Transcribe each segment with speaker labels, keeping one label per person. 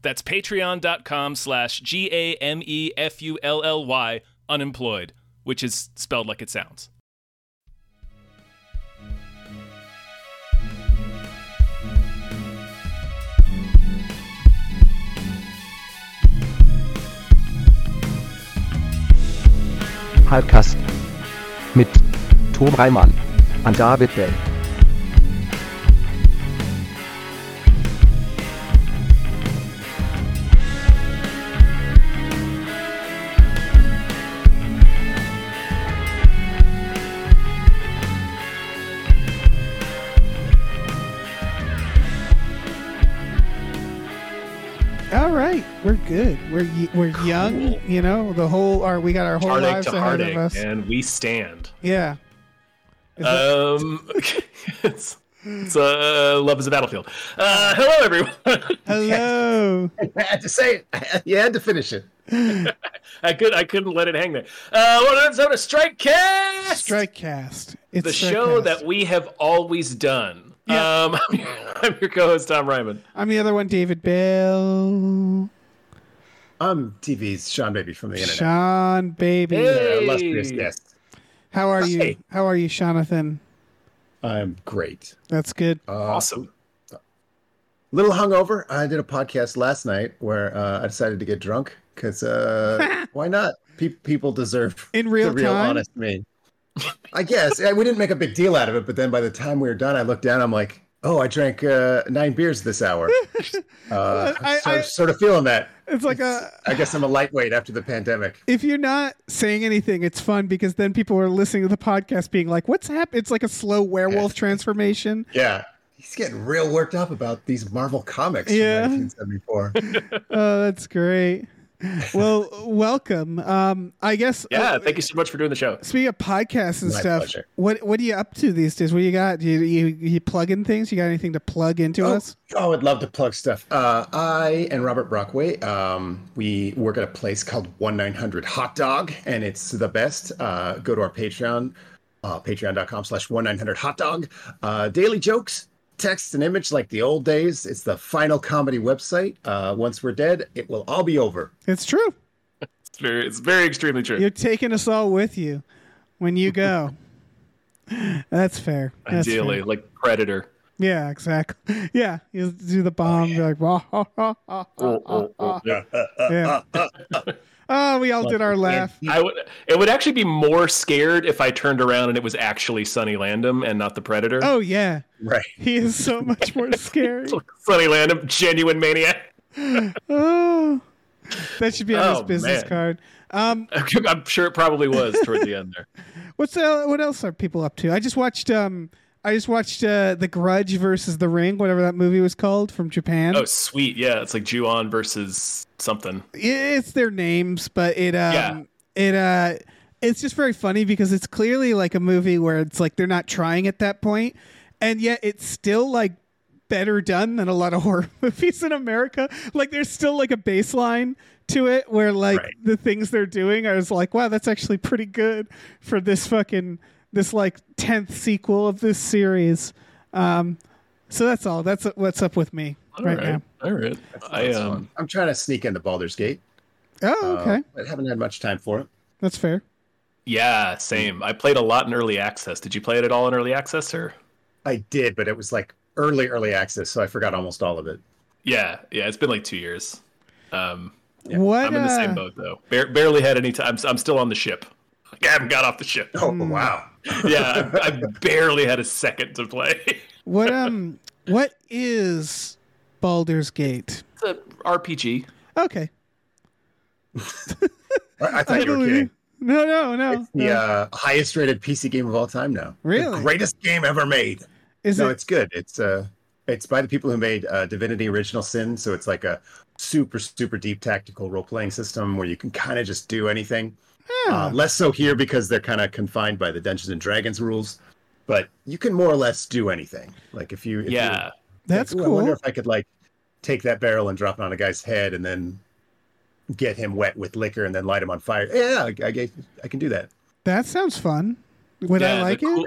Speaker 1: That's patreon.com slash G A M E F U L L Y unemployed, which is spelled like it sounds.
Speaker 2: Halbkast mit Tom Reimann an David Bell.
Speaker 3: All right, we're good. We're y- we're young,
Speaker 1: Cool.
Speaker 3: you know. The whole our we got our whole
Speaker 1: heartache
Speaker 3: lives
Speaker 1: to
Speaker 3: ahead
Speaker 1: heartache,
Speaker 3: of us. Yeah.
Speaker 1: and we stand.
Speaker 3: Is that-
Speaker 1: Um, it's it's uh, love is a battlefield. Uh, hello, everyone.
Speaker 3: Hello.
Speaker 4: I had to say it. You had to finish it.
Speaker 1: I could I couldn't let it hang there. Uh, what episode of Strike Cast?
Speaker 3: Strike cast. It's
Speaker 1: the
Speaker 3: Strike
Speaker 1: show
Speaker 3: Cast.
Speaker 1: that we have always done.
Speaker 3: Yeah.
Speaker 1: Um, I'm, your, I'm your co-host Tom Ryman.
Speaker 3: I'm the other one, David Bell.
Speaker 4: I'm TV's Sean Baby from the internet.
Speaker 3: Sean baby.
Speaker 1: Hey.
Speaker 4: Our illustrious guest.
Speaker 3: How are you?
Speaker 4: Hey.
Speaker 3: How are you, Jonathan?
Speaker 4: I'm great.
Speaker 3: That's good.
Speaker 4: Uh,
Speaker 1: Awesome.
Speaker 4: Little hungover. I did a podcast last night where uh, I decided to get drunk because uh, why not? Pe- people deserve
Speaker 3: In real
Speaker 4: the real
Speaker 3: time?
Speaker 4: honest me. I guess Yeah, we didn't make a big deal out of it, but then by the time we were done, I looked down. I'm like, oh, I drank uh, nine beers this hour. Uh,
Speaker 3: I-
Speaker 4: sort,
Speaker 3: I-
Speaker 4: of, sort of feeling that.
Speaker 3: It's like a
Speaker 4: I guess I'm a lightweight after the pandemic.
Speaker 3: if you're not saying anything, it's fun because then people are listening to the podcast being like, "What's happened?" It's like a slow werewolf transformation.
Speaker 4: Yeah. He's getting real worked up about these Marvel comics
Speaker 3: Yeah.
Speaker 4: from 1974.
Speaker 3: Oh, that's great. Well, welcome. Um, I guess.
Speaker 1: Yeah,
Speaker 3: uh,
Speaker 1: thank you so much for doing the show.
Speaker 3: Speaking of podcasts and
Speaker 4: My
Speaker 3: stuff,
Speaker 4: pleasure.
Speaker 3: what what are you up to these days? What do you got? Do you, you you plug in things? You got anything to plug into us?
Speaker 4: Oh, I would love to plug stuff. Uh, I and Robert Brockway, um, we work at a place called 1 900 Hot Dog, and it's the best. Uh, go to our Patreon, uh, patreon.com slash 1 900 Hot Dog. Uh, daily jokes, text, and image like the old days. It's the final comedy website. Uh, once we're dead, it will all be over.
Speaker 3: It's true.
Speaker 1: It's very, it's very extremely true.
Speaker 3: You're taking us all with you when you go. That's fair. That's
Speaker 1: Ideally,
Speaker 3: fair.
Speaker 1: like Predator.
Speaker 3: yeah, exactly. Yeah, you do the bomb. You're like, wah, ha, ha, ha,
Speaker 1: Oh,
Speaker 3: ha, ha, ha.
Speaker 4: Yeah.
Speaker 3: yeah. Oh, we all did our laugh.
Speaker 1: I would. It would actually be more scared if I turned around and it was actually Sonny Landham and not the Predator.
Speaker 3: Oh yeah,
Speaker 4: Right.
Speaker 3: he is so much more scary.
Speaker 1: Sonny Landham, genuine maniac.
Speaker 3: Oh, that should be on
Speaker 1: Oh,
Speaker 3: his business
Speaker 1: man.
Speaker 3: card. Um,
Speaker 1: I'm sure it probably was toward the end there.
Speaker 3: What's uh, what else are people up to? I just watched um I just watched uh, The Grudge versus The Ring, whatever that movie was called from Japan.
Speaker 1: Oh, sweet. Yeah, it's like Ju-on versus something.
Speaker 3: I- It's their names, but it um
Speaker 1: Yeah.
Speaker 3: it uh it's just very funny because it's clearly like a movie where it's like they're not trying at that point and yet it's still like better done than a lot of horror movies in America. Like there's still like a baseline to it where like
Speaker 1: Right.
Speaker 3: the things they're doing I was like, wow, that's actually pretty good for this fucking this like tenth sequel of this series. Um so that's all. That's what's up with me
Speaker 1: All
Speaker 3: right,
Speaker 1: right.
Speaker 3: now.
Speaker 1: All right. I
Speaker 4: That's
Speaker 1: um.
Speaker 4: fun. I'm trying to sneak into Baldur's Gate.
Speaker 3: Oh,
Speaker 4: Uh,
Speaker 3: okay.
Speaker 4: I haven't had much time for it.
Speaker 3: that's fair.
Speaker 1: Yeah, same. I played a lot in early access. Did you play it at all in early access, or?
Speaker 4: I did, but it was like early, early access, so I forgot almost all of it.
Speaker 1: Yeah, yeah. It's been like two years. Um,
Speaker 4: Yeah,
Speaker 3: What
Speaker 1: I'm in the
Speaker 3: uh,
Speaker 1: same boat though. Bare barely had any time. I'm, I'm still on the ship. Like, I haven't got off the ship.
Speaker 4: Oh
Speaker 3: Hmm.
Speaker 4: wow!
Speaker 1: Yeah, I, I barely had a second to play.
Speaker 3: What um what is Baldur's Gate?
Speaker 1: It's a RPG.
Speaker 3: Okay.
Speaker 4: I, I thought you were
Speaker 3: believe
Speaker 4: kidding.
Speaker 3: you. No, no, no.
Speaker 4: It's
Speaker 3: no.
Speaker 4: the uh, highest rated PC game of all time now. The
Speaker 3: Really?
Speaker 4: greatest game ever made.
Speaker 3: Is
Speaker 4: no,
Speaker 3: it
Speaker 4: it's good. It's uh, it's by the people who made uh, Divinity: Original Sin, so it's like a super super deep tactical role playing system where you can kind of just do anything.
Speaker 3: Yeah.
Speaker 1: um,
Speaker 4: Uh, less so here because they're kind of confined by the Dungeons and Dragons rules, but you can more or less do anything. Like if you, if you-
Speaker 5: Yeah.
Speaker 3: That's
Speaker 4: Ooh, I
Speaker 3: cool.
Speaker 4: wonder if I could like take that barrel and drop it on a guy's head and then get him wet with liquor and then light him on fire. Yeah, I, I, gave- I can do that.
Speaker 3: that sounds fun. Would
Speaker 1: Yeah,
Speaker 3: I
Speaker 1: the
Speaker 3: like it?
Speaker 1: cool-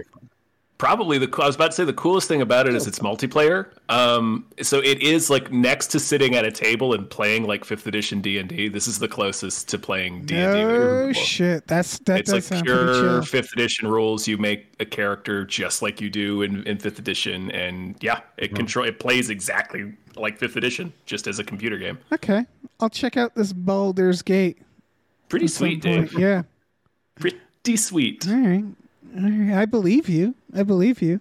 Speaker 1: Probably the I was about to say the coolest thing about it is it's multiplayer. Um, so it is like next to sitting at a table and playing like fifth edition D and D. This is the closest to playing D and D.
Speaker 3: No Oh, shit. That's that
Speaker 1: It's
Speaker 3: does
Speaker 1: like
Speaker 3: sound pretty
Speaker 1: pure
Speaker 3: chill.
Speaker 1: fifth edition rules. You make a character just like you do in, in fifth edition, and yeah, it control it plays exactly like fifth edition, just as a computer game.
Speaker 3: Okay, I'll check out this Baldur's Gate.
Speaker 1: Pretty
Speaker 3: at some
Speaker 1: sweet, Dave.
Speaker 3: point. Yeah.
Speaker 1: Pretty sweet.
Speaker 3: All right. All right. I believe you. I believe you.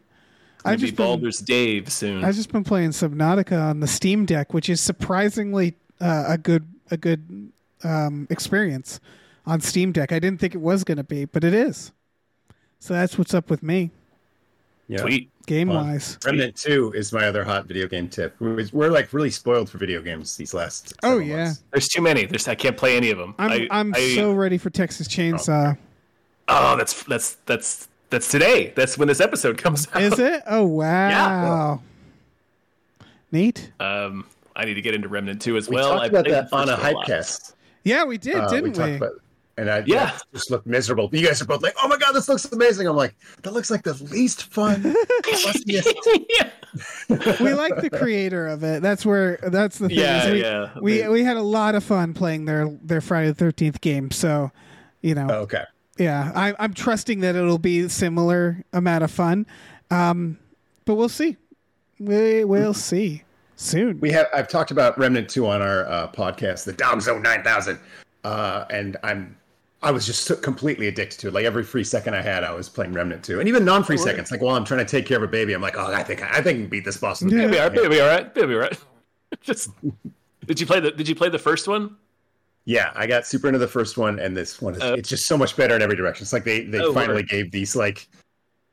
Speaker 1: I'll
Speaker 3: I've
Speaker 1: be
Speaker 3: just, been,
Speaker 1: Baldur's Dave soon.
Speaker 3: I've just been playing Subnautica on the Steam Deck, which is surprisingly uh, a good a good um, experience on Steam Deck. I didn't think it was going to be, but it is. So that's what's up with me,
Speaker 4: Yeah.
Speaker 1: Sweet.
Speaker 3: game
Speaker 4: Fun.
Speaker 3: wise.
Speaker 4: Remnant 2 is my other hot video game tip. We're we're, like really spoiled for video games these last.
Speaker 3: Oh,
Speaker 4: several
Speaker 3: yeah.
Speaker 4: months.
Speaker 1: There's too many. There's I can't play any of them.
Speaker 3: I'm
Speaker 1: I,
Speaker 3: I, am
Speaker 1: I-
Speaker 3: so ready for Texas Chainsaw.
Speaker 1: Oh, that's that's that's that's today. That's when this episode comes out.
Speaker 3: Is it? Oh wow. Neat.
Speaker 1: Um, I need to get into Remnant 2 as
Speaker 4: We
Speaker 1: well.
Speaker 4: talked
Speaker 1: I
Speaker 4: about
Speaker 1: played
Speaker 4: that
Speaker 1: the
Speaker 4: on a
Speaker 1: first one lot.
Speaker 4: hypecast.
Speaker 3: Yeah, we did,
Speaker 4: Uh,
Speaker 3: didn't we?
Speaker 4: talked About, and I
Speaker 1: Yeah.
Speaker 4: yeah. just looked miserable. You guys are both like, "Oh my god, this looks amazing!" I'm like, "That looks like the least fun." fussiest-
Speaker 1: yeah,
Speaker 3: we like the creator of it. That's where that's the thing.
Speaker 1: yeah,
Speaker 3: is we,
Speaker 1: yeah.
Speaker 3: we we had a lot of fun playing their their Friday the Thirteenth game. So, you know,
Speaker 4: okay,
Speaker 3: yeah, I, I'm trusting that it'll be similar amount of fun, um, but we'll see. We will see soon.
Speaker 4: we have. I've talked about Remnant Two on our uh, podcast, the Dog Zone Nine Thousand, uh, and I'm. I was just so completely addicted to it. Like every free second I had, I was playing Remnant Two, and even non-free seconds. Like while I'm trying to take care of a baby, I'm like, "Oh, I think I think I can beat this boss."
Speaker 3: Yeah.
Speaker 1: It'll be all right. It'll be all right. It'll be all right. Just did you play the Did you play the first one?
Speaker 4: Yeah, I got super into the first one, and this one is
Speaker 1: Oh.
Speaker 4: it's just so much better in every direction. It's like they they
Speaker 1: Oh,
Speaker 4: finally
Speaker 1: word.
Speaker 4: gave these like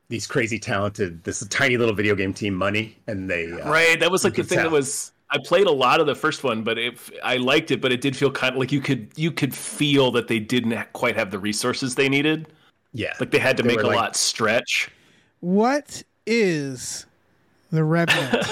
Speaker 4: these crazy talented this tiny little video game team money, and they uh,
Speaker 1: Right. That was like the
Speaker 4: You can
Speaker 1: thing that
Speaker 4: tell.
Speaker 1: was. I played a lot of the first one, but it, I liked it. But it did feel kind of like you could you could feel that they didn't quite have the resources they needed.
Speaker 4: yeah,
Speaker 1: Like they had to
Speaker 4: They
Speaker 1: make
Speaker 4: were
Speaker 1: a
Speaker 4: like-
Speaker 1: lot stretch.
Speaker 3: What is the Revenant?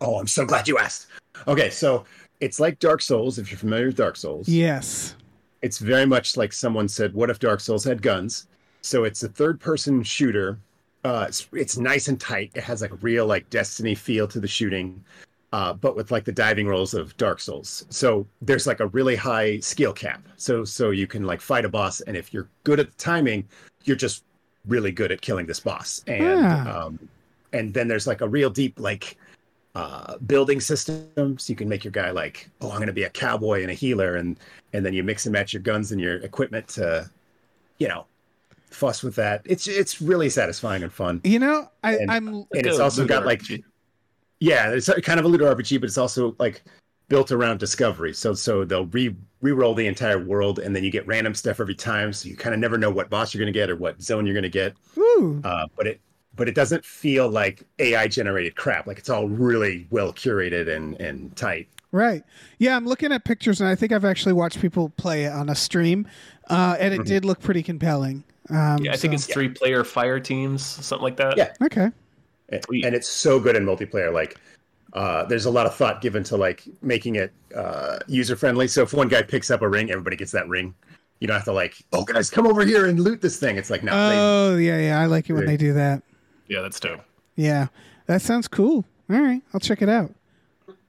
Speaker 4: oh, I'm so glad you asked. Okay, so it's like Dark Souls if you're familiar with Dark Souls.
Speaker 3: yes.
Speaker 4: It's very much like someone said, "What if Dark Souls had guns?" So it's a third-person shooter. Uh, it's it's nice and tight. It has like a real like Destiny feel to the shooting. uh, but with like the diving rolls of Dark Souls. So there's like a really high skill cap. So so you can like fight a boss, and if you're good at the timing, you're just really good at killing this boss. And
Speaker 3: Ah.
Speaker 4: um, and then there's like a real deep like uh, building system. So you can make your guy like, oh, I'm gonna be a cowboy and a healer, and and then you mix and match your guns and your equipment to, you know, fuss with that. It's it's really satisfying and fun
Speaker 3: You know, I,
Speaker 4: And-
Speaker 3: I'm
Speaker 4: and it's
Speaker 1: a
Speaker 4: also
Speaker 1: looter
Speaker 4: got like
Speaker 1: RPG.
Speaker 4: yeah it's kind of a looter rpg but it's also like built around discovery so so they'll re re-roll the entire world and then you get random stuff every time so you kind of never know what boss you're going to get or what zone you're going to get
Speaker 3: ooh,
Speaker 4: uh, but it but it doesn't feel like ai generated crap like it's all really well curated and and tight
Speaker 3: Right. Yeah, I'm looking at pictures, and I think I've actually watched people play it on a stream, uh, and it did look pretty compelling. Um,
Speaker 1: Yeah, I think
Speaker 3: so-
Speaker 1: it's three player fire teams, something like that.
Speaker 4: Yeah.
Speaker 3: okay.
Speaker 4: and,
Speaker 1: Sweet.
Speaker 4: and it's so good in multiplayer like uh, there's a lot of thought given to like making it uh, user friendly so if one guy picks up a ring everybody gets that ring you don't have to like oh guys come over here and loot this thing it's like no they-
Speaker 3: Oh yeah, yeah. I like it when they do that.
Speaker 1: Yeah, that's dope.
Speaker 3: Yeah, that sounds cool. All right, I'll check it out.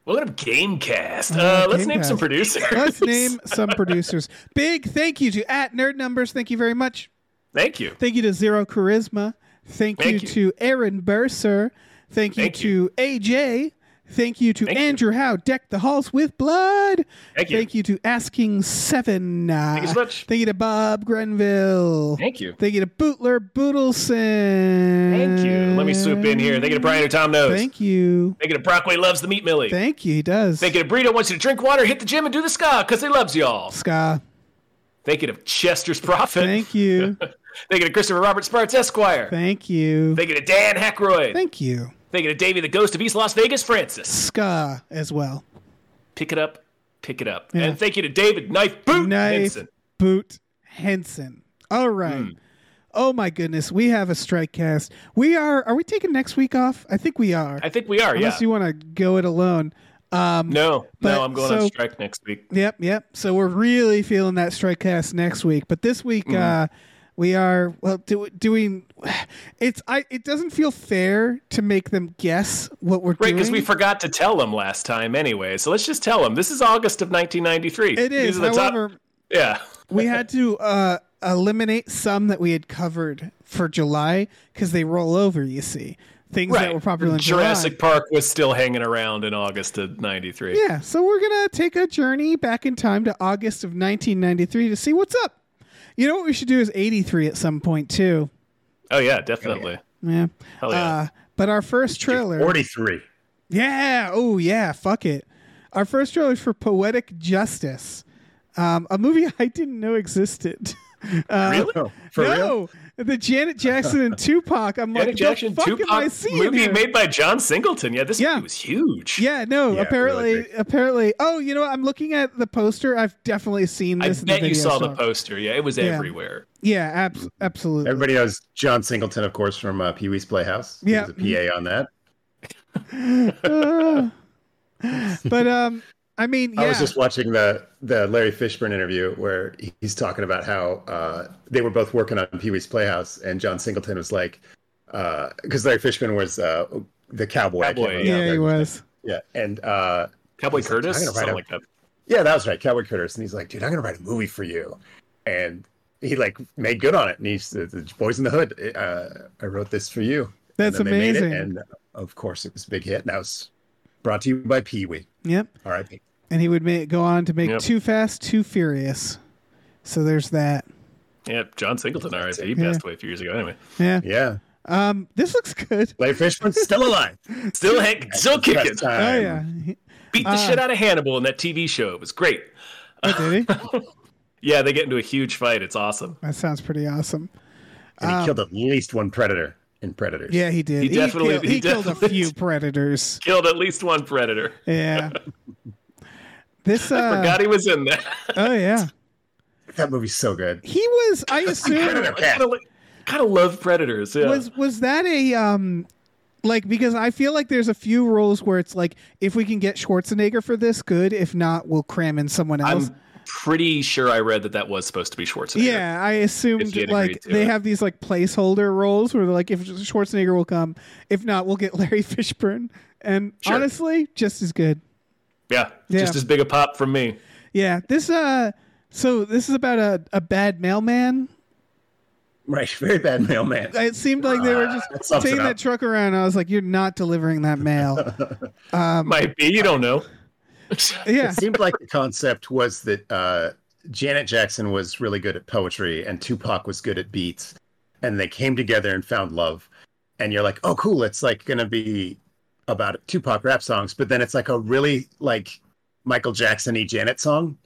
Speaker 1: Welcome to Gamecast.
Speaker 3: Uh,
Speaker 1: Uh, let's name
Speaker 3: Gamecast.
Speaker 1: some producers.
Speaker 3: Let's name some producers. Big thank you to at Nerd Numbers. Thank you very much.
Speaker 1: Thank you.
Speaker 3: Thank you to Zero Charisma. Thank,
Speaker 1: Thank
Speaker 3: you,
Speaker 1: you.
Speaker 3: to Aaron Burser. Thank you
Speaker 1: Thank
Speaker 3: to
Speaker 1: you.
Speaker 3: AJ. Thank you to
Speaker 1: Thank you.
Speaker 3: Andrew Howe. Deck the halls with blood.
Speaker 1: Thank you.
Speaker 3: to Asking Seven. Thank
Speaker 1: you so much.
Speaker 3: Thank you to Bob Grenville.
Speaker 1: Thank you.
Speaker 3: Thank you to Bootler Boodleson.
Speaker 1: Thank you. Let me swoop in here. Thank you to Brian or Tom Knows. Thank
Speaker 3: Thank you.
Speaker 1: you to Brockway Loves the Meat Millie. Thank,
Speaker 3: Thank you. He does.
Speaker 1: you to Burrito Wants You to Drink Water, Hit the Gym, and Do the Ska because he loves y'all.
Speaker 3: Ska.
Speaker 1: Thank you to Chester's Prophet. Thank,
Speaker 3: Thank you.
Speaker 1: you to Christopher Robert Sparks Esquire. Thank,
Speaker 3: Thank you.
Speaker 1: you to Dan Hackroyd. Thank,
Speaker 3: Thank you.
Speaker 1: you to Davey the Ghost of East Las Vegas Francis.
Speaker 3: Ska as well.
Speaker 1: Pick it up pick it up.
Speaker 3: Yeah.
Speaker 1: And thank you to David Knife Boot
Speaker 3: Knife
Speaker 1: Henson. Hmm.
Speaker 3: Boot Henson. All right. Oh my goodness, we have a strike cast. We are. Are we taking next week off? I think we are.
Speaker 1: I think we are.
Speaker 3: Unless
Speaker 1: yeah.
Speaker 3: you want to go it alone. Um,
Speaker 1: no,
Speaker 3: but-
Speaker 1: no, I'm going
Speaker 3: so-
Speaker 1: on strike next week.
Speaker 3: Yep, yep. So we're really feeling that strike cast next week, but this week
Speaker 1: Hmm.
Speaker 3: uh, we are well do, doing. It's I. It doesn't feel fair to make them guess what we're
Speaker 1: Right,
Speaker 3: doing.
Speaker 1: because we forgot to tell them last time anyway. So let's just tell them. This is August of 1993.
Speaker 3: it
Speaker 1: These
Speaker 3: is,
Speaker 1: are the top-
Speaker 3: however,
Speaker 1: yeah.
Speaker 3: we had to uh, eliminate some that we had covered for July because they roll over. You see things that
Speaker 1: Right.
Speaker 3: were popular in
Speaker 1: Jurassic
Speaker 3: July.
Speaker 1: Park was still hanging around in August of 93.
Speaker 3: Yeah, so we're gonna take a journey back in time to August of 1993 to see what's up. You know what we should do is 83 at some point too.
Speaker 1: Oh, yeah, definitely.
Speaker 3: Yeah.
Speaker 1: Hell Oh, yeah.
Speaker 3: Uh, but our first trailer.
Speaker 4: 43.
Speaker 3: Yeah. Oh, yeah. Fuck it. Our first trailer is for Poetic Justice, um, a movie I didn't know existed. Uh,
Speaker 1: Really?
Speaker 4: Oh, for
Speaker 3: no.
Speaker 4: real?
Speaker 3: The Janet Jackson and Tupac. I'm
Speaker 1: Janet
Speaker 3: like,
Speaker 1: Jackson,
Speaker 3: the fuck am I
Speaker 1: Tupac
Speaker 3: seeing
Speaker 1: movie
Speaker 3: here?
Speaker 1: made by John Singleton. Yeah, this
Speaker 3: Yeah.
Speaker 1: movie was huge.
Speaker 3: yeah, no,
Speaker 4: Yeah,
Speaker 3: apparently,
Speaker 4: really big.
Speaker 3: apparently. Oh, you know what? I'm looking at the poster. I've definitely seen
Speaker 1: I
Speaker 3: this. in
Speaker 1: bet
Speaker 3: the
Speaker 1: you
Speaker 3: video
Speaker 1: saw the
Speaker 3: store.
Speaker 1: poster. Yeah, it was everywhere.
Speaker 3: Yeah, abs- absolutely.
Speaker 4: Everybody knows John Singleton, of course, from uh, Pee Wee's Playhouse.
Speaker 3: Yeah.
Speaker 4: He was a PA on that.
Speaker 3: Uh, but um, I mean, yeah,
Speaker 4: I was just watching the the Larry Fishburne interview where he's talking about how uh, they were both working on Pee Wee's Playhouse, and John Singleton was like, because Larry Fishburne was uh, the cowboy. I can't
Speaker 1: Cowboy,
Speaker 4: remember
Speaker 3: yeah,
Speaker 4: the
Speaker 3: he
Speaker 4: actor's
Speaker 3: was.
Speaker 4: name. Yeah, and uh,
Speaker 1: Cowboy
Speaker 4: He's like,
Speaker 1: Curtis?
Speaker 4: "I'm gonna write
Speaker 1: something
Speaker 4: a-
Speaker 1: like that.
Speaker 4: yeah, that was right, Cowboy Curtis. And he's like, dude, I'm gonna write a movie for you, and he like made good on it. And he's the, the Boys in the Hood. Uh, I wrote this for you.
Speaker 3: That's
Speaker 4: and then they made it,
Speaker 3: amazing.
Speaker 4: and uh, of course, it was a big hit. And that was brought to you by Pee Wee.
Speaker 3: Yep.
Speaker 4: All right.
Speaker 3: and he would make, go on to make
Speaker 1: Yep.
Speaker 3: Too Fast, Too Furious. So there's that.
Speaker 1: Yeah, John Singleton, all right. He
Speaker 3: Yeah.
Speaker 1: passed away a few years ago anyway.
Speaker 3: Yeah.
Speaker 4: Yeah,
Speaker 3: Um, this looks good.
Speaker 4: Larry Fishburne's still alive.
Speaker 1: Still, hang, still kicking.
Speaker 4: Press
Speaker 3: Oh
Speaker 4: time.
Speaker 3: yeah, He-
Speaker 1: Beat
Speaker 3: Uh.
Speaker 1: the shit out of Hannibal in that TV show. It was great.
Speaker 3: oh, did he?
Speaker 1: Yeah, they get into a huge fight. It's awesome.
Speaker 3: That sounds pretty awesome.
Speaker 4: And he killed at least one predator in Predators.
Speaker 3: Um, Yeah, he did.
Speaker 1: He definitely-
Speaker 3: killed,
Speaker 1: he
Speaker 3: killed
Speaker 1: definitely
Speaker 3: a few predators.
Speaker 1: Killed at least one predator.
Speaker 3: Yeah. This uh,
Speaker 1: Forgot he was in that.
Speaker 3: oh yeah,
Speaker 4: That movie's so good.
Speaker 3: he was. I assume
Speaker 4: Predator cat.
Speaker 1: kind of love predators. Yeah.
Speaker 3: was was that a um like because I feel like there's a few rules where it's like if we can get Schwarzenegger for this, good. If not, we'll cram in someone else.
Speaker 1: I'm pretty sure I read that that was supposed to be Schwarzenegger.
Speaker 3: Yeah, I assumed
Speaker 1: If he had
Speaker 3: like
Speaker 1: agreed to uh,
Speaker 3: they
Speaker 1: it.
Speaker 3: have these like placeholder roles where they're like if Schwarzenegger will come, if not, we'll get Larry Fishburne, and
Speaker 1: Sure.
Speaker 3: honestly, just as good.
Speaker 1: yeah.
Speaker 3: Yeah.
Speaker 1: Just as big a pop from me.
Speaker 3: Yeah, this uh, so this is about a a bad mailman.
Speaker 4: Right. Very bad mailman.
Speaker 3: It seemed like they were
Speaker 4: that
Speaker 3: just
Speaker 4: sums it
Speaker 3: taking
Speaker 4: up.
Speaker 3: that truck around. and I was like, you're not delivering that mail. Um,
Speaker 1: Might be. You don't know.
Speaker 3: yeah,
Speaker 4: It seemed like the concept was that uh, Janet Jackson was really good at poetry and Tupac was good at beats, and they came together and found love. And you're like, oh, cool! It's like gonna be about Tupac rap songs, but then it's like a really like Michael Jackson-y Janet song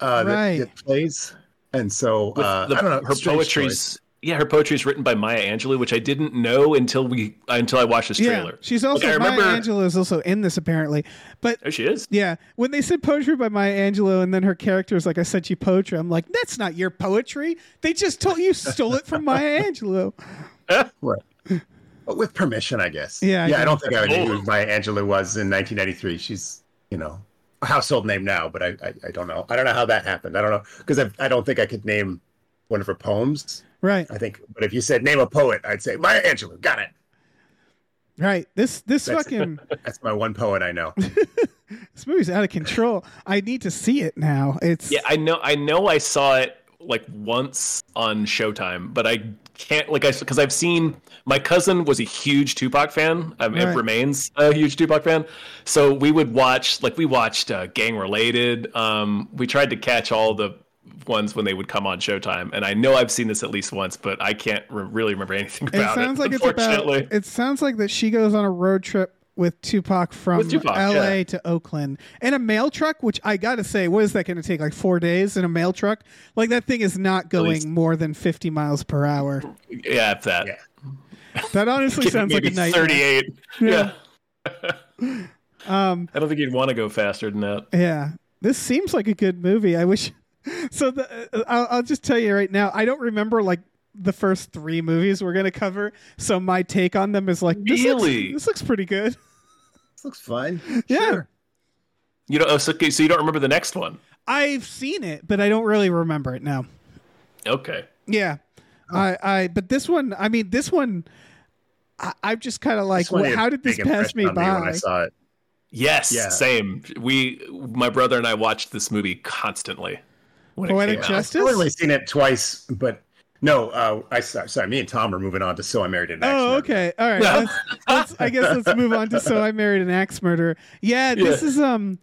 Speaker 4: uh, that-
Speaker 3: Right.
Speaker 4: that, plays. And so
Speaker 1: With
Speaker 4: uh,
Speaker 1: the-
Speaker 4: I don't know
Speaker 1: her
Speaker 4: strange
Speaker 1: poetry's.
Speaker 4: choice.
Speaker 1: Yeah, her poetry's written by Maya Angelou, which I didn't know until we until I watched this
Speaker 3: yeah.
Speaker 1: trailer.
Speaker 3: She's also
Speaker 1: Like, I
Speaker 3: Maya
Speaker 1: remember-
Speaker 3: Angelou is also in this apparently, but
Speaker 1: Oh, she is.
Speaker 3: Yeah, when they said poetry by Maya Angelou, and then her character was like, "I sent you poetry." I'm like, "That's not your poetry. They just told you stole it from Maya Angelou."
Speaker 4: But with permission, I guess.
Speaker 3: Yeah, I
Speaker 4: yeah. I, don't
Speaker 3: guess.
Speaker 4: think I knew
Speaker 1: Oh.
Speaker 4: who Maya Angelou was in 1993. She's, you know, a household name now, but I, I, I don't know. I don't know how that happened. I don't know because I, I don't think I could name one of her poems.
Speaker 3: Right,
Speaker 4: I think, but if you said name a poet, I'd say Maya Angelou. Got it.
Speaker 3: right. This this
Speaker 4: That's-
Speaker 3: fucking
Speaker 4: That's my one poet I know.
Speaker 3: this movie's out of control. I need to see it now. It's
Speaker 1: Yeah, I know. I know. I saw it like once on Showtime, but I can't like I because I've seen my cousin was a huge Tupac fan. Um,
Speaker 3: Right.
Speaker 1: It remains a huge Tupac fan. So we would watch like we watched uh, Gang Related. Um, we tried to catch all the ones when they would come on Showtime, and I know I've seen this at least once, but I can't re- really remember anything
Speaker 3: it
Speaker 1: about it.
Speaker 3: sounds like it's about.
Speaker 1: unfortunately.
Speaker 3: It sounds like that she goes on a road trip with Tupac from
Speaker 1: With Tupac,
Speaker 3: L.A.
Speaker 1: yeah.
Speaker 3: to Oakland in a mail truck. Which I gotta say, what is that going to take? Like four days in a mail truck? Like that thing is
Speaker 1: least-
Speaker 3: not going more than 50 miles per hour.
Speaker 1: yeah, if that
Speaker 4: Yeah.
Speaker 3: That honestly sounds like
Speaker 1: maybe
Speaker 3: a nightmare.
Speaker 1: thirty-eight. yeah,
Speaker 3: Um.
Speaker 1: I don't think you'd want to go faster than that.
Speaker 3: Yeah. this seems like a good movie. I wish. So the, uh, I'll, I'll just tell you right now, I don't remember like the first three movies we're gonna cover. So my take on them is like, this
Speaker 1: Really?
Speaker 3: looks, this looks pretty good.
Speaker 4: This looks fine.
Speaker 3: Yeah.
Speaker 4: Sure.
Speaker 1: You don't. oh, So, okay, so you don't remember the next one?
Speaker 3: I've seen it, but I don't really remember it now. Oh.
Speaker 1: Okay.
Speaker 3: Yeah, I, I, but this one, I mean, this one, I, I'm just kind of like,
Speaker 4: This one
Speaker 3: wh- how did this
Speaker 4: big
Speaker 3: pass
Speaker 4: impression
Speaker 3: me
Speaker 4: on when I
Speaker 3: by?
Speaker 4: saw it.
Speaker 1: Yes.
Speaker 4: Yeah.
Speaker 1: Same. We, my brother and I, watched this movie constantly. When it
Speaker 3: Poetic
Speaker 1: came out.
Speaker 3: Justice.
Speaker 4: I've only seen it twice, but no, uh, I sorry, me and Tom are moving on to So I Married an Axe
Speaker 3: Oh,
Speaker 4: Murderer.
Speaker 3: okay. All right. Let's, let's, I guess let's move on to "So I Married an Axe Murderer." Yeah, this is um,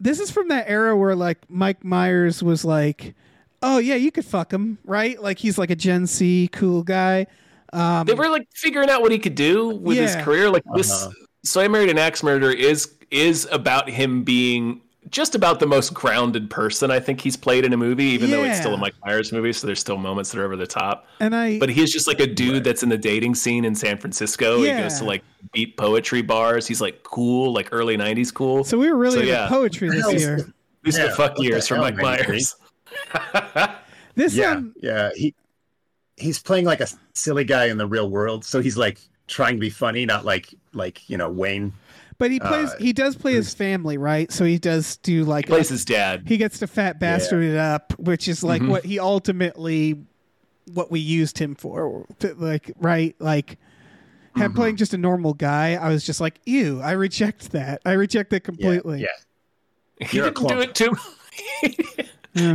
Speaker 3: this is from that era where like Mike Myers was like, "Oh yeah, you could fuck him, right?" Like he's like a Gen C cool guy. Um,
Speaker 1: they were like figuring out what he could do with
Speaker 3: Yeah.
Speaker 1: his career. Like this,
Speaker 4: Uh-huh.
Speaker 1: so I married an axe murderer is is about him being just about the most grounded person I think he's played in a movie, even though it's still
Speaker 3: Yeah.
Speaker 1: a Mike Myers movie. So there's still moments that are over the top.
Speaker 3: and I,
Speaker 1: But he's just like a dude that's in the dating scene in San Francisco. He goes to
Speaker 3: Yeah.
Speaker 1: like beat poetry bars. He's like cool, like early '90s cool.
Speaker 3: so we were really
Speaker 1: so,
Speaker 3: into
Speaker 1: yeah.
Speaker 3: poetry this
Speaker 4: Hell's-
Speaker 3: year.
Speaker 1: These are
Speaker 4: Yeah,
Speaker 1: the fuck
Speaker 4: what the
Speaker 1: years for
Speaker 4: hell,
Speaker 1: Mike
Speaker 4: man, you
Speaker 1: Myers.
Speaker 3: This
Speaker 4: Yeah,
Speaker 3: um,
Speaker 4: yeah. He he's playing like a silly guy in the real world, so he's like trying to be funny, not like like you know Wayne.
Speaker 3: but he plays, he does play his family, right? So he does do like
Speaker 1: He plays his dad.
Speaker 3: he gets to fat bastard it up, which is like what he ultimately what we used him for. To, like right, like him playing just a normal guy. I was just like, ew, I reject that. I reject that
Speaker 4: Yeah,
Speaker 3: completely.
Speaker 4: Yeah,
Speaker 1: He
Speaker 4: You're a
Speaker 1: didn't do
Speaker 4: clunk.
Speaker 1: it too.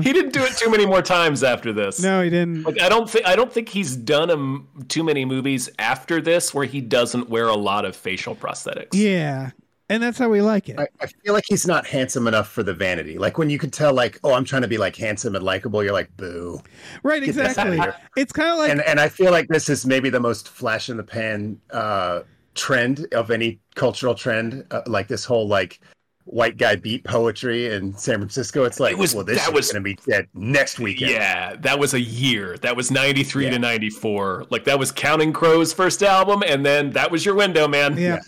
Speaker 1: he didn't do it too many more times after this.
Speaker 3: No, he didn't.
Speaker 1: Like I don't think I don't think he's done um, too many movies after this where he doesn't wear a lot of facial prosthetics.
Speaker 3: Yeah, and that's how we like it.
Speaker 4: I, I feel like he's not handsome enough for the vanity. Like when you can tell, like, oh, I'm trying to be like handsome and likable. You're like, boo.
Speaker 3: right,
Speaker 4: this outta
Speaker 3: exactly.
Speaker 4: here.
Speaker 3: It's kind of like
Speaker 4: And and I feel like this is maybe the most flash in the pan uh, trend of any cultural trend. Uh, like this whole like white guy beat poetry in San Francisco. It's like,
Speaker 1: It was-
Speaker 4: well, this
Speaker 1: that
Speaker 4: is
Speaker 1: was-
Speaker 4: going to be dead next weekend.
Speaker 1: Yeah, that was a year. That was 93 to 94. Like that was Counting Crows first album and then that was your window, man.
Speaker 3: yeah.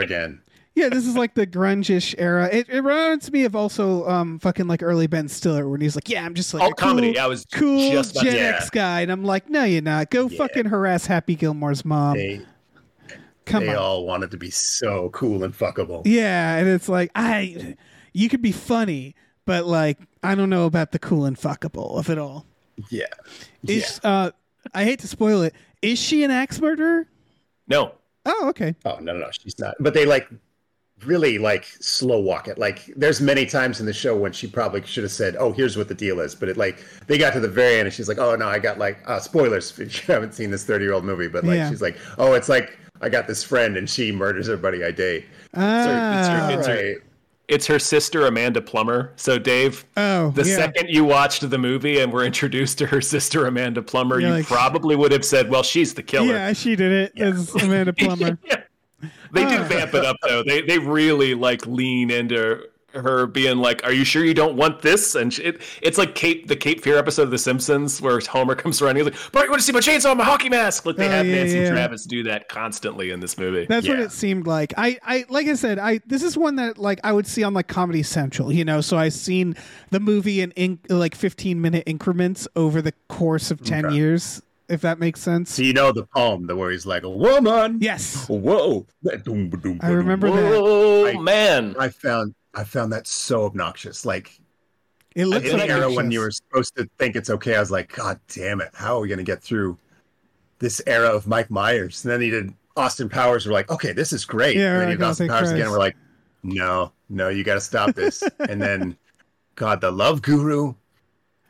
Speaker 4: again.
Speaker 3: Yeah, this is like the grunge-ish era. It, it reminds me of also um fucking like early Ben Stiller when he's like, "Yeah, I'm just like
Speaker 1: All
Speaker 3: a
Speaker 1: Oh, comedy.
Speaker 3: cool,
Speaker 1: I was
Speaker 3: cool
Speaker 1: just about
Speaker 3: Gen
Speaker 1: yeah.
Speaker 3: X guy," and I'm like, "No, you're not. Go fucking harass Happy Gilmore's mom.
Speaker 4: They
Speaker 3: Come
Speaker 4: they
Speaker 3: on."
Speaker 4: all wanted to be so cool and fuckable.
Speaker 3: yeah, and it's like I, you could be funny, but like I don't know about the cool and fuckable of it all.
Speaker 4: Yeah.
Speaker 3: Is uh, I hate to spoil it. Is she an axe murderer?
Speaker 1: No.
Speaker 3: Oh, okay.
Speaker 4: Oh no, no, no, she's not. But they like really like slow walk it. Like there's many times in the show when she probably should have said, "Oh, here's what the deal is," but it like they got to the very end and she's like, "Oh no, I got like uh, spoilers if you haven't seen this 30 year old movie." But like
Speaker 3: Yeah.
Speaker 4: she's like, "Oh, it's like I got this friend and she murders everybody I date."
Speaker 3: Ah,
Speaker 1: It's her,
Speaker 4: Right.
Speaker 1: it's her sister Amanda Plummer. So Dave,
Speaker 3: oh,
Speaker 1: the
Speaker 3: yeah.
Speaker 1: second you watched the movie and were introduced to her sister Amanda Plummer,
Speaker 3: You're
Speaker 1: you
Speaker 3: like-
Speaker 1: probably would have said, "Well, she's the killer."
Speaker 3: Yeah, she did it as Amanda Plummer.
Speaker 1: Yeah. They do
Speaker 3: Ah.
Speaker 1: vamp it up though. They they really like lean into her being like, "Are you sure you don't want this?" And she, it, it's like Cape the Cape Fear episode of The Simpsons where Homer comes around. And he's like, "Bart, you want to see my chainsaw, and my hockey mask?" Like they
Speaker 3: Oh,
Speaker 1: have
Speaker 3: yeah,
Speaker 1: Nancy
Speaker 3: yeah.
Speaker 1: Travis do that constantly in this movie.
Speaker 3: That's what
Speaker 4: Yeah.
Speaker 3: it seemed like. I, I like I said, I this is one that like I would see on like Comedy Central, you know. So I've seen the movie in, in like fifteen minute increments over the course of ten years, if that makes sense.
Speaker 4: So you know the poem, the where he's like, "A woman."
Speaker 3: Yes,
Speaker 4: Whoa.
Speaker 3: I remember that.
Speaker 1: Whoa,
Speaker 4: I-
Speaker 1: man!
Speaker 4: I found I found that so obnoxious. Like
Speaker 3: It looks
Speaker 4: in
Speaker 3: like
Speaker 4: the era when you were supposed to think it's okay, I was like, God damn it, how are we going to get through this era of Mike Myers? And then he did Austin Powers. We're like, okay, this is great.
Speaker 3: Yeah,
Speaker 4: and
Speaker 3: we're
Speaker 4: then he
Speaker 3: like,
Speaker 4: did
Speaker 3: oh,
Speaker 4: Austin
Speaker 3: thank
Speaker 4: Powers
Speaker 3: Christ.
Speaker 4: again. We're like, no, no, you got to stop this. and then, God, the Love Guru.
Speaker 1: Uh,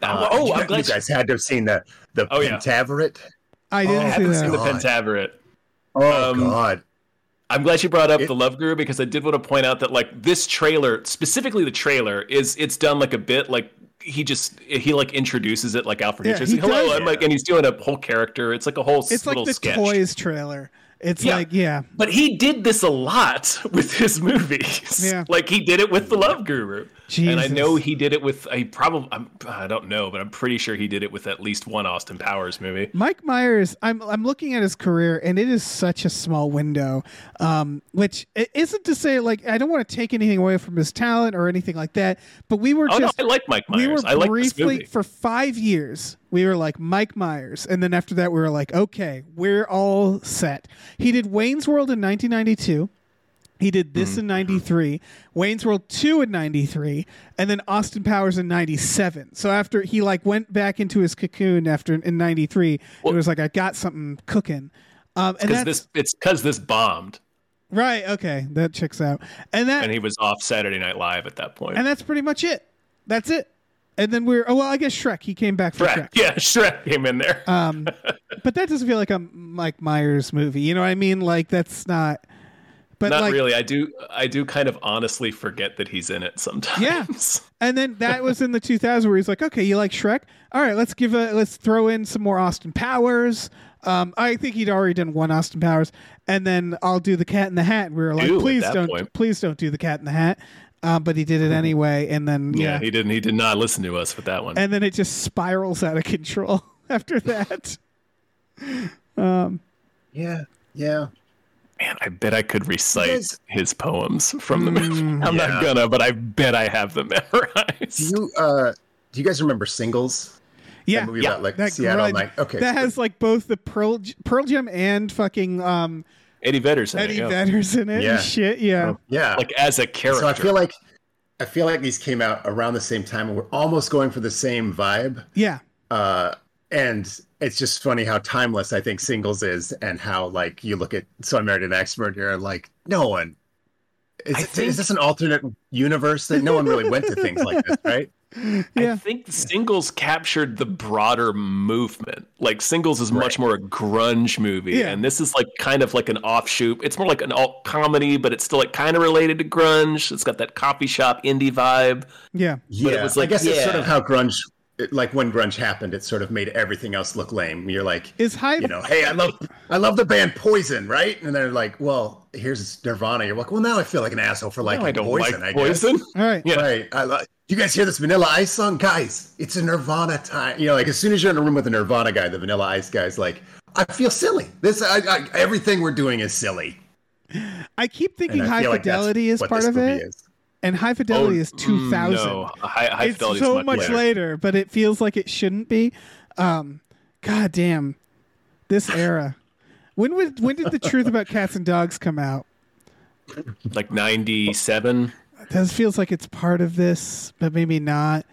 Speaker 4: Uh,
Speaker 1: oh,
Speaker 4: you,
Speaker 1: I'm glad
Speaker 4: you
Speaker 1: you
Speaker 4: guys had to have seen the the
Speaker 1: Oh, yeah.
Speaker 4: Pentaveret.
Speaker 3: I didn't
Speaker 4: Oh,
Speaker 3: see
Speaker 1: haven't seen the
Speaker 3: that.
Speaker 4: God.
Speaker 1: Pentaveret.
Speaker 4: Oh
Speaker 1: Um,
Speaker 4: God,
Speaker 1: I'm glad you brought up
Speaker 4: It-
Speaker 1: the Love Guru because I did want to point out that like this trailer, specifically the trailer, is it's done like a bit like he just he like introduces it like Alfred
Speaker 3: Yeah,
Speaker 1: Hitchens.
Speaker 3: he
Speaker 1: Hello,
Speaker 3: does.
Speaker 1: I'm like, and he's doing a whole character. It's like a whole s-
Speaker 3: It's like
Speaker 1: little
Speaker 3: the
Speaker 1: sketch.
Speaker 3: toys trailer. It's
Speaker 1: Yeah.
Speaker 3: like, yeah,
Speaker 1: But he did this a lot with his movies.
Speaker 3: Yeah.
Speaker 1: Like he did it with The Love Guru. And I
Speaker 3: Jesus.
Speaker 1: know he did it with a probably I'm, I don't know, but I'm pretty sure he did it with at least one Austin Powers movie.
Speaker 3: Mike Myers, I'm I'm looking at his career, and it is such a small window. Um, which i- isn't to say like I don't want to take anything away from his talent or anything like that. But we were
Speaker 1: Oh
Speaker 3: just
Speaker 1: no, I like Mike
Speaker 3: we
Speaker 1: Myers.
Speaker 3: were
Speaker 1: I like this
Speaker 3: briefly
Speaker 1: movie.
Speaker 3: for five years. We were like Mike Myers, and then after that, we were like, okay, we're all set. He did Wayne's World in 1992. He did this
Speaker 1: Mm-hmm.
Speaker 3: in 93, Wayne's World 2 in 93, and then Austin Powers in 97. So after he like went back into his cocoon after in 93, it was like I got something cooking. Um and
Speaker 1: Because
Speaker 3: that's
Speaker 1: this it's because this bombed
Speaker 3: right, okay, that checks out. And that
Speaker 1: and he was off Saturday Night Live at that point.
Speaker 3: and that's pretty much it. That's it. And then we're oh well, I guess Shrek, he came back for
Speaker 1: Shrek.
Speaker 3: Shrek.
Speaker 1: Yeah, Shrek came in there.
Speaker 3: Um, but that doesn't feel like a Mike Myers movie. You know what I mean? Like that's not. But
Speaker 1: Not
Speaker 3: like,
Speaker 1: really. I do I do kind of honestly forget that he's in it sometimes.
Speaker 3: and then that was in the 2000s where he's like, okay, you like Shrek? All right, let's give a let's throw in some more Austin Powers. Um, I think he'd already done one Austin Powers, and then I'll do the Cat in the Hat. And we were like,
Speaker 1: Ew, at
Speaker 3: please
Speaker 1: that
Speaker 3: don't,
Speaker 1: point.
Speaker 3: please don't do the Cat in the Hat. Um, but he did it anyway, and then
Speaker 1: yeah.
Speaker 3: yeah,
Speaker 1: he didn't he did not listen to us with that one.
Speaker 3: and then it just spirals out of control after that.
Speaker 4: Yeah, yeah.
Speaker 1: Man, I bet I could recite
Speaker 4: guys-
Speaker 1: his poems from the
Speaker 3: Mm,
Speaker 1: movie. I'm not gonna, but I bet I have them memorized.
Speaker 4: Do you uh do you guys remember Singles?
Speaker 3: Yeah,
Speaker 4: That movie
Speaker 1: Yeah.
Speaker 4: about like
Speaker 3: that
Speaker 4: Seattle
Speaker 3: grunge-
Speaker 4: night. Okay.
Speaker 3: that has like both the Pearl J- Pearl Jam and fucking um,
Speaker 1: Eddie Vedder's in it,
Speaker 3: Eddie
Speaker 1: yeah.
Speaker 3: Vedder's in it
Speaker 4: Yeah.
Speaker 3: and shit. Yeah,
Speaker 4: yeah.
Speaker 1: like as a character.
Speaker 4: so I feel like I feel like these came out around the same time and we're almost going for the same vibe.
Speaker 3: yeah,
Speaker 4: Uh and it's just funny how timeless I think Singles is and how like you look at So I Married an Axe Murderer and like no one is,
Speaker 1: I
Speaker 4: it-
Speaker 1: think-
Speaker 4: is this an alternate universe that no one really went to things like this, right?
Speaker 3: yeah.
Speaker 1: I think singles captured the broader movement. Like singles is much more a grunge movie,
Speaker 3: Yeah.
Speaker 1: and this is like kind of like an offshoot. It's more like an alt comedy, but it's still like kind of related to grunge. It's got that coffee shop indie vibe.
Speaker 3: yeah,
Speaker 4: Yeah,
Speaker 1: was
Speaker 4: I
Speaker 1: like,
Speaker 4: guess it's sort
Speaker 1: yeah.
Speaker 4: of how grunge, it- like when grunge happened, it sort of made everything else look lame. You're like,
Speaker 3: Is Hive?
Speaker 4: you know, hey, I love, I love the band Poison, right? And they're like, well, here's Nirvana. You're like, well, now I feel like an asshole for liking
Speaker 1: I don't
Speaker 4: Poison.
Speaker 1: like
Speaker 4: I guess.
Speaker 1: poison.
Speaker 3: All right.
Speaker 1: Yeah.
Speaker 4: Right. I like. You guys hear this Vanilla Ice song, guys? It's a Nirvana time. You know, like as soon as you're in a room with a Nirvana guy, the Vanilla Ice guy's like, I feel silly. This, I, I, everything we're doing is silly.
Speaker 3: I keep thinking
Speaker 4: I
Speaker 3: high
Speaker 4: feel like that's
Speaker 3: fidelity is
Speaker 4: what
Speaker 3: part
Speaker 4: this
Speaker 3: of
Speaker 4: movie
Speaker 3: it,
Speaker 4: is.
Speaker 3: and high fidelity
Speaker 1: Oh,
Speaker 3: is
Speaker 1: mm,
Speaker 3: 2000.
Speaker 1: No, high, high
Speaker 3: it's
Speaker 1: fidelity
Speaker 3: so
Speaker 1: is
Speaker 3: much
Speaker 1: later.
Speaker 3: later, but it feels like it shouldn't be. Um, God damn, this era. when was when did the truth about cats and dogs come out?
Speaker 1: like 97
Speaker 3: That feels like it's part of this, but maybe not.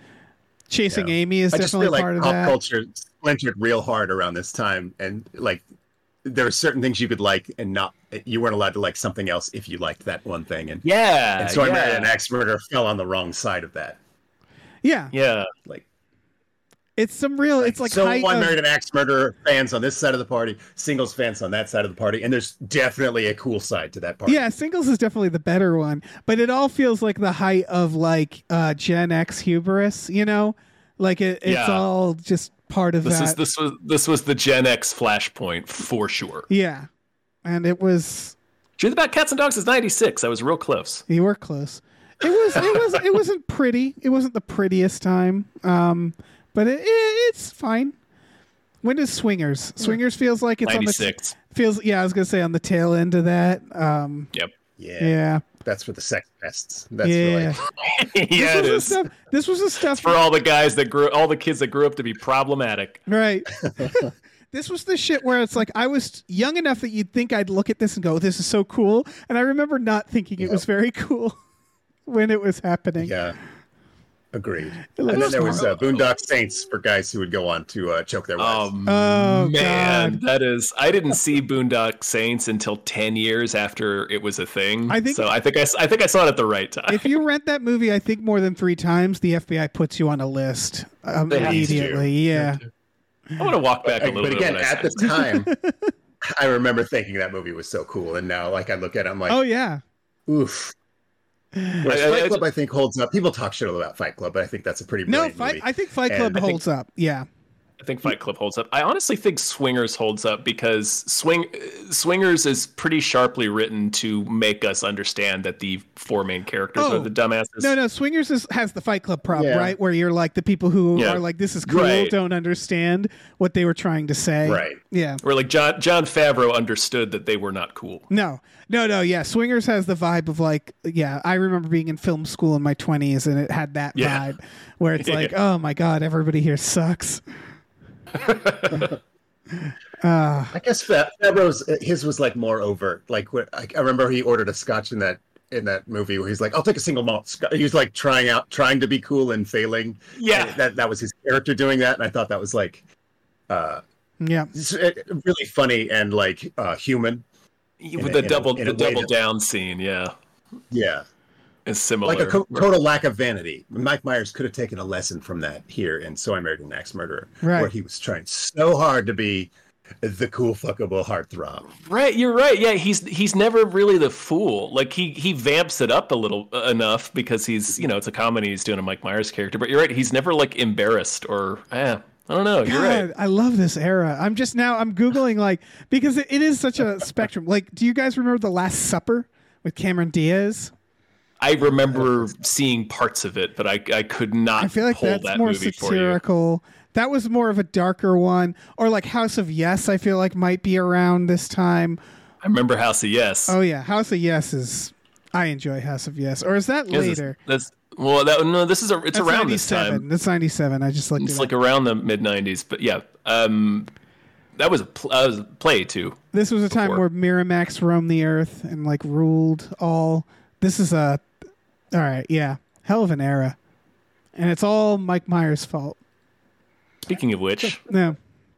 Speaker 3: Chasing
Speaker 4: Yeah.
Speaker 3: Amy is
Speaker 4: I just
Speaker 3: definitely
Speaker 4: feel like
Speaker 3: part of
Speaker 4: pop
Speaker 3: that.
Speaker 4: culture splintered real hard around this time, and like there are certain things you could like and not. You weren't allowed to like something else if you liked that one thing, and,
Speaker 1: yeah
Speaker 4: and so
Speaker 1: Uh, yeah.
Speaker 4: I married an axe murderer fell on the wrong side of that.
Speaker 3: Yeah,
Speaker 1: yeah
Speaker 4: Like,
Speaker 3: it's some real. it's like
Speaker 4: so
Speaker 3: height
Speaker 4: I
Speaker 3: of-
Speaker 4: married an axe murderer fans on this side of the party, singles fans on that side of the party, and there's definitely a cool side to that party.
Speaker 3: Yeah, singles is definitely the better one, but it all feels like the height of like uh, Gen X hubris. You know, like it, it's
Speaker 1: Yeah.
Speaker 3: all just part of
Speaker 1: this
Speaker 3: that.
Speaker 1: is this was this was the gen x flashpoint for sure
Speaker 3: yeah, and it was
Speaker 1: truth about cats and dogs is 96 i was real close
Speaker 3: you were close. It was it was it wasn't pretty. It wasn't the prettiest time, um, but it, it, it's fine. When does Swingers? Swingers feels like it's on
Speaker 1: 96
Speaker 3: the feels. Yeah, I was gonna say on the tail end of that. Um,
Speaker 1: yep
Speaker 4: yeah,
Speaker 3: yeah,
Speaker 4: that's for the sex pests. That's
Speaker 3: yeah.
Speaker 4: really
Speaker 1: yeah it
Speaker 3: this was the
Speaker 1: is
Speaker 3: stuff. This was the stuff
Speaker 1: for all the guys that grew all the kids that grew up to be problematic
Speaker 3: Right. this was the shit where it's like I was young enough that you'd think I'd look at this and go, "This is so cool," and I remember not thinking it was very cool when it was happening.
Speaker 4: yeah. Agreed.
Speaker 3: It looks
Speaker 4: And then there was uh,
Speaker 1: horrible.
Speaker 4: Boondock Saints for guys who would go on to uh, choke their wives.
Speaker 1: um
Speaker 3: Oh
Speaker 1: man
Speaker 3: god.
Speaker 1: that is i didn't see boondock saints until 10 years after it was a thing
Speaker 3: I think-
Speaker 1: so i think i, s- I think i saw it at the right time
Speaker 3: If you rent that movie, I think more than three times, the FBI puts you on a list um,
Speaker 1: They have to.
Speaker 3: immediately. Yeah,
Speaker 1: i want to walk back a
Speaker 4: Like,
Speaker 1: little
Speaker 4: but
Speaker 1: bit
Speaker 4: again,
Speaker 1: when I
Speaker 4: at
Speaker 1: say
Speaker 4: the time, I remember thinking that movie was so cool, and now like I look at it, I'm like,
Speaker 3: oh yeah,
Speaker 4: oof. Whereas
Speaker 1: I- I-
Speaker 4: Fight Club, I think holds up. People talk shit about Fight Club, but I think that's a pretty
Speaker 3: no,
Speaker 4: blatant
Speaker 3: fight.
Speaker 4: movie.
Speaker 3: I think Fight
Speaker 4: And
Speaker 3: Club
Speaker 4: I think-
Speaker 3: holds up. Yeah,
Speaker 1: I think Fight Club holds up. I honestly think Swingers holds up because Swing Swingers is pretty sharply written to make us understand that the four main characters
Speaker 3: Oh,
Speaker 1: are the dumbasses.
Speaker 3: No, no, swingers is, has the Fight Club problem,
Speaker 4: Yeah.
Speaker 3: right? Where you're like the people who
Speaker 1: Yeah.
Speaker 3: are like, "This is cool,"
Speaker 1: Right.
Speaker 3: don't understand what they were trying to say.
Speaker 4: Right.
Speaker 3: Yeah.
Speaker 1: Where like John John Favreau understood that they were not cool.
Speaker 3: No, no, no. Yeah, swingers has the vibe of like, yeah. I remember being in film school in my twenties, and it had that
Speaker 1: Yeah.
Speaker 3: vibe where it's like, oh my god, everybody here sucks. Uh,
Speaker 4: I guess Fa- Favreau's uh, his was like more overt. Like where- I I remember he ordered a scotch in that in that movie where he's like, "I'll take a single malt." Scotch. He was like trying out, trying to be cool and failing.
Speaker 1: Yeah.
Speaker 4: And that that was his character doing that, and I thought that was like uh,
Speaker 3: Yeah.
Speaker 4: s- uh, really funny and like uh, human.
Speaker 1: With
Speaker 4: a-
Speaker 1: the
Speaker 4: in a-
Speaker 1: double
Speaker 4: in
Speaker 1: the
Speaker 4: a way
Speaker 1: double
Speaker 4: that-
Speaker 1: down scene, yeah,
Speaker 4: Yeah,
Speaker 1: is similar.
Speaker 4: like a co- total lack of vanity. Mike Myers could have taken a lesson from that here in "So I Married an Axe Murderer,"
Speaker 3: Right.
Speaker 4: where he was trying so hard to be the cool fuckable heartthrob.
Speaker 1: Right, you're right. Yeah, he's he's never really the fool. Like he he vamps it up a little uh, enough because he's you know it's a comedy. He's doing a Mike Myers character, but you're right. He's never like embarrassed or eh, I don't know. You're
Speaker 3: God,
Speaker 1: right.
Speaker 3: I love this era. I'm just now I'm googling like because it, it is such a spectrum. Like, do you guys remember The Last Supper with Cameron Diaz?
Speaker 1: I remember seeing parts of it, but I I could not
Speaker 3: I feel like
Speaker 1: pull
Speaker 3: that's
Speaker 1: that
Speaker 3: more
Speaker 1: movie for you.
Speaker 3: satirical. That was more of a darker one, or like House of Yes. I feel like might be around this time.
Speaker 1: I remember House of Yes.
Speaker 3: Oh yeah, House of Yes is. I enjoy House of Yes, or is that
Speaker 1: Yes, it's-
Speaker 3: later?
Speaker 1: That's well, that no, this is a, it's
Speaker 3: That's
Speaker 1: around this time.
Speaker 3: That's ninety seven. I just looked
Speaker 1: It's
Speaker 3: it
Speaker 1: like
Speaker 3: up.
Speaker 1: around the mid '90s, but yeah, um, that was a pl- that was a play too.
Speaker 3: This was a time
Speaker 1: before.
Speaker 3: where Miramax roamed the earth and like ruled all. This is a, all right, yeah, hell of an era, and it's all Mike Myers' fault.
Speaker 1: Speaking of which,
Speaker 3: No,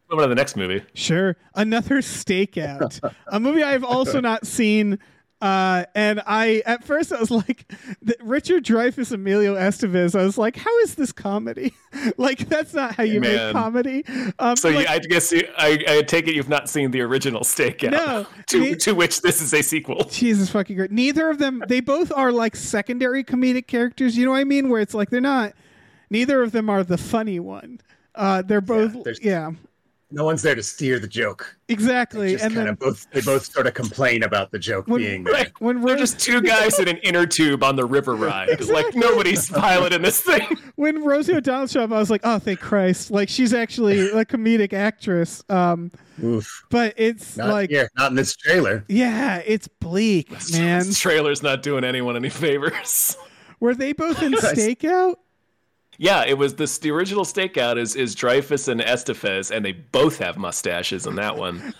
Speaker 1: what about the next movie?
Speaker 3: Sure. Another stakeout. a movie I've also not seen. Uh, and I, at first, I was like, th- Richard Dreyfuss, Emilio Estevez. I was like, how is this comedy? like, that's not how you
Speaker 1: Man.
Speaker 3: make comedy. Um,
Speaker 1: So
Speaker 3: like,
Speaker 1: you, I guess you, I, I take it you've not seen the original Stakeout,
Speaker 3: No,
Speaker 1: to
Speaker 3: the-
Speaker 1: to which this is a sequel.
Speaker 3: Jesus fucking great. Neither of them, they both are like secondary comedic characters. You know what I mean? Where it's like, they're not, neither of them are the funny one. Uh, they're both, yeah,
Speaker 4: there's- No one's there to steer the joke.
Speaker 3: exactly.
Speaker 4: Just
Speaker 3: and
Speaker 4: kind
Speaker 3: then
Speaker 4: of both they both sort of complain about the joke
Speaker 3: When-
Speaker 4: being there.
Speaker 1: Right.
Speaker 3: when
Speaker 1: They're
Speaker 3: Rose-
Speaker 1: just two guys in an inner tube on the river ride. Like nobody's piloting this thing.
Speaker 3: when Rosie O'Donnell showed up, I was like, oh, thank Christ! Like she's actually a comedic actress. Um,
Speaker 4: Oof.
Speaker 3: but it's
Speaker 4: Not
Speaker 3: like,
Speaker 4: here, not in this trailer.
Speaker 3: yeah, it's bleak, man.
Speaker 1: This trailer's not doing anyone any favors.
Speaker 3: Were they both in
Speaker 4: Christ.
Speaker 3: stakeout?
Speaker 1: Yeah, it was this. The original stakeout is is Dreyfus and Estefes, and they both have mustaches in that one.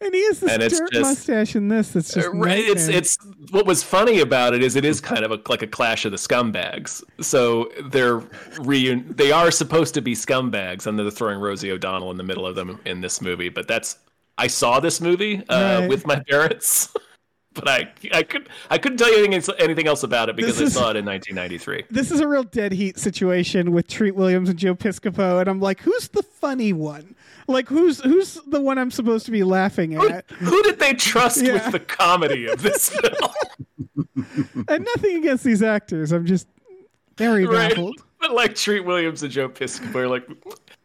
Speaker 3: And he has this
Speaker 1: And it's
Speaker 3: dirt
Speaker 1: just-
Speaker 3: mustache in this. That's just
Speaker 1: Uh, Right, it's
Speaker 3: nightmare.
Speaker 1: it's what was funny about it is it is kind of a, like a clash of the scumbags. So they're reun- they are supposed to be scumbags, and they're throwing Rosie O'Donnell in the middle of them in this movie. But that's I saw this movie uh,
Speaker 3: Right.
Speaker 1: with my parents, but I I could I couldn't tell you anything anything else about it because
Speaker 3: This is-
Speaker 1: I saw it in 1993.
Speaker 3: This is a real dead heat situation with Treat Williams and Joe Piscopo, and I'm like, who's the funny one? Like, who's who's the one I'm supposed to be laughing at?
Speaker 1: Who did they trust
Speaker 3: Yeah.
Speaker 1: with the comedy of this film?
Speaker 3: and nothing against these actors. I'm just very
Speaker 1: right?
Speaker 3: baffled.
Speaker 1: But like Treat Williams and Joe Piscopo are like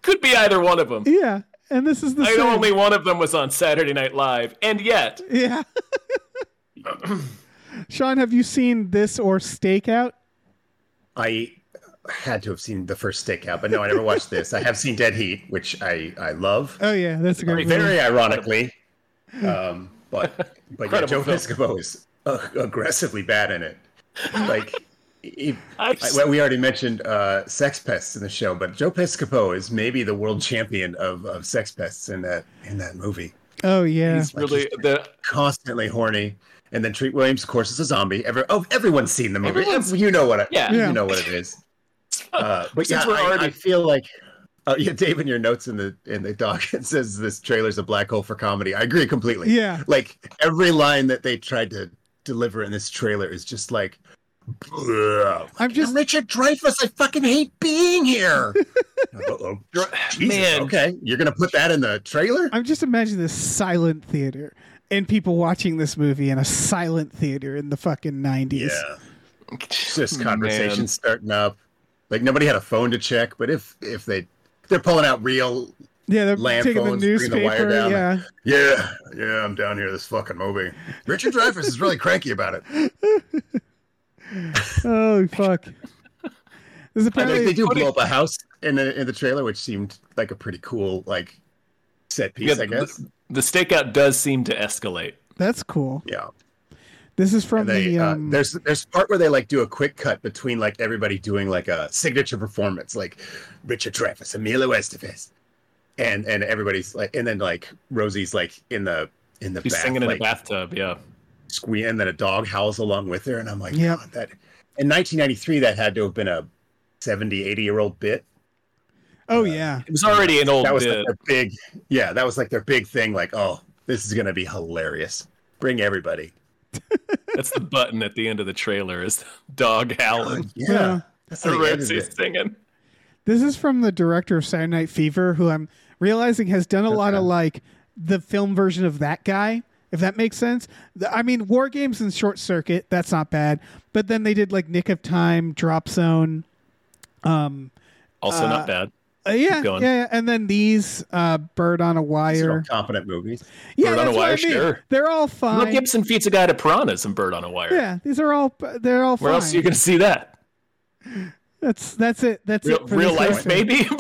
Speaker 1: could be either one of them.
Speaker 3: Yeah, and this is the
Speaker 1: I
Speaker 3: same.
Speaker 1: know only one of them was on Saturday Night Live, and yet
Speaker 3: Yeah. Sean, have you seen this or Stakeout?
Speaker 4: I had to have seen the first stakeout, but no, I never watched this. I have seen Dead Heat, which I I love.
Speaker 3: Oh yeah, that's a great
Speaker 1: Mm-hmm.
Speaker 3: movie.
Speaker 4: Very ironically. Um, but but yeah,
Speaker 1: Incredible
Speaker 4: Joe
Speaker 1: film.
Speaker 4: Piscopo is uh, aggressively bad in it. Like he-
Speaker 1: I
Speaker 4: I- well, we already mentioned uh, Sex Pests in the show, but Joe Piscopo is maybe the world champion of, of Sex Pests in that in that movie.
Speaker 3: Oh yeah.
Speaker 1: it's really the
Speaker 4: constantly horny. And then Treat Williams, of course, is a zombie. Every, oh, everyone's seen the movie.
Speaker 1: Everyone's-
Speaker 4: you know what? It,
Speaker 1: Yeah.
Speaker 3: Yeah.
Speaker 4: you know what it is. Uh, but yeah,
Speaker 1: Since we're
Speaker 4: I,
Speaker 1: already-
Speaker 4: I feel like. Oh yeah, Dave, in your notes in the in the doc, it says this trailer's a black hole for comedy. I agree completely.
Speaker 3: Yeah.
Speaker 4: like every line that they tried to deliver in this trailer is just like, "Ugh,
Speaker 3: I'm just
Speaker 4: Richard Dreyfuss. I fucking hate being here. Uh-oh. Jesus,
Speaker 1: man.
Speaker 4: okay, you're gonna put that in the trailer?
Speaker 3: I'm just imagining this silent theater and people watching this movie in a silent theater in the fucking nineties.
Speaker 4: Yeah. It's just
Speaker 1: Hmm,
Speaker 4: conversations starting up. Like nobody had a phone to check, but if if they they're pulling out real
Speaker 3: Yeah, they're
Speaker 4: Land
Speaker 3: taking
Speaker 4: phones,
Speaker 3: the
Speaker 4: bringing
Speaker 3: newspaper.
Speaker 4: the wire down.
Speaker 3: yeah.
Speaker 4: Yeah, yeah, I'm down here. This fucking movie. Richard Dreyfuss is really cranky about it.
Speaker 3: Oh fuck. This is
Speaker 4: And they,
Speaker 3: apparently
Speaker 4: they do blow up a house in the in the trailer, which seemed like a pretty cool like set piece, I guess.
Speaker 1: The, the stakeout does seem to escalate.
Speaker 3: that's cool.
Speaker 4: yeah,
Speaker 3: This is from
Speaker 4: and they
Speaker 3: the
Speaker 4: uh,
Speaker 3: um,
Speaker 4: there's there's a part where they like do a quick cut between like everybody doing like a signature performance, like Richard Dreyfuss, Emilio Estevez, and and everybody's like, and then like Rosie's like in the in the
Speaker 1: She's
Speaker 4: bath,
Speaker 1: singing in
Speaker 4: like,
Speaker 1: a bathtub. Yeah.
Speaker 4: squeal and then a dog howls along with her and i'm like
Speaker 3: Yep.
Speaker 4: God, that in 1993 that had to have been a 70 80 year old bit uh,
Speaker 3: oh yeah.
Speaker 1: It was already an old
Speaker 4: that was like
Speaker 1: bit.
Speaker 4: their big yeah that was like their big thing like oh this is gonna be hilarious bring everybody
Speaker 1: That's the button at the end of the trailer is dog howling.
Speaker 4: yeah,
Speaker 3: Yeah.
Speaker 4: that's
Speaker 1: The
Speaker 4: how they ended
Speaker 1: Ramsey's
Speaker 4: it.
Speaker 1: singing.
Speaker 3: This is from the director of Saturday Night Fever, who I'm realizing has done a lot of like the film version of that guy, if that makes sense. The- I mean, War Games and Short Circuit, that's not bad. But then they did like Nick of Time, Drop Zone.
Speaker 1: Also not bad.
Speaker 3: Uh, yeah, yeah,
Speaker 1: going.
Speaker 3: yeah. And then these uh, Bird on a
Speaker 4: These are all
Speaker 3: Wire.
Speaker 4: competent movies
Speaker 3: Yeah,
Speaker 1: Bird on a
Speaker 3: that's what I
Speaker 1: Wire,
Speaker 3: mean.
Speaker 1: sure.
Speaker 3: They're all
Speaker 1: Mel
Speaker 3: fine.
Speaker 1: Gibson feeds a guy to piranhas and bird on a wire.
Speaker 3: Yeah, these are all they're all
Speaker 1: Where
Speaker 3: fine.
Speaker 1: else are you going to see that?
Speaker 3: That's that's it. That's
Speaker 1: Real,
Speaker 3: it for
Speaker 1: real
Speaker 3: this
Speaker 1: life,
Speaker 3: lesson.
Speaker 1: maybe?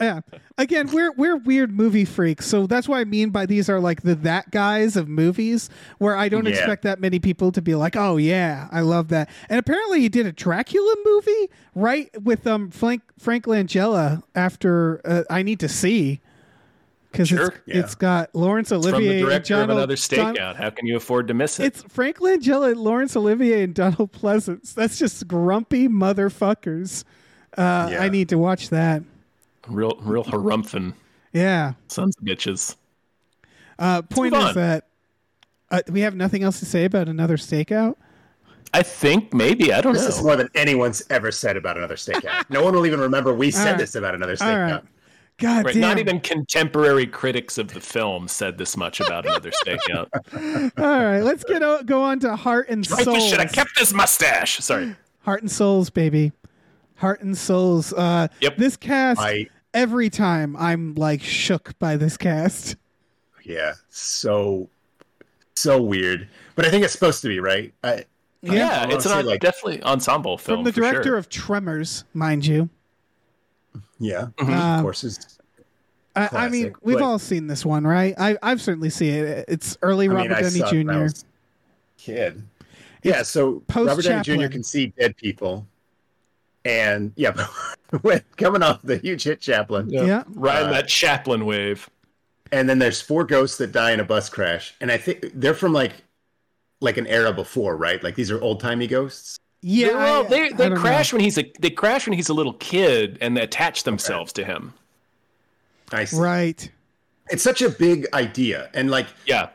Speaker 3: Yeah. Again, we're we're weird movie freaks, so that's what I mean by these are like the that guys of movies, where I don't
Speaker 4: Yeah.
Speaker 3: expect that many people to be like, "Oh yeah, I love that." And apparently, he did a Dracula movie, right, with um Frank Frank Langella after uh, I Need to See, because
Speaker 1: Sure.
Speaker 3: it's,
Speaker 4: Yeah.
Speaker 3: it's got Lawrence
Speaker 1: From the
Speaker 3: Olivier and
Speaker 1: director
Speaker 3: John
Speaker 1: of another
Speaker 3: Don-
Speaker 1: stakeout. How can you afford to miss it?
Speaker 3: it's Frank Langella, Lawrence Olivier, and Donald Pleasance. That's just grumpy motherfuckers. Uh,
Speaker 4: Yeah.
Speaker 3: I need to watch that.
Speaker 1: Real, real harrumphin
Speaker 3: Yeah.
Speaker 1: sons of bitches.
Speaker 3: Uh, point
Speaker 1: move
Speaker 3: is
Speaker 1: on.
Speaker 3: that uh, we have nothing else to say about another stakeout.
Speaker 1: I think maybe. I don't
Speaker 4: this is
Speaker 1: know.
Speaker 4: more than anyone's ever said about another stakeout no one will even remember we said
Speaker 3: right.
Speaker 4: this about another
Speaker 3: All right,
Speaker 4: stakeout
Speaker 3: God
Speaker 1: Right,
Speaker 3: damn.
Speaker 1: Not even contemporary critics of the film said this much about another stakeout.
Speaker 3: All right, let's get o- go on to heart and
Speaker 1: I
Speaker 3: souls.
Speaker 1: should have kept this mustache. Sorry.
Speaker 3: Heart and souls, baby. Heart and souls. Uh,
Speaker 1: Yep.
Speaker 3: This cast.
Speaker 4: I-
Speaker 3: Every time I'm like shook by this cast.
Speaker 4: yeah so so weird but i think it's supposed to be right I,
Speaker 1: Yeah,
Speaker 4: I
Speaker 1: it's an
Speaker 4: honestly,
Speaker 1: en-
Speaker 4: like-
Speaker 1: definitely ensemble film.
Speaker 3: From the
Speaker 1: for sure.
Speaker 3: director of Tremors, mind you.
Speaker 4: yeah
Speaker 1: Mm-hmm,
Speaker 3: Um,
Speaker 4: of course it's
Speaker 3: I, I
Speaker 4: Classic.
Speaker 3: mean, we've
Speaker 4: Like-
Speaker 3: all seen this one, right? I, I've certainly seen it. It's early Robert Downey
Speaker 4: saw it when I
Speaker 3: Jr.
Speaker 4: was a kid. Yeah, so
Speaker 3: post
Speaker 4: Robert Downey
Speaker 3: Chaplin.
Speaker 4: Jr. can see dead people, and yeah, when coming off the huge hit Chaplin,
Speaker 3: Yeah.
Speaker 1: Ride
Speaker 4: Uh,
Speaker 1: that Chaplin wave.
Speaker 4: and then there's four ghosts that die in a bus crash, and I think they're from like like an era before, right? Like these are old timey ghosts.
Speaker 3: Yeah.
Speaker 1: well,
Speaker 3: I- I
Speaker 1: they, they
Speaker 3: don't know.
Speaker 1: crash when he's a they crash when he's a little kid and they attach themselves to him.
Speaker 4: I see.
Speaker 3: Right.
Speaker 4: It's such a big idea, and like
Speaker 1: Yeah.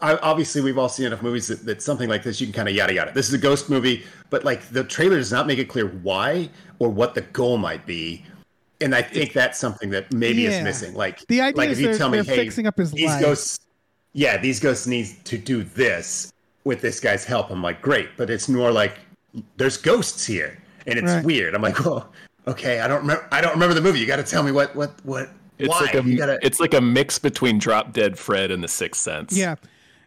Speaker 4: I, obviously we've all seen enough movies that, that something like this you can kind of yada yada this is a ghost movie but like the trailer does not make it clear why or what the goal might be and i think that's something that maybe
Speaker 3: Yeah.
Speaker 4: is missing like
Speaker 3: The idea
Speaker 4: like
Speaker 3: is
Speaker 4: if you
Speaker 3: they're-
Speaker 4: tell me
Speaker 3: they're
Speaker 4: hey
Speaker 3: fixing up his
Speaker 4: these
Speaker 3: life."
Speaker 4: ghosts yeah these ghosts need to do this with this guy's help i'm like great but it's more like there's ghosts here and it's
Speaker 3: Right.
Speaker 4: weird i'm like well okay i don't remember i don't remember the movie you got to tell me what what what
Speaker 1: It's
Speaker 4: why
Speaker 1: like a
Speaker 4: you gotta
Speaker 1: it's like a mix between Drop Dead Fred and The Sixth Sense.
Speaker 3: Yeah.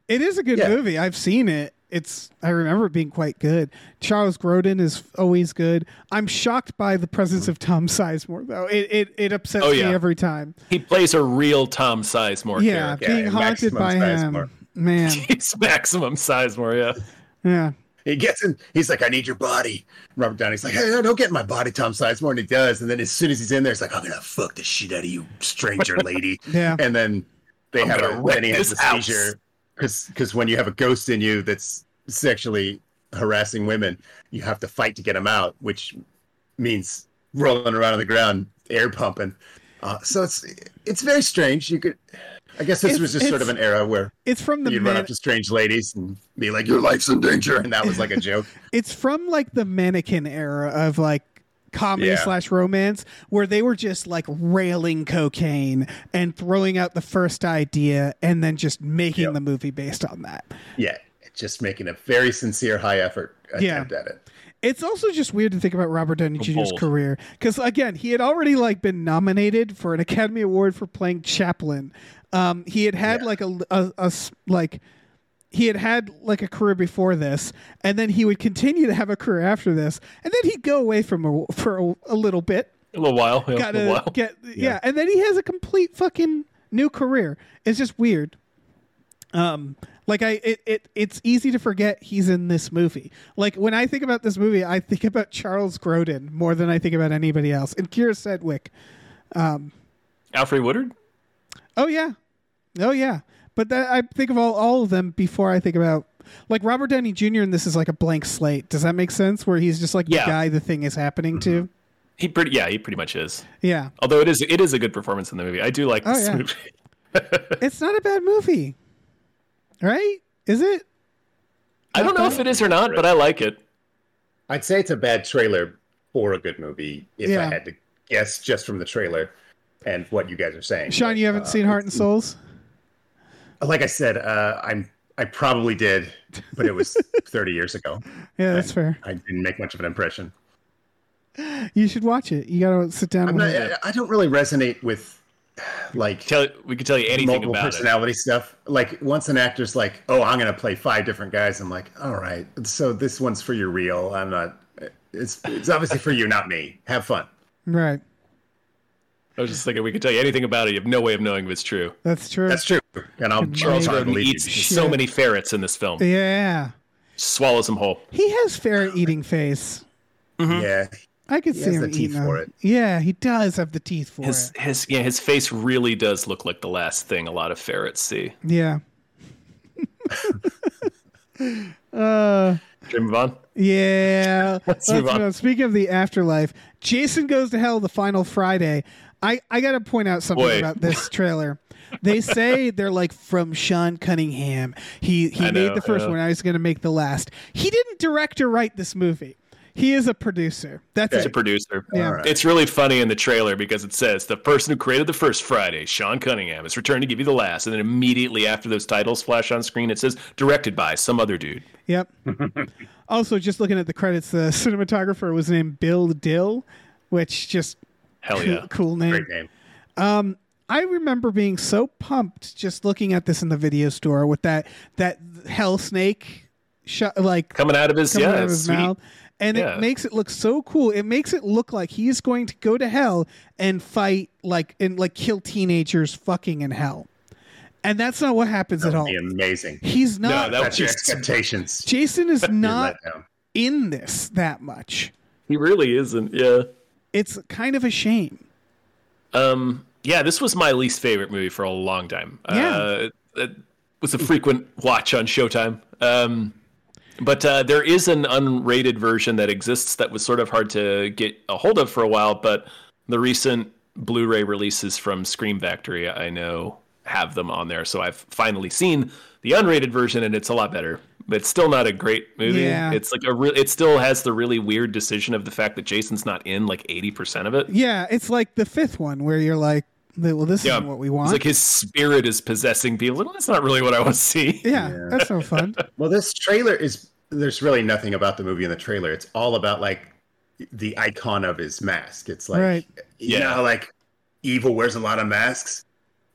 Speaker 3: It is a good
Speaker 4: Yeah.
Speaker 3: movie. I've seen it. It's I remember it being quite good. Charles Grodin is always good. I'm shocked by the presence of Tom Sizemore though. It it, it upsets
Speaker 1: Oh, yeah.
Speaker 3: me every time.
Speaker 1: He plays a real Tom Sizemore
Speaker 3: Yeah,
Speaker 1: character.
Speaker 3: being
Speaker 4: yeah,
Speaker 3: haunted
Speaker 4: Maximum
Speaker 3: by him.
Speaker 4: Sizemore.
Speaker 3: Man.
Speaker 1: He's maximum Sizemore, yeah.
Speaker 3: Yeah.
Speaker 4: He gets in. He's like, "I need your body." Robert Downey's like, "Hey, don't get in my body, Tom Sizemore." And he does. And then as soon as he's in there, it's like, "I'm gonna fuck the shit out of you, stranger lady."
Speaker 3: Yeah.
Speaker 4: And then they
Speaker 1: I'm
Speaker 4: have
Speaker 1: gonna
Speaker 4: a
Speaker 1: wreck
Speaker 4: then he has
Speaker 1: this
Speaker 4: a seizure because when you have a ghost in you that's sexually harassing women, you have to fight to get him out, which means rolling around on the ground, air pumping. Uh, so it's it's very strange. You could, I guess, this
Speaker 3: It's-
Speaker 4: was just sort of
Speaker 3: it's-
Speaker 4: an era where
Speaker 3: It's from the
Speaker 4: you'd run
Speaker 3: man-
Speaker 4: up to strange ladies and be like, "Your life's in danger," and that was like a joke.
Speaker 3: it's from like the mannequin era of like comedy
Speaker 4: Yeah.
Speaker 3: slash romance where they were just like railing cocaine and throwing out the first idea and then just making
Speaker 4: Yep.
Speaker 3: the movie based on that.
Speaker 4: Yeah, just making a very sincere, high effort
Speaker 3: Yeah.
Speaker 4: attempt at it.
Speaker 3: It's also just weird to think about Robert Downey Jr.'s
Speaker 1: Bold.
Speaker 3: career because again, he had already like been nominated for an Academy Award for playing Chaplin. Um, he had had like a, a- a s- like he had had like a career before this, and then he would continue to have a career after this, and then he'd go away from a, for a, a little bit,
Speaker 1: A little while. yeah, a
Speaker 3: gotta
Speaker 1: little while.
Speaker 3: get yeah. and then he has a complete fucking new career it's just weird um like i it, it it's easy to forget he's in this movie like when i think about this movie i think about charles grodin more than i think about anybody else and kira sedgwick
Speaker 1: Alfred Woodard?
Speaker 3: oh yeah oh yeah but that, i think of all, all of them before i think about like robert downey jr and this is like a blank slate does that make sense where he's just like
Speaker 1: Yeah.
Speaker 3: the guy the thing is happening to
Speaker 1: He pretty yeah, he pretty much is.
Speaker 3: yeah
Speaker 1: Although it is it is a good performance in the movie. I do like
Speaker 3: Oh,
Speaker 1: this
Speaker 3: yeah.
Speaker 1: movie.
Speaker 3: it's not a bad movie right is it
Speaker 1: I don't know if it is or not, but I like it.
Speaker 4: I'd say it's a bad trailer for a good movie if
Speaker 3: Yeah.
Speaker 4: I had to guess just from the trailer and what you guys are saying.
Speaker 3: Sean,
Speaker 4: But,
Speaker 3: you haven't
Speaker 4: uh,
Speaker 3: seen Heart and Souls?
Speaker 4: Like I said, uh, I'm I probably did, but it was 30 years ago.
Speaker 3: Yeah, that's fair.
Speaker 4: I didn't make much of an impression.
Speaker 3: You should watch it. You gotta sit down.
Speaker 4: I'm
Speaker 3: and
Speaker 4: not,
Speaker 3: watch it.
Speaker 4: I, I don't really resonate with like
Speaker 1: Tell we could tell you anything
Speaker 4: multiple
Speaker 1: about it.
Speaker 4: personality stuff. Like once an actor's like, "Oh, I'm gonna play five different guys," I'm like, "All right, so this one's for your real. I'm not. It's it's obviously for you, not me. Have fun."
Speaker 3: Right,
Speaker 1: I was just thinking we could tell you anything about it. You have no way of knowing if it's true.
Speaker 3: that's true.
Speaker 4: That's true. And I'll
Speaker 1: Charles
Speaker 4: Charles try to
Speaker 1: Grodin
Speaker 4: believe you.
Speaker 1: eats so
Speaker 3: Shit.
Speaker 1: many ferrets in this film.
Speaker 3: yeah,
Speaker 1: Swallows them whole.
Speaker 3: he has ferret eating face.
Speaker 4: Yeah,
Speaker 3: I could
Speaker 4: He
Speaker 3: see
Speaker 4: has
Speaker 3: him
Speaker 4: the teeth
Speaker 3: eating
Speaker 4: for
Speaker 3: them.
Speaker 4: it.
Speaker 3: Yeah, he does have the teeth for
Speaker 1: His
Speaker 3: it.
Speaker 1: his yeah, his face really does look like the last thing a lot of ferrets see.
Speaker 3: Yeah. uh,
Speaker 1: Jim Vaughn?
Speaker 3: yeah.
Speaker 1: Let's move on.
Speaker 3: go. Speaking of the afterlife, Jason goes to hell the final Friday. I, I got to point out something
Speaker 1: Boy.
Speaker 3: about this trailer. They say they're like from Sean Cunningham. He he
Speaker 1: I
Speaker 3: made
Speaker 1: know,
Speaker 3: the first
Speaker 1: yeah.
Speaker 3: one. I was going to make the last. He didn't direct or write this movie. He is a producer. That's
Speaker 1: He's a
Speaker 3: it.
Speaker 1: producer.
Speaker 3: Yeah.
Speaker 4: All right.
Speaker 1: It's really funny in the trailer because it says the person who created the first Friday, Sean Cunningham, is returned to give you the last. And then immediately after those titles flash on screen, it says directed by some other dude.
Speaker 3: Yep. also, just looking at the credits, the cinematographer was named Bill Dill, which just
Speaker 1: Hell
Speaker 3: cool,
Speaker 1: yeah.
Speaker 3: cool name.
Speaker 4: great name.
Speaker 3: I remember being so pumped just looking at this in the video store with that that hell snake, sh- like
Speaker 1: Coming out of his,
Speaker 3: coming
Speaker 1: yeah,
Speaker 3: out of his
Speaker 1: sweet.
Speaker 3: mouth, and
Speaker 1: Yeah.
Speaker 3: it makes it look so cool. It makes it look like he's going to go to hell and fight like and like kill teenagers fucking in hell, and that's not what happens at all.
Speaker 4: Be amazing.
Speaker 3: He's not.
Speaker 1: that
Speaker 4: That's your
Speaker 1: just-
Speaker 4: expectations.
Speaker 3: Jason is
Speaker 4: You're
Speaker 3: not
Speaker 4: let down.
Speaker 3: in this that much.
Speaker 1: He really isn't, yeah.
Speaker 3: It's kind of a shame.
Speaker 1: Um, yeah, this was my least favorite movie for a long time. Uh, it was a frequent watch on Showtime. Um, but uh, there is an unrated version that exists that was sort of hard to get a hold of for a while. But the recent Blu-ray releases from Scream Factory, I know, have them on there. So I've finally seen the unrated version, and it's a lot better. But it's still not a great movie.
Speaker 3: Yeah.
Speaker 1: It's like a real. It still has the really weird decision of the fact that Jason's not in like eighty percent of it.
Speaker 3: Yeah, it's like the fifth one where you're like, well, this isn't what we
Speaker 1: It's
Speaker 3: want.
Speaker 1: like his spirit is possessing people. Like, That's not really what I want to see.
Speaker 3: yeah, that's no fun.
Speaker 4: Well, this trailer is there's really nothing about the movie in the trailer. It's all about like the icon of his mask. It's like
Speaker 3: Right.
Speaker 4: you
Speaker 1: Yeah.
Speaker 4: know, how, like evil wears a lot of masks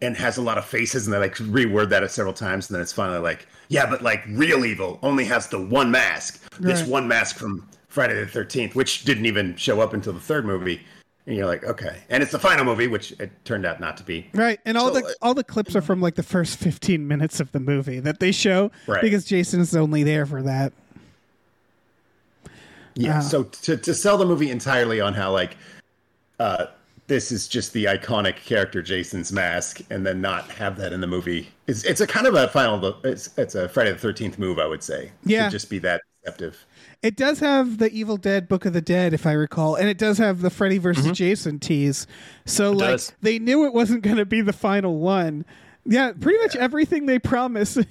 Speaker 4: and has a lot of faces, and they like reword that several times, and then it's finally like, yeah, but like real evil only has the one mask. This
Speaker 3: Right.
Speaker 4: one mask from Friday the Thirteenth, which didn't even show up until the third movie. And you're like, okay, and it's the final movie, which it turned out not to be.
Speaker 3: Right, and all
Speaker 4: So, uh,
Speaker 3: the all the clips are from like the first fifteen minutes of the movie that they show
Speaker 4: Right.
Speaker 3: because Jason's only there for that.
Speaker 4: Yeah.
Speaker 3: Ah.
Speaker 4: So to, to sell the movie entirely on how like uh, this is just the iconic character Jason's mask, and then not have that in the movie, it's it's a kind of a final. It's it's a Friday the Thirteenth move, I would say.
Speaker 3: Yeah.
Speaker 4: To just be that deceptive.
Speaker 3: It does have the Evil Dead Book of the Dead, if I recall, and it does have the Freddy versus Jason tease. So like
Speaker 1: does.
Speaker 3: they knew it wasn't going to be the final one. Yeah, pretty much everything they promise in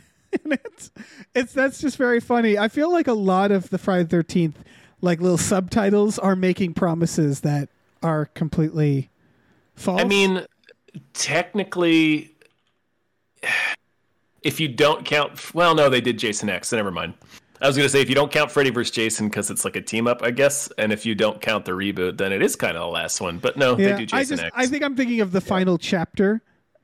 Speaker 3: it. It's that's just very funny. I feel like a lot of the Friday Thirteenth like little subtitles are making promises that are completely false.
Speaker 1: I mean, technically, if you don't count, well, no, they did Jason X. So never mind. I was gonna say if you don't count Freddy vs. Jason because it's like a team up, I guess, and if you don't count the reboot, then it is kind of the last one. But no,
Speaker 3: Yeah,
Speaker 1: they do Jason
Speaker 3: I just
Speaker 1: X.
Speaker 3: I think I'm thinking of the final chapter,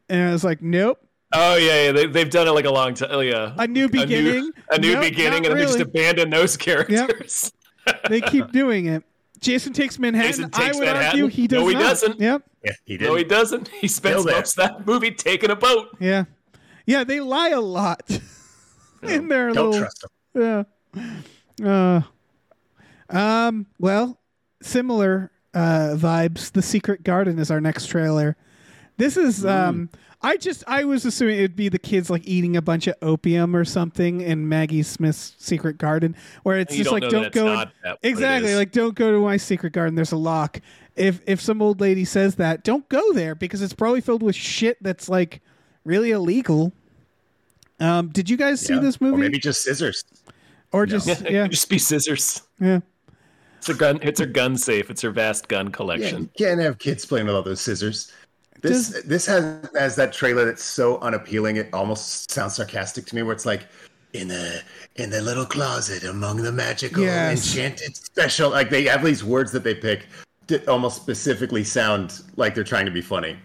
Speaker 3: and I was like, nope,
Speaker 1: oh yeah, yeah, they, they've done it like a long time. oh, Yeah,
Speaker 3: a new beginning.
Speaker 1: a new
Speaker 3: Nope,
Speaker 1: beginning,
Speaker 3: not
Speaker 1: and then they just
Speaker 3: really.
Speaker 1: abandon those characters.
Speaker 3: they keep doing it. Jason takes Manhattan.
Speaker 1: Jason takes
Speaker 3: I would
Speaker 1: Manhattan.
Speaker 3: argue he does
Speaker 1: No, he
Speaker 3: not.
Speaker 1: doesn't.
Speaker 3: Yep.
Speaker 4: Yeah, he did.
Speaker 1: No, he doesn't. He spends
Speaker 4: Still there.
Speaker 1: most of that movie taking a boat.
Speaker 3: Yeah. Yeah, they lie a lot in their
Speaker 4: Don't
Speaker 3: little
Speaker 4: trust him.
Speaker 3: Yeah. Uh, um, well, similar uh, vibes. The Secret Garden is our next trailer. This is um I just I was assuming it'd be the kids like eating a bunch of opium or something in Maggie Smith's Secret Garden where it's
Speaker 1: You
Speaker 3: just
Speaker 1: don't
Speaker 3: like
Speaker 1: know
Speaker 3: don't
Speaker 1: that it's
Speaker 3: go
Speaker 1: not that, but it
Speaker 3: Exactly,
Speaker 1: is.
Speaker 3: like don't go to my secret garden, there's a lock. If if some old lady says that, don't go there because it's probably filled with shit that's like really illegal. Um, did you guys see
Speaker 4: Yeah.
Speaker 3: this movie?
Speaker 4: Or maybe just scissors.
Speaker 3: Or just yeah,
Speaker 1: just be scissors.
Speaker 3: yeah.
Speaker 1: It's a gun. It's her gun safe. It's her vast gun
Speaker 4: Yeah,
Speaker 1: collection.
Speaker 4: you can't have kids playing with all those scissors. This this has has that trailer that's so unappealing. It almost sounds sarcastic to me, where it's like in the in the little closet among the magical
Speaker 3: Yes.
Speaker 4: enchanted special. Like they have these words that they pick that almost specifically sound like they're trying to be funny.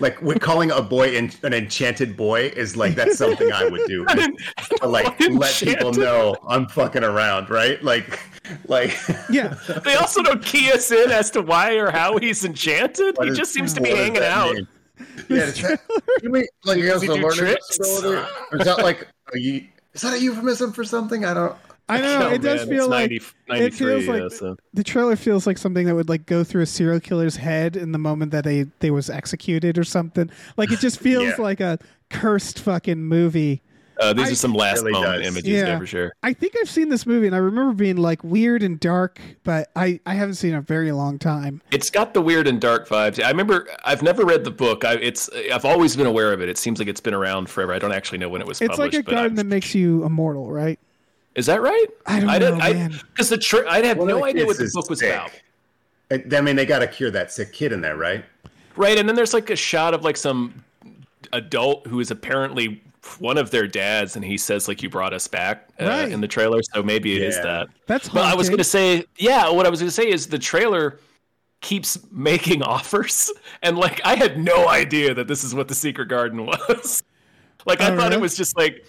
Speaker 4: Like we're calling a boy en- an enchanted boy is like that's something I would do. To, like let people
Speaker 1: Enchanted.
Speaker 4: know I'm fucking around, right? Like, like
Speaker 3: Yeah.
Speaker 1: They also don't key us in as to why or how he's enchanted.
Speaker 4: What
Speaker 1: he
Speaker 4: is-
Speaker 1: just seems to be
Speaker 4: what does
Speaker 1: hanging
Speaker 4: that
Speaker 1: out.
Speaker 4: mean? Yeah, is that, you mean, like you guys
Speaker 1: we
Speaker 4: have a
Speaker 1: do
Speaker 4: learning
Speaker 1: tricks?
Speaker 4: disability? Or is that like a, eu- is that a euphemism for something? I don't.
Speaker 3: I don't know.
Speaker 1: Oh,
Speaker 3: It does
Speaker 1: man,
Speaker 3: feel
Speaker 1: it's
Speaker 3: like
Speaker 1: 90
Speaker 3: it feels
Speaker 1: 93,
Speaker 3: like
Speaker 1: yeah, so.
Speaker 3: the trailer feels like something that would like go through a serial killer's head in the moment that they they was executed or something. Like it just feels
Speaker 4: Yeah.
Speaker 3: like a cursed fucking movie.
Speaker 1: Uh, these
Speaker 3: I-
Speaker 1: are some last
Speaker 4: Really
Speaker 1: moment
Speaker 4: does.
Speaker 1: images,
Speaker 3: Yeah.
Speaker 1: yeah, for sure.
Speaker 3: I think I've seen this movie and I remember being like weird and dark, but I I haven't seen it in a very long time.
Speaker 1: It's got the weird and dark vibes. I remember I've never read the book. I, it's I've always been aware of it. It seems like it's been around forever. I don't actually know when it was
Speaker 3: It's like
Speaker 1: published.
Speaker 3: a
Speaker 1: but
Speaker 3: garden
Speaker 1: I'm-
Speaker 3: that makes you immortal, right?
Speaker 1: is that right?
Speaker 3: I don't
Speaker 1: didn't-
Speaker 3: know,
Speaker 1: I
Speaker 3: man.
Speaker 1: because the tra- I had
Speaker 4: One of
Speaker 1: no
Speaker 4: the
Speaker 1: idea what
Speaker 4: kids
Speaker 1: the
Speaker 4: is
Speaker 1: book was
Speaker 4: sick.
Speaker 1: about.
Speaker 4: I I mean, they got to cure that sick kid in there, right?
Speaker 1: Right, and then there's like a shot of like some adult who is apparently one of their dads, and he says like you brought us back uh,
Speaker 3: Right.
Speaker 1: in the trailer, so maybe it is
Speaker 4: Yeah.
Speaker 1: that.
Speaker 3: That's
Speaker 1: But I was
Speaker 3: haunting.
Speaker 1: gonna say, yeah, what I was gonna say is the trailer keeps making offers, and like I had no idea that this is what the Secret Garden was. like I
Speaker 3: Oh,
Speaker 1: thought
Speaker 3: really?
Speaker 1: it was just like.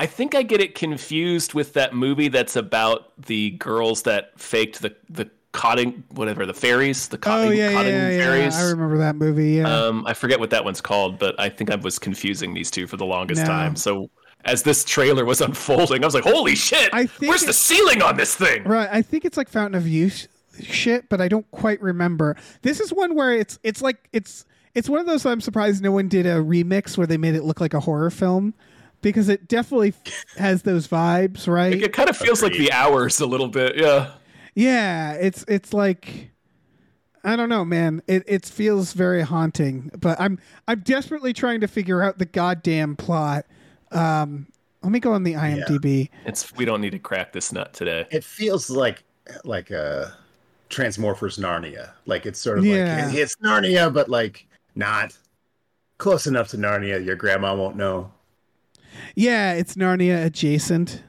Speaker 1: I think I get it confused with that movie that's about the girls that faked the the cotting whatever the fairies the cotting,
Speaker 3: Oh yeah, yeah,
Speaker 1: cotting
Speaker 3: yeah, yeah.
Speaker 1: fairies.
Speaker 3: I remember that movie. Yeah.
Speaker 1: Um, I forget what that one's called, but I think I was confusing these two for the longest
Speaker 3: No.
Speaker 1: time. So as this trailer was unfolding, I was like, "Holy shit!
Speaker 3: I think
Speaker 1: where's
Speaker 3: it-
Speaker 1: the ceiling on this thing?"
Speaker 3: Right, I think it's like Fountain of Youth shit, but I don't quite remember. This is one where it's it's like it's it's one of those I'm surprised no one did a remix where they made it look like a horror film because it definitely has those vibes, right?
Speaker 1: It kind of feels like the hours a little bit. Yeah,
Speaker 3: Yeah, it's it's like I don't know, man. It it feels very haunting, but I'm I'm desperately trying to figure out the goddamn plot. Um let me go on the IMDb.
Speaker 1: it's we don't need to crack this nut today.
Speaker 4: It feels like like a Transmorphers Narnia. Like it's sort of
Speaker 3: Yeah.
Speaker 4: like it's Narnia, but like not close enough to Narnia. Your grandma won't know.
Speaker 3: Yeah, it's Narnia adjacent.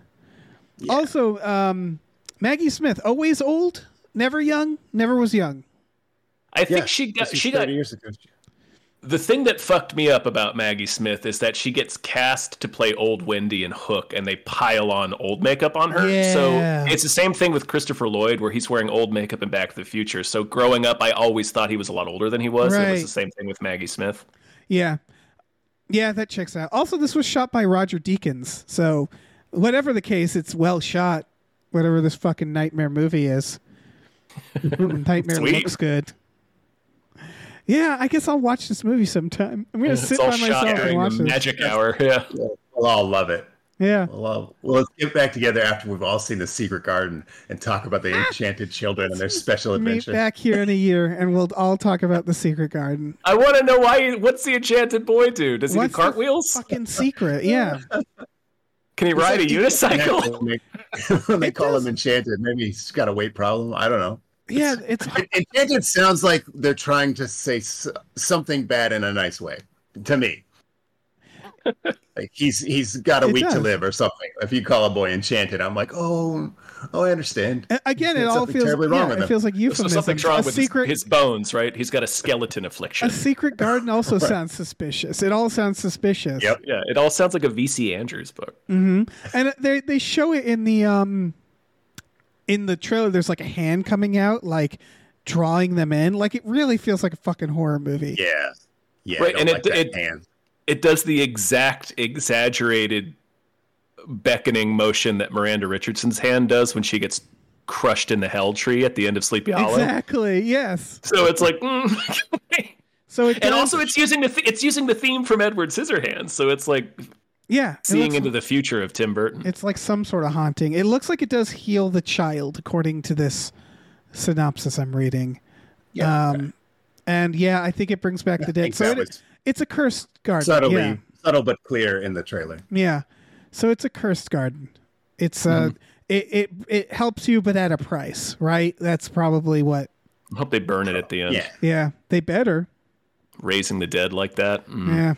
Speaker 3: Also, um, Maggie Smith, always old, never young, never was young.
Speaker 1: I think
Speaker 4: Yeah,
Speaker 1: she got
Speaker 4: this is
Speaker 1: she got
Speaker 4: 30 years ago.
Speaker 1: the thing that fucked me up about Maggie Smith is that she gets cast to play old Wendy and Hook, and they pile on old makeup on her.
Speaker 3: Yeah.
Speaker 1: So it's the same thing with Christopher Lloyd, where he's wearing old makeup in Back to the Future. So growing up, I always thought he was a lot older than he was. and it
Speaker 3: Right.
Speaker 1: was the same thing with Maggie Smith.
Speaker 3: Yeah. Yeah, that checks out. Also, this was shot by Roger Deakins. So, whatever the case, it's well shot, whatever this fucking nightmare movie is. nightmare
Speaker 1: Sweet.
Speaker 3: looks good. Yeah, I guess I'll watch this movie sometime. I'm going to sit
Speaker 1: it's all
Speaker 3: by
Speaker 1: shot
Speaker 3: myself and
Speaker 1: during
Speaker 3: watch
Speaker 1: the
Speaker 3: it.
Speaker 1: magic hour. Yeah.
Speaker 4: We'll all love it.
Speaker 3: Yeah.
Speaker 4: We'll, all, well, let's get back together after we've all seen the Secret Garden and talk about
Speaker 3: Ah,
Speaker 4: the enchanted children and their special
Speaker 3: Meet
Speaker 4: adventure.
Speaker 3: back here in a year and we'll all talk about The Secret Garden.
Speaker 1: I want to know why. What's the enchanted boy do? Does he
Speaker 3: What's
Speaker 1: do
Speaker 3: the
Speaker 1: cartwheels?
Speaker 3: Fucking secret. Yeah.
Speaker 1: Can he ride a unicycle?
Speaker 4: When they- when they
Speaker 3: It
Speaker 4: call
Speaker 3: does-
Speaker 4: him enchanted, maybe he's got a weight problem. I don't know.
Speaker 3: Yeah, it's
Speaker 4: Enchanted sounds like they're trying to say s- something bad in a nice way to me. Like he's he's got a
Speaker 3: It
Speaker 4: week to
Speaker 3: does.
Speaker 4: live or something. If you call a boy enchanted, I'm like, oh, oh, I understand.
Speaker 3: A- Again, it
Speaker 4: There's
Speaker 3: all
Speaker 4: something
Speaker 3: feels
Speaker 4: terribly wrong
Speaker 3: yeah,
Speaker 4: with
Speaker 3: it
Speaker 4: him.
Speaker 3: feels like
Speaker 1: So
Speaker 3: euphemism.
Speaker 1: something's wrong
Speaker 3: a
Speaker 1: with his-
Speaker 3: secret
Speaker 1: his, bones, right? He's got a skeleton affliction.
Speaker 3: a secret garden also sounds suspicious. It all sounds suspicious. Mm-hmm.
Speaker 4: Yep.
Speaker 1: yeah, it all sounds like a VC Andrews book.
Speaker 3: And they they show it in the um in the trailer there's like a hand coming out like drawing them in. Like it really feels like a fucking horror movie.
Speaker 4: Yeah, yeah.
Speaker 1: Right,
Speaker 4: I don't
Speaker 1: and it-
Speaker 4: like that
Speaker 1: it-
Speaker 4: hand.
Speaker 1: It does the exact exaggerated beckoning motion that Miranda Richardson's hand does when she gets crushed in the hell tree at the end of Sleepy Hollow.
Speaker 3: Exactly. Yes.
Speaker 1: So it's like, mm.
Speaker 3: So it
Speaker 1: and
Speaker 3: does-
Speaker 1: also it's using the th- it's using the theme from Edward Scissorhands. So it's like
Speaker 3: yeah, it
Speaker 1: seeing
Speaker 3: looks-
Speaker 1: into the future of Tim Burton.
Speaker 3: it's like some sort of haunting. It looks like it does heal the child according to this synopsis I'm reading.
Speaker 4: Yeah,
Speaker 3: Um and yeah, I think it brings back the dead.
Speaker 4: think
Speaker 3: So
Speaker 4: that
Speaker 3: it,
Speaker 4: was-
Speaker 3: it's a cursed garden.
Speaker 4: subtly
Speaker 3: yeah.
Speaker 4: subtle but clear in the trailer.
Speaker 3: Yeah. So it's a cursed garden. It's
Speaker 4: Mm-hmm.
Speaker 3: uh it, it it helps you but at a price, right? That's probably what
Speaker 1: I hope they burn it at the end.
Speaker 4: Yeah,
Speaker 3: yeah, they better.
Speaker 1: Raising the dead like that. Mm.
Speaker 3: Yeah.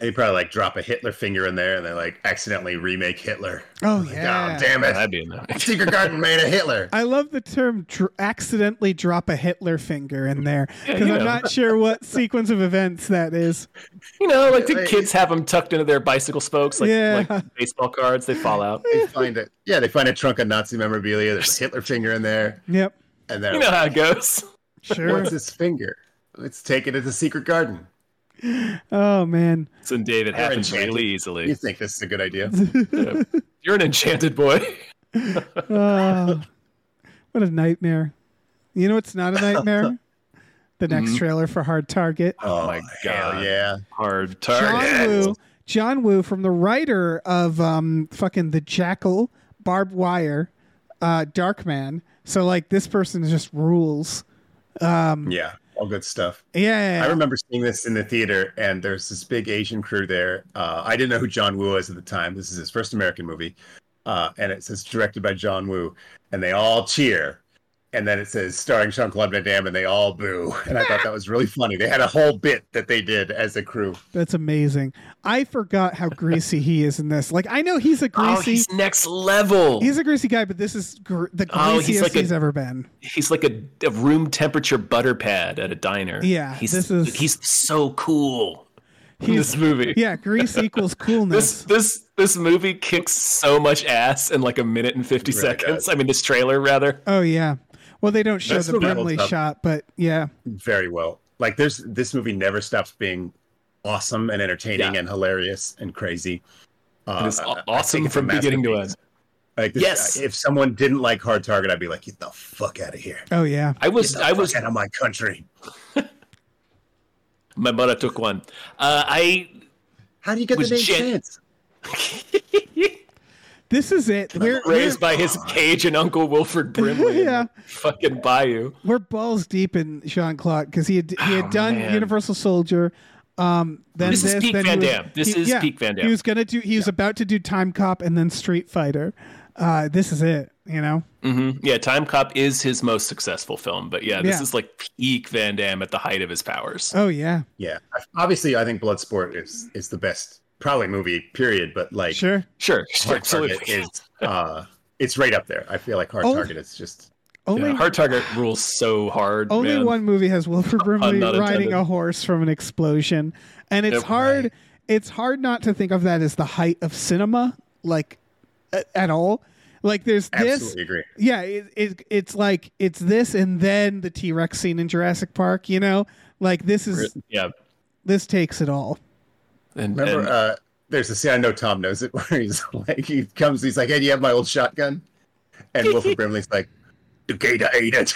Speaker 4: they probably like drop a Hitler finger in there, and they like accidentally remake Hitler.
Speaker 3: Oh
Speaker 4: Like,
Speaker 3: yeah.
Speaker 4: God damn it!
Speaker 1: That'd be enough.
Speaker 4: Secret Garden made a Hitler.
Speaker 3: I love the term dr- accidentally drop a Hitler finger in there because
Speaker 1: you
Speaker 3: I'm
Speaker 1: know.
Speaker 3: not sure what sequence of events that is.
Speaker 1: You know, like the
Speaker 4: Right.
Speaker 1: kids have them tucked into their bicycle spokes, like,
Speaker 3: Yeah.
Speaker 1: like baseball cards. They fall out.
Speaker 4: They find it. Yeah, they find a trunk of Nazi memorabilia. There's a Hitler finger in there,
Speaker 3: Yep.
Speaker 4: and then
Speaker 1: You know how it goes.
Speaker 3: Sure.
Speaker 4: what's his finger? Let's take it to the Secret Garden.
Speaker 3: oh man.
Speaker 1: It's in David
Speaker 4: They're
Speaker 1: happens
Speaker 4: enchanted.
Speaker 1: really
Speaker 4: You
Speaker 1: easily.
Speaker 4: think this is a good idea?
Speaker 1: You're an enchanted boy.
Speaker 3: Oh, what a nightmare. You know it's not a nightmare? The
Speaker 1: Mm-hmm.
Speaker 3: next trailer for Hard Target.
Speaker 1: Oh my
Speaker 4: Hell
Speaker 1: god.
Speaker 4: yeah.
Speaker 1: Hard
Speaker 3: John
Speaker 1: target.
Speaker 3: Woo, John Woo from the writer of um, fucking The Jackal, Barbed Wire, uh, Darkman. So like this person just rules.
Speaker 4: Yeah. All good stuff.
Speaker 3: Yeah,
Speaker 4: I remember seeing this in the theater, and there's this big Asian crew there. Uh, I didn't know who John Woo was at the time. This is his first American movie, uh, and it says directed by John Woo, and they all cheer, and then it says starring Jean Claude Van Damme, and they all boo. And I thought that was really funny. They had a whole bit that they did as a crew.
Speaker 3: that's amazing. I forgot how greasy he is in this. Like I know he's a
Speaker 1: Oh,
Speaker 3: greasy,
Speaker 1: he's next level.
Speaker 3: he's a greasy guy, but this is gr- the
Speaker 1: Oh,
Speaker 3: greasiest
Speaker 1: he's
Speaker 3: he's,
Speaker 1: like a-
Speaker 3: ever been.
Speaker 1: he's like a, a room temperature butter pad at a diner.
Speaker 3: Yeah,
Speaker 1: he's
Speaker 3: this is-
Speaker 1: he's so cool in
Speaker 3: He's-
Speaker 1: this movie.
Speaker 3: Yeah, grease equals
Speaker 1: This
Speaker 3: coolness.
Speaker 1: this this movie kicks so much ass in like a minute and fifty
Speaker 4: Really
Speaker 1: seconds.
Speaker 4: does.
Speaker 1: I mean, this trailer rather.
Speaker 3: oh yeah. Well, they don't show
Speaker 4: That's
Speaker 3: the
Speaker 4: what it
Speaker 3: Brimley
Speaker 4: holds up.
Speaker 3: shot, but yeah,
Speaker 4: very well. Like there's this movie never stops being awesome and entertaining
Speaker 1: Yeah.
Speaker 4: and hilarious and crazy. Uh,
Speaker 1: It's
Speaker 4: I- I
Speaker 1: awesome
Speaker 4: think it's a
Speaker 1: from beginning to
Speaker 4: masterpiece.
Speaker 1: end.
Speaker 4: Like this,
Speaker 1: Yes.
Speaker 4: if someone didn't like Hard Target, I'd be like, get the fuck out of here.
Speaker 3: oh yeah.
Speaker 1: I was I was
Speaker 4: out of my country.
Speaker 1: my mother took one. Uh, I
Speaker 4: How do you get
Speaker 1: Was
Speaker 4: the name
Speaker 1: gen-
Speaker 4: Chance?
Speaker 3: This is it. We're, we're
Speaker 1: raised by his Cajun uncle Wilfred Brimley. in
Speaker 3: Yeah.
Speaker 1: the fucking Bayou.
Speaker 3: we're balls deep in Jean Claude because he had he had
Speaker 1: Oh,
Speaker 3: done
Speaker 1: man.
Speaker 3: Universal Soldier. Um, then
Speaker 1: This
Speaker 3: this,
Speaker 1: is peak
Speaker 3: then he
Speaker 1: Van
Speaker 3: was-
Speaker 1: Damme. This
Speaker 3: he-
Speaker 1: is
Speaker 3: yeah,
Speaker 1: peak Van Damme.
Speaker 3: He was gonna do. He was about to do Time Cop and then Street Fighter. Uh, this is it. You know.
Speaker 1: Mhm. Yeah, Time Cop is his most successful film, but yeah, this
Speaker 3: Yeah.
Speaker 1: is like peak Van Damme at the height of his powers.
Speaker 3: Oh yeah.
Speaker 4: Yeah, obviously, I think Bloodsport is is the best probably movie period, but like
Speaker 3: Sure.
Speaker 1: sure, sure,
Speaker 4: Hard Target
Speaker 1: absolutely.
Speaker 4: is uh, it's right up there. I feel like Hard
Speaker 3: Oh.
Speaker 4: Target is just
Speaker 3: Only
Speaker 1: Yeah, Hard Target rules so hard.
Speaker 3: only
Speaker 1: man.
Speaker 3: one movie has Wilford Brimley
Speaker 1: not
Speaker 3: riding
Speaker 1: intended.
Speaker 3: a horse from an explosion, and it's
Speaker 1: Yep.
Speaker 3: hard. It's hard not to think of that as the height of cinema, like a- at all. Like there's this,
Speaker 4: absolutely agree.
Speaker 3: Yeah, it, it it's like it's this and then the T Rex scene in Jurassic Park. You know, like this is
Speaker 1: Yeah.
Speaker 3: this takes it all.
Speaker 1: And,
Speaker 4: Remember,
Speaker 1: and-
Speaker 4: uh, there's a scene I know Tom knows it where he's like, he comes, he's like, hey, do you have my old shotgun? And Wilford Brimley's like, the gator ate it.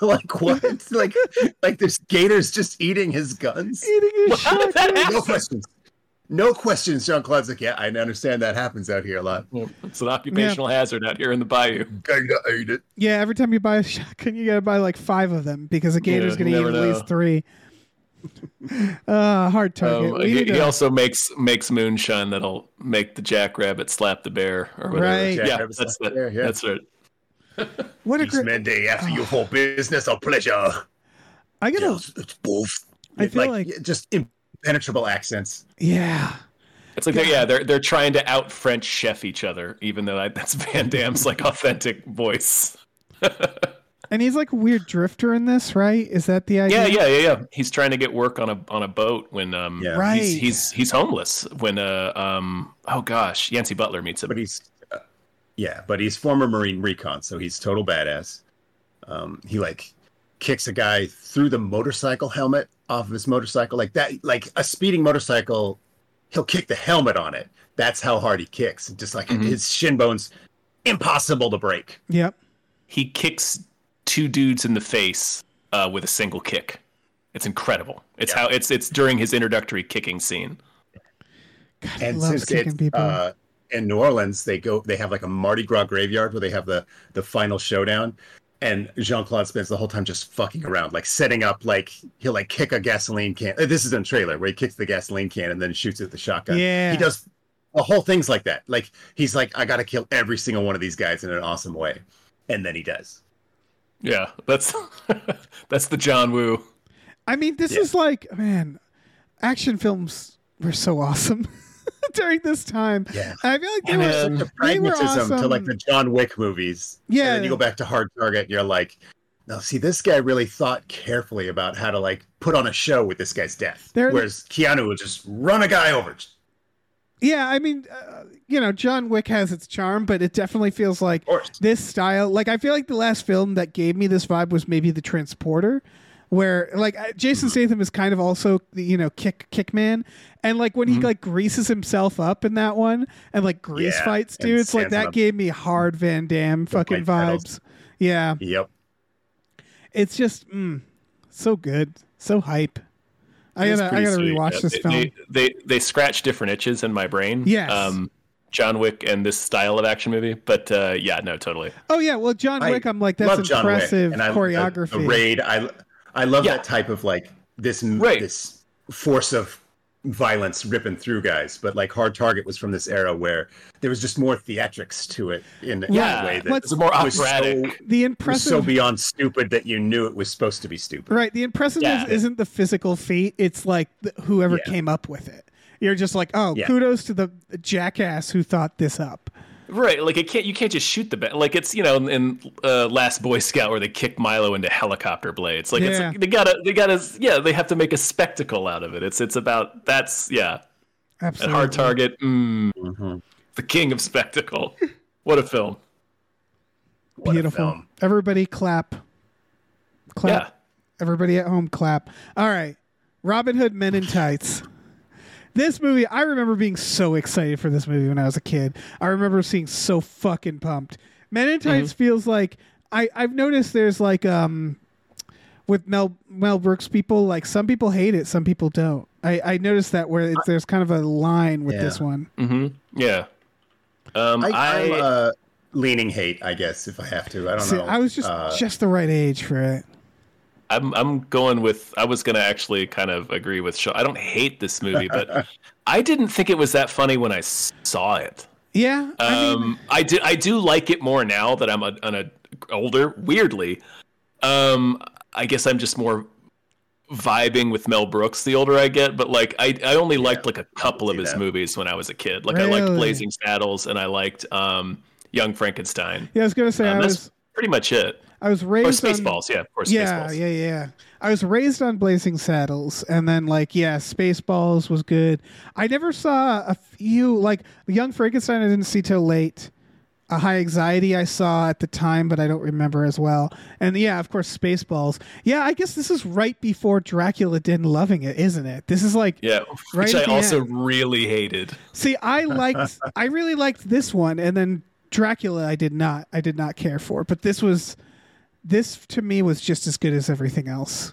Speaker 4: like what? like, like this gator's just eating his guns.
Speaker 3: Eating his
Speaker 1: How did that
Speaker 3: shotgun.
Speaker 4: No
Speaker 1: happen?
Speaker 4: questions. No questions. Jean Claude's like, yeah, I understand that happens out here a lot.
Speaker 1: It's an occupational hazard out here in the bayou.
Speaker 4: Gator ate it.
Speaker 3: Yeah, every time you buy a shotgun, you gotta buy like five of them because a gator's
Speaker 1: you
Speaker 3: gonna eat
Speaker 1: never
Speaker 3: at
Speaker 1: know.
Speaker 3: least three. Uh, hard target.
Speaker 1: Um,
Speaker 3: We
Speaker 1: he,
Speaker 3: need
Speaker 1: he
Speaker 3: to-
Speaker 1: also makes makes moonshine that'll make the jackrabbit slap the bear or whatever.
Speaker 3: Right.
Speaker 1: Yeah,
Speaker 4: Jackrabbit
Speaker 1: that's
Speaker 4: slap
Speaker 1: that,
Speaker 4: the bear, yeah.
Speaker 1: That's right.
Speaker 3: what a
Speaker 4: Each
Speaker 3: great!
Speaker 4: man day after you for business or pleasure.
Speaker 3: I gotta.
Speaker 4: Yes, it's both.
Speaker 3: I feel like-
Speaker 4: just impenetrable accents.
Speaker 3: Yeah.
Speaker 1: It's like they're, yeah, they're they're trying to out French chef each other, even though that, that's Van Damme's like authentic voice.
Speaker 3: And he's like a weird drifter in this, right? Is that the idea?
Speaker 1: Yeah, yeah, yeah, yeah. He's trying to get work on a on a boat when um
Speaker 4: Yeah.
Speaker 3: Right.
Speaker 1: he's, he's he's homeless when uh um oh gosh Yancey Butler meets him.
Speaker 4: but he's uh, yeah but he's former marine recon so he's total badass um he like kicks a guy through the motorcycle helmet off of his motorcycle like that like a speeding motorcycle he'll kick the helmet on it that's how hard he kicks just like
Speaker 1: Mhm.
Speaker 4: his shin bones impossible to break
Speaker 3: Yep.
Speaker 1: He kicks two dudes in the face uh, with a single kick. It's incredible. It's
Speaker 4: Yeah.
Speaker 1: how it's it's during his introductory kicking scene.
Speaker 3: God, he
Speaker 4: and
Speaker 3: loves
Speaker 4: since
Speaker 3: kicking
Speaker 4: it's
Speaker 3: people.
Speaker 4: uh in New Orleans, they go. They have like a Mardi Gras graveyard where they have the the final showdown, and Jean Claude spends the whole time just fucking around, like setting up. Like he'll like kick a gasoline can. uh, This is in the trailer where he kicks the gasoline can and then shoots at the shotgun.
Speaker 3: Yeah.
Speaker 4: he does the whole thing's like that. Like he's like, I gotta kill every single one of these guys in an awesome way, and then he does.
Speaker 1: Yeah, that's that's the John Woo.
Speaker 3: I mean, this
Speaker 4: Yeah.
Speaker 3: is like, man, action films were so awesome during this time.
Speaker 4: Yeah.
Speaker 3: I feel like they
Speaker 1: And,
Speaker 3: were.
Speaker 1: um,
Speaker 4: The
Speaker 3: They were
Speaker 4: pragmatism to like
Speaker 3: awesome.
Speaker 4: the John Wick movies.
Speaker 3: Yeah.
Speaker 4: And then you go back to Hard Target and you're like, no, see, this guy really thought carefully about how to like put on a show with this guy's death.
Speaker 3: There-
Speaker 4: Whereas Keanu would just run a guy over.
Speaker 3: Yeah, I mean, uh, you know, John Wick has its charm, but it definitely feels like
Speaker 4: course.
Speaker 3: this style. Like, I feel like the last film that gave me this vibe was maybe The Transporter, where like I- Jason
Speaker 4: Mm-hmm.
Speaker 3: Statham is kind of also you know kick kick man, and like when
Speaker 4: Mm-hmm.
Speaker 3: he like greases himself up in that one and like grease
Speaker 4: Yeah,
Speaker 3: fights
Speaker 4: and
Speaker 3: dudes, like
Speaker 4: stands
Speaker 3: that
Speaker 4: up.
Speaker 3: gave me hard Van Damme fucking
Speaker 4: like
Speaker 3: vibes.
Speaker 4: pedals.
Speaker 3: Yeah,
Speaker 4: Yep.
Speaker 3: it's just mm, so good, so hype. I
Speaker 1: It's
Speaker 3: gotta I
Speaker 1: pretty
Speaker 3: gotta
Speaker 1: sweet.
Speaker 3: rewatch
Speaker 1: Yeah,
Speaker 3: this
Speaker 1: they,
Speaker 3: film.
Speaker 1: They, they they scratch different itches in my brain. Um,
Speaker 3: Yes.
Speaker 1: John Wick and this style of action movie, but uh, yeah, no, totally.
Speaker 3: oh yeah, well John
Speaker 4: I
Speaker 3: Wick, I'm like that's
Speaker 4: John Wick,
Speaker 3: impressive
Speaker 4: I- the-
Speaker 3: choreography.
Speaker 4: The, raid. I I love
Speaker 1: Yeah.
Speaker 4: that type of like this
Speaker 1: Right.
Speaker 4: this force of violence ripping through guys. But like Hard Target was from this era where there was just more theatrics to it in, in
Speaker 1: Yeah,
Speaker 4: a way that
Speaker 3: let's-
Speaker 1: It's more
Speaker 4: was so-
Speaker 1: operatic.
Speaker 3: the
Speaker 4: was
Speaker 3: impressive
Speaker 4: so beyond stupid that you knew it was supposed to be stupid.
Speaker 3: right the impressiveness
Speaker 1: Yeah.
Speaker 3: isn't the physical feat it's like the, whoever
Speaker 4: Yeah.
Speaker 3: came up with it you're just like oh
Speaker 4: Yeah.
Speaker 3: kudos to the jackass who thought this up
Speaker 1: Right, like it can't you can't just shoot the bat. Like it's you know in, in uh, Last Boy Scout where they kick Milo into helicopter blades. Like it's
Speaker 3: Yeah.
Speaker 1: like they gotta they gotta yeah they have to make a spectacle out of it. It's it's about that's yeah a
Speaker 3: absolutely
Speaker 1: hard target. Mm,
Speaker 4: Mm-hmm.
Speaker 1: The king of spectacle. what a film.
Speaker 4: What a
Speaker 3: beautiful
Speaker 4: film.
Speaker 3: everybody clap clap
Speaker 1: Yeah.
Speaker 3: everybody at home clap all right robin hood men in tights this movie i remember being so excited for this movie when i was a kid i remember seeing so fucking pumped men in tights feels like I, i've noticed there's like um with Mel Mel Brooks people, like some people hate it, some people don't. I, I noticed that where it's, there's kind of a line with
Speaker 4: Yeah.
Speaker 3: this one.
Speaker 1: hmm Yeah. Um,
Speaker 4: I,
Speaker 1: I,
Speaker 4: am uh, leaning hate, I guess, if I have to. I don't
Speaker 3: See,
Speaker 4: know.
Speaker 3: I was just
Speaker 4: Uh,
Speaker 3: just the right age for it.
Speaker 1: I'm I'm going with I was gonna actually kind of agree with Shaw. I don't hate this movie, but I didn't think it was that funny when I s- saw it.
Speaker 3: Yeah, I mean,
Speaker 1: Um, I do I do like it more now that I'm a, an a, older. Weirdly, um, I guess I'm just more vibing with Mel Brooks the older I get. But like I I only liked like a couple of
Speaker 4: see
Speaker 1: his
Speaker 4: that.
Speaker 1: movies when I was a kid. Like I liked
Speaker 3: Really?
Speaker 1: Blazing Saddles and I liked um, Young Frankenstein.
Speaker 3: yeah, I was gonna say
Speaker 4: uh,
Speaker 1: Um,
Speaker 3: I
Speaker 1: that's
Speaker 3: was
Speaker 1: pretty much it.
Speaker 3: I was
Speaker 1: Or
Speaker 3: raised on
Speaker 1: Spaceballs, yeah, of course.
Speaker 3: yeah
Speaker 1: Spaceballs.
Speaker 3: yeah yeah. I was raised on Blazing Saddles, and then like yeah, Spaceballs was good. I never saw a few like Young Frankenstein. I didn't see till late. A High Anxiety I saw at the time, but I don't remember as well. And yeah, of course, Spaceballs. Yeah, I guess this is right before Dracula did loving it, isn't it? This is like
Speaker 1: Yeah,
Speaker 3: Right
Speaker 1: which
Speaker 3: at
Speaker 1: I
Speaker 3: the
Speaker 1: also really hated.
Speaker 3: See, I liked, I really liked this one, and then Dracula, I did not, I did not care for. But this was, this to me was just as good as everything else.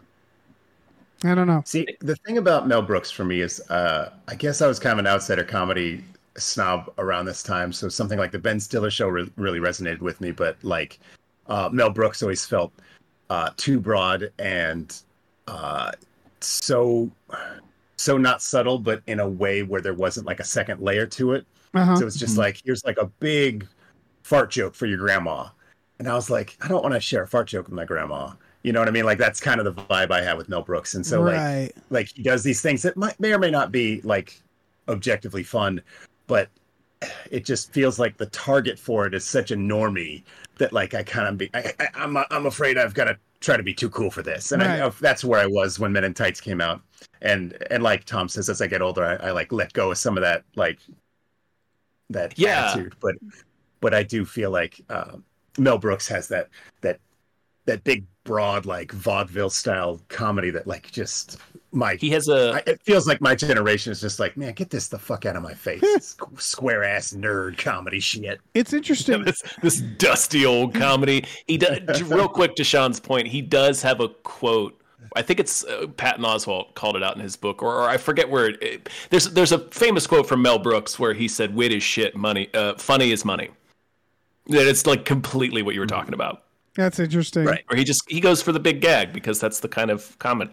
Speaker 3: I don't know.
Speaker 4: see, the thing about Mel Brooks for me is, uh, I guess I was kind of an outsider comedy snob around this time, so something like the Ben Stiller show re- really resonated with me. But like, uh, Mel Brooks always felt uh, too broad and uh, so so not subtle, but in a way where there wasn't like a second layer to it.
Speaker 3: Uh huh.
Speaker 4: So it's just like, here's like a big fart joke for your grandma. And I was like, I don't want to share a fart joke with my grandma. You know what I mean? Like that's kind of the vibe I had with Mel Brooks. And so like
Speaker 3: right.
Speaker 4: like he does these things that might may or may not be like objectively fun, but it just feels like the target for it is such a normie that like I kind of be I, I, I'm I'm afraid I've got to try to be too cool for this, and I, oh,
Speaker 3: Right.
Speaker 4: that's where I was when Men in Tights came out, and and like Tom says, as I get older, I, I like let go of some of that like that
Speaker 1: Yeah.
Speaker 4: attitude, but but I do feel like um Mel Brooks has that that that big broad like vaudeville style comedy that like just my
Speaker 1: He has a
Speaker 4: I, it feels like my generation is just like, man, get this the fuck out of my face. Squ- Square ass nerd comedy shit.
Speaker 3: It's interesting.
Speaker 1: this, this dusty old comedy. He does, real quick to Sean's point, he does have a quote. I think it's uh, Patton Oswalt called it out in his book, or, or I forget where it, it- There's there's a famous quote from Mel Brooks where he said, "Wit is shit, money, uh, funny is money." That it's like completely what you were talking about,
Speaker 3: That's interesting.
Speaker 4: Right.
Speaker 1: where he just he goes for the big gag because that's the kind of comment.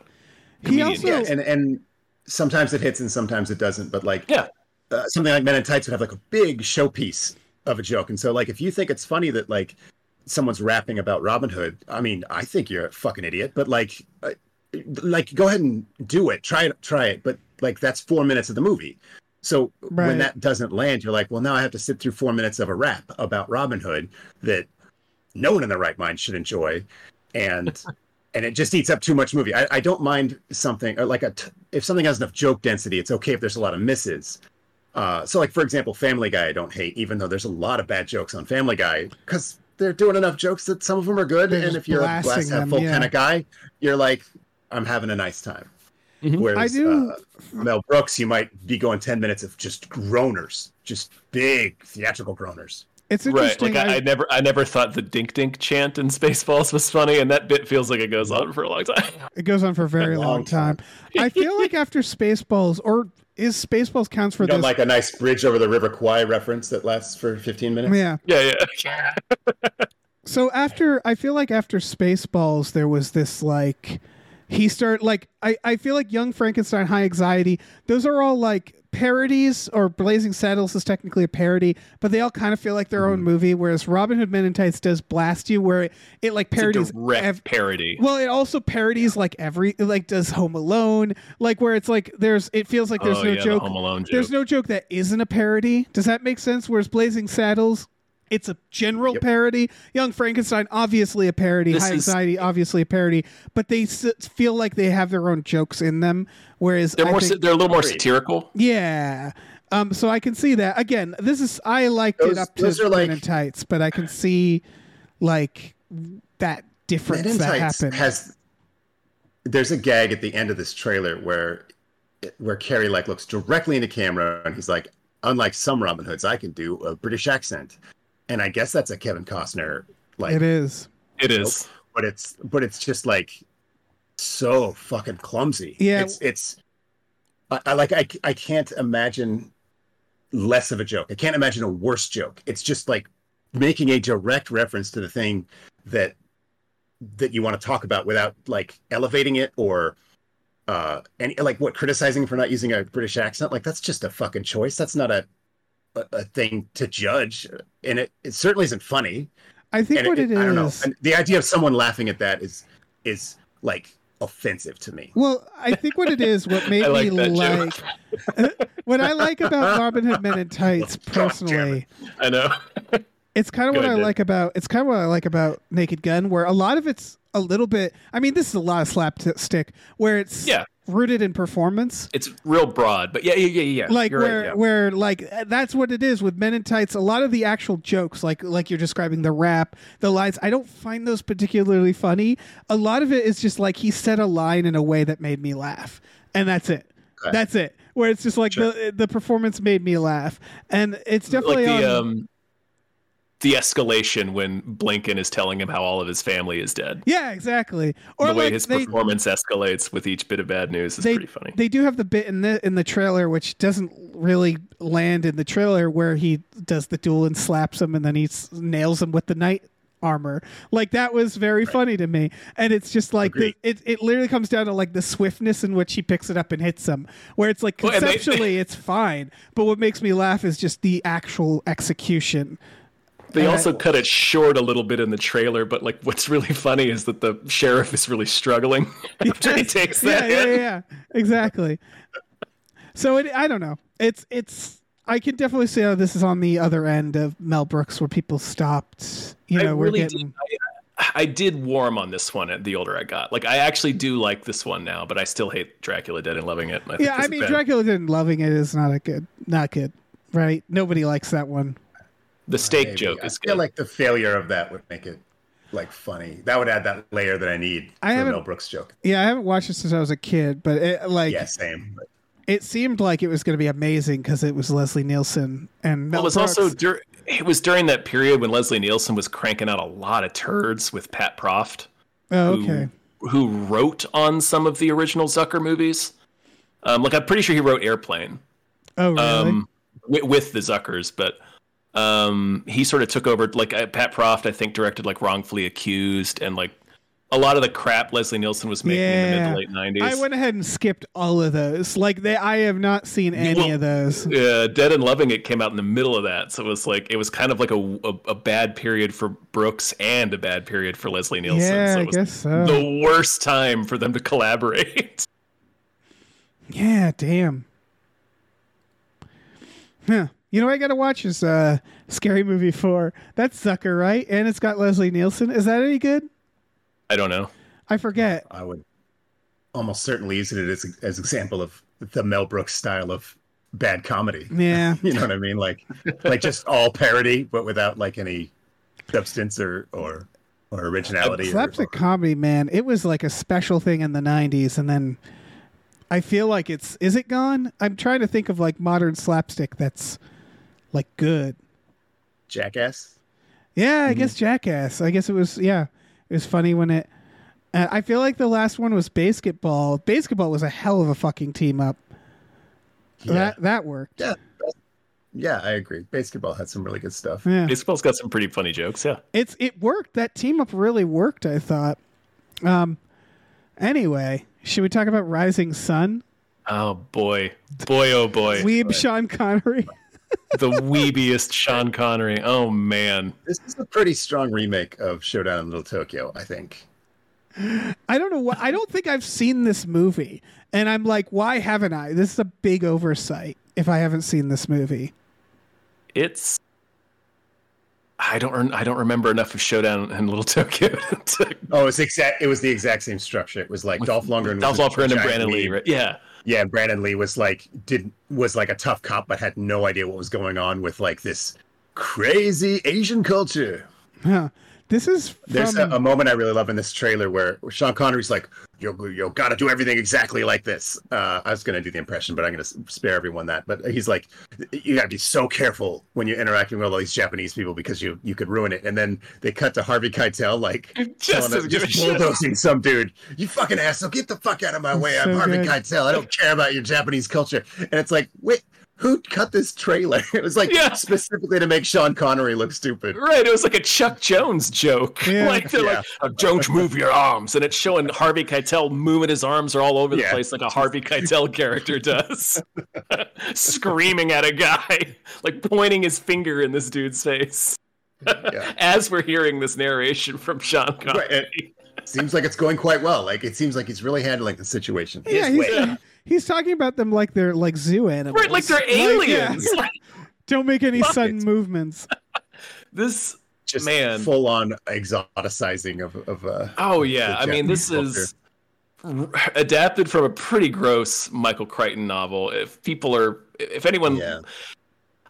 Speaker 3: He
Speaker 1: Comedian,
Speaker 3: also
Speaker 4: Yeah, and and sometimes it hits and sometimes it doesn't. But like,
Speaker 1: Yeah,
Speaker 4: uh, something like Men in Tights would have like a big showpiece of a joke. And so like, if you think it's funny that like someone's rapping about Robin Hood, I mean, I think you're a fucking idiot. But like, uh, like go ahead and do it. Try it. Try it. But like, that's four minutes of the movie. So
Speaker 3: Right.
Speaker 4: when that doesn't land, you're like, well, now I have to sit through four minutes of a rap about Robin Hood that no one in their right mind should enjoy, and and it just eats up too much movie. I, I don't mind something or like a t- if something has enough joke density, it's okay if there's a lot of misses. Uh, so like for example, Family Guy, I don't hate, even though there's a lot of bad jokes on Family Guy because they're doing enough jokes that some of them are good,
Speaker 3: They're
Speaker 4: and
Speaker 3: just
Speaker 4: if you're a
Speaker 3: blasting
Speaker 4: glass half
Speaker 3: them,
Speaker 4: full
Speaker 3: yeah.
Speaker 4: kind of guy, you're like, I'm having a nice time.
Speaker 1: Mhm.
Speaker 4: Whereas
Speaker 3: I do-
Speaker 4: uh, Mel Brooks, you might be going ten minutes of just groaners, just big theatrical groaners.
Speaker 3: It's
Speaker 1: right.
Speaker 3: interesting.
Speaker 1: Like I, I
Speaker 3: I-
Speaker 1: never I never thought the Dink Dink chant in Spaceballs was funny, and that bit feels like it goes on for a long time.
Speaker 3: It goes on for a very long,
Speaker 4: long
Speaker 3: time. I feel like after Spaceballs, or is Spaceballs counts for
Speaker 4: You don't
Speaker 3: this?
Speaker 4: like a nice bridge over the River Kwai reference that lasts for fifteen minutes.
Speaker 3: yeah.
Speaker 1: yeah, yeah.
Speaker 3: So after, I feel like after Spaceballs, there was this like he started like I I feel like Young Frankenstein, High Anxiety. Those are all like parodies, or Blazing Saddles is technically a parody, but they all kind of feel like their
Speaker 1: Mm-hmm.
Speaker 3: own movie. Whereas Robin Hood Men in Tights does blast you, where it, it like parodies
Speaker 1: It's a direct
Speaker 3: ev-
Speaker 1: parody.
Speaker 3: Well, it also parodies like every like does Home Alone, like where it's like there's it feels like there's
Speaker 1: oh,
Speaker 3: no
Speaker 1: yeah,
Speaker 3: joke.
Speaker 1: The Home Alone joke.
Speaker 3: There's no joke that isn't a parody. Does that make sense? Whereas Blazing Saddles, it's a general parody. Young Frankenstein, obviously a parody.
Speaker 1: This
Speaker 3: High
Speaker 1: is-
Speaker 3: Anxiety, obviously a parody. But they s- feel like they have their own jokes in them. Whereas
Speaker 1: they're
Speaker 3: I
Speaker 1: more.
Speaker 3: think-
Speaker 1: sa- they're a little more satirical.
Speaker 3: yeah. Um, so I can see that. Again, this is I liked it
Speaker 4: Those-
Speaker 3: up
Speaker 4: those
Speaker 3: to
Speaker 4: are
Speaker 3: Men
Speaker 4: like-
Speaker 3: in Tights, but I can see like that difference
Speaker 4: Men in
Speaker 3: that
Speaker 4: Tights
Speaker 3: happened.
Speaker 4: has there's a gag at the end of this trailer where where Carrie like looks directly into camera and he's like, unlike some Robin Hoods, I can do a British accent, and I guess that's a Kevin Costner like,
Speaker 3: it is.
Speaker 1: It is.
Speaker 4: but it's but it's just like so fucking clumsy.
Speaker 3: Yeah.
Speaker 4: it's it's I, I like I I can't imagine less of a joke. I can't imagine a worse joke. It's just like making a direct reference to the thing that that you want to talk about without like elevating it or uh and like what criticizing for not using a british accent like that's just a fucking choice that's not a a, a thing to judge and it, it certainly isn't funny
Speaker 3: I think
Speaker 4: and
Speaker 3: what it is.
Speaker 4: I don't know. And the idea of someone laughing at that is is like offensive to me.
Speaker 3: Well, I think what it is, what made
Speaker 1: I
Speaker 3: me
Speaker 1: like that
Speaker 3: like
Speaker 1: joke.
Speaker 3: what I like about Robin Hood Men in Tights
Speaker 4: God damn
Speaker 3: personally,
Speaker 1: I know.
Speaker 3: it's kind of
Speaker 1: Go
Speaker 3: what I
Speaker 1: ahead, Dan.
Speaker 3: like about it's kind of what I like about Naked Gun, where a lot of it's a little bit. I mean, this is a lot of slapstick, where it's
Speaker 1: Yeah.
Speaker 3: rooted in performance.
Speaker 1: It's real broad, but yeah, yeah, yeah, yeah.
Speaker 3: Like
Speaker 1: You're
Speaker 3: where
Speaker 1: right, yeah.
Speaker 3: where like uh, that's what it is with Men in Tights. A lot of the actual jokes, like like you're describing the rap, the lines, I don't find those particularly funny. A lot of it is just like he said a line in a way that made me laugh, and that's it.
Speaker 4: Okay.
Speaker 3: That's it. Where it's just like the the performance made me laugh, and it's definitely
Speaker 1: like the
Speaker 3: on-
Speaker 1: um, the escalation when Blinken is telling him how all of his family is dead.
Speaker 3: yeah, exactly. Or
Speaker 1: the way
Speaker 3: like
Speaker 1: his
Speaker 3: they,
Speaker 1: performance escalates with each bit of bad news is
Speaker 3: they,
Speaker 1: pretty funny.
Speaker 3: They do have the bit in the in the trailer which doesn't really land in the trailer where he does the duel and slaps him and then he s- nails him with the knight armor. Like that was very funny to me. And it's just like the,
Speaker 4: Agreed.
Speaker 3: it it literally comes down to like the swiftness in which he picks it up and hits him. Where it's like
Speaker 1: Well, and they-
Speaker 3: conceptually it's fine, but what makes me laugh is just the actual execution.
Speaker 1: They
Speaker 3: Uh,
Speaker 1: also cut it short a little bit in the trailer, but like what's really funny is that the sheriff is really struggling after he takes
Speaker 3: yeah,
Speaker 1: that.
Speaker 3: yeah,
Speaker 1: hit.
Speaker 3: yeah, yeah. exactly. So it, I don't know. it's it's I can definitely see how this is on the other end of Mel Brooks, where people stopped. You know,
Speaker 1: I
Speaker 3: we're
Speaker 1: really
Speaker 3: getting
Speaker 1: did. I, I did warm on this one. The older I got, like I actually do like this one now, but I still hate Dracula Dead and loving it. and I think
Speaker 3: yeah.
Speaker 1: this
Speaker 3: I
Speaker 1: is
Speaker 3: mean,
Speaker 1: bad.
Speaker 3: Dracula didn't loving it is not a good, not good, right? Nobody likes that one.
Speaker 1: the steak
Speaker 4: Maybe.
Speaker 1: joke
Speaker 4: I
Speaker 1: is
Speaker 4: feel
Speaker 1: good.
Speaker 4: like the failure of that would make it like funny. That would add that layer that I need.
Speaker 3: I
Speaker 4: to the
Speaker 3: haven't-
Speaker 4: Mel Brooks joke.
Speaker 3: Yeah, I haven't watched it since I was a kid, but it, like
Speaker 4: Yeah, same.
Speaker 3: it seemed like it was going to be amazing because it was Leslie Nielsen and Mel
Speaker 1: Well, it was
Speaker 3: Brooks.
Speaker 1: also dur- it was during that period when Leslie Nielsen was cranking out a lot of turds with Pat Proft,
Speaker 3: oh,
Speaker 1: who
Speaker 3: okay.
Speaker 1: who wrote on some of the original Zucker movies. Um, like I'm pretty sure he wrote Airplane.
Speaker 3: Oh, really?
Speaker 1: um, with, with the Zuckers, but um, he sort of took over. Like uh, Pat Proft, I think directed like Wrongfully Accused and like a lot of the crap Leslie Nielsen was making in the mid
Speaker 3: Yeah.
Speaker 1: to late nineties.
Speaker 3: I went ahead and skipped all of those. Like they, I have not seen any
Speaker 1: Well-
Speaker 3: of those.
Speaker 1: Yeah, Dead and Loving It came out in the middle of that, so it was like it was kind of like a a, a bad period for Brooks and a bad period for Leslie Nielsen.
Speaker 3: Yeah,
Speaker 1: so
Speaker 3: I
Speaker 1: it was
Speaker 3: guess so.
Speaker 1: the worst time for them to collaborate.
Speaker 3: Yeah, damn. Huh. You know what I gotta watch is uh Scary Movie Four. That's Zucker, right? And it's got Leslie Nielsen. Is that any good?
Speaker 1: I don't know.
Speaker 3: I forget.
Speaker 4: I would almost certainly use it as as example of the Mel Brooks style of bad comedy.
Speaker 3: Yeah.
Speaker 4: You know what I mean? Like like just all parody, but without like any substance or or or originality. or-
Speaker 3: Slapstick comedy, man. It was like a special thing in the '90s, and then I feel like it's is it gone? I'm trying to think of like modern slapstick that's like good.
Speaker 4: Jackass.
Speaker 3: Yeah, I
Speaker 4: Mm-hmm.
Speaker 3: guess Jackass. I guess it was. Yeah, it was funny when it. Uh, I feel like the last one was basketball. Basketball was a hell of a fucking team up. That that worked.
Speaker 4: Yeah. Yeah, I agree. Basketball had some really good stuff.
Speaker 3: Yeah,
Speaker 1: Baseball's got some pretty funny jokes. Yeah.
Speaker 3: it's it worked. That team up really worked. I thought. Um. Anyway, should we talk about Rising Sun?
Speaker 1: Oh boy, boy, oh boy.
Speaker 3: Weeb Sean Connery.
Speaker 1: the weebiest Sean Connery. Oh man,
Speaker 4: This is a pretty strong remake of Showdown in Little Tokyo, I think.
Speaker 3: I don't know what. I don't think I've seen this movie, and I'm like, why haven't I? This is a big oversight. If I haven't seen this movie,
Speaker 1: it's. I don't. rem- I don't remember enough of Showdown in Little Tokyo. to,
Speaker 4: Oh, it's exact. It was the exact same structure. It was like Dolph Lundgren.
Speaker 1: Dolph
Speaker 4: was a
Speaker 1: Lundgren and
Speaker 4: giant
Speaker 1: Brandon Lee.
Speaker 4: weeb.
Speaker 1: Right? Yeah,
Speaker 4: Yeah, and Brandon Lee was like did was like a tough cop, but had no idea what was going on with like this crazy Asian culture.
Speaker 3: huh? This is from
Speaker 4: There's a, a moment I really love in this trailer where Sean Connery's like, "You you gotta do everything exactly like this." Uh, I was gonna do the impression, but I'm gonna s- spare everyone that. But he's like, "You gotta be so careful when you're interacting with all these Japanese people because you you could ruin it." And then they cut to Harvey Keitel like
Speaker 1: just
Speaker 4: telling
Speaker 1: doesn't
Speaker 4: him-
Speaker 1: give a
Speaker 4: just
Speaker 1: shit.
Speaker 4: bulldozing some dude. You fucking asshole! Get the fuck out of my way!
Speaker 3: It's
Speaker 4: I'm
Speaker 3: so
Speaker 4: Harvey
Speaker 3: good.
Speaker 4: Keitel. I don't care about your Japanese culture. And it's like, wait, who cut this trailer? It was like
Speaker 1: Yeah.
Speaker 4: specifically to make Sean Connery look stupid.
Speaker 1: Right, it was like a Chuck Jones joke.
Speaker 3: Yeah.
Speaker 1: Like they're like, "Oh, "Don't move your arms," and it's showing Harvey Keitel moving his arms are all over the
Speaker 4: Yeah.
Speaker 1: place, like a Harvey Keitel character does, screaming at a guy, like pointing his finger in this dude's face.
Speaker 4: Yeah.
Speaker 1: As we're hearing this narration from Sean Connery,
Speaker 4: Right, and- seems like it's going quite well. Like it seems like he's really handling the situation.
Speaker 3: yeah,
Speaker 4: His
Speaker 3: he's, uh,
Speaker 4: way.
Speaker 3: he's talking about them like they're like zoo animals,
Speaker 1: Right, like they're
Speaker 3: yeah.
Speaker 1: aliens. Like,
Speaker 3: Don't make any
Speaker 1: Fuck
Speaker 3: sudden
Speaker 4: it.
Speaker 3: movements.
Speaker 1: this,
Speaker 4: just
Speaker 1: man.
Speaker 4: full on exoticizing of of. Uh,
Speaker 1: oh yeah,
Speaker 4: The
Speaker 1: I mean, this
Speaker 4: Japanese
Speaker 1: is r- adapted from a pretty gross Michael Crichton novel. If people are, if anyone,
Speaker 4: Yeah.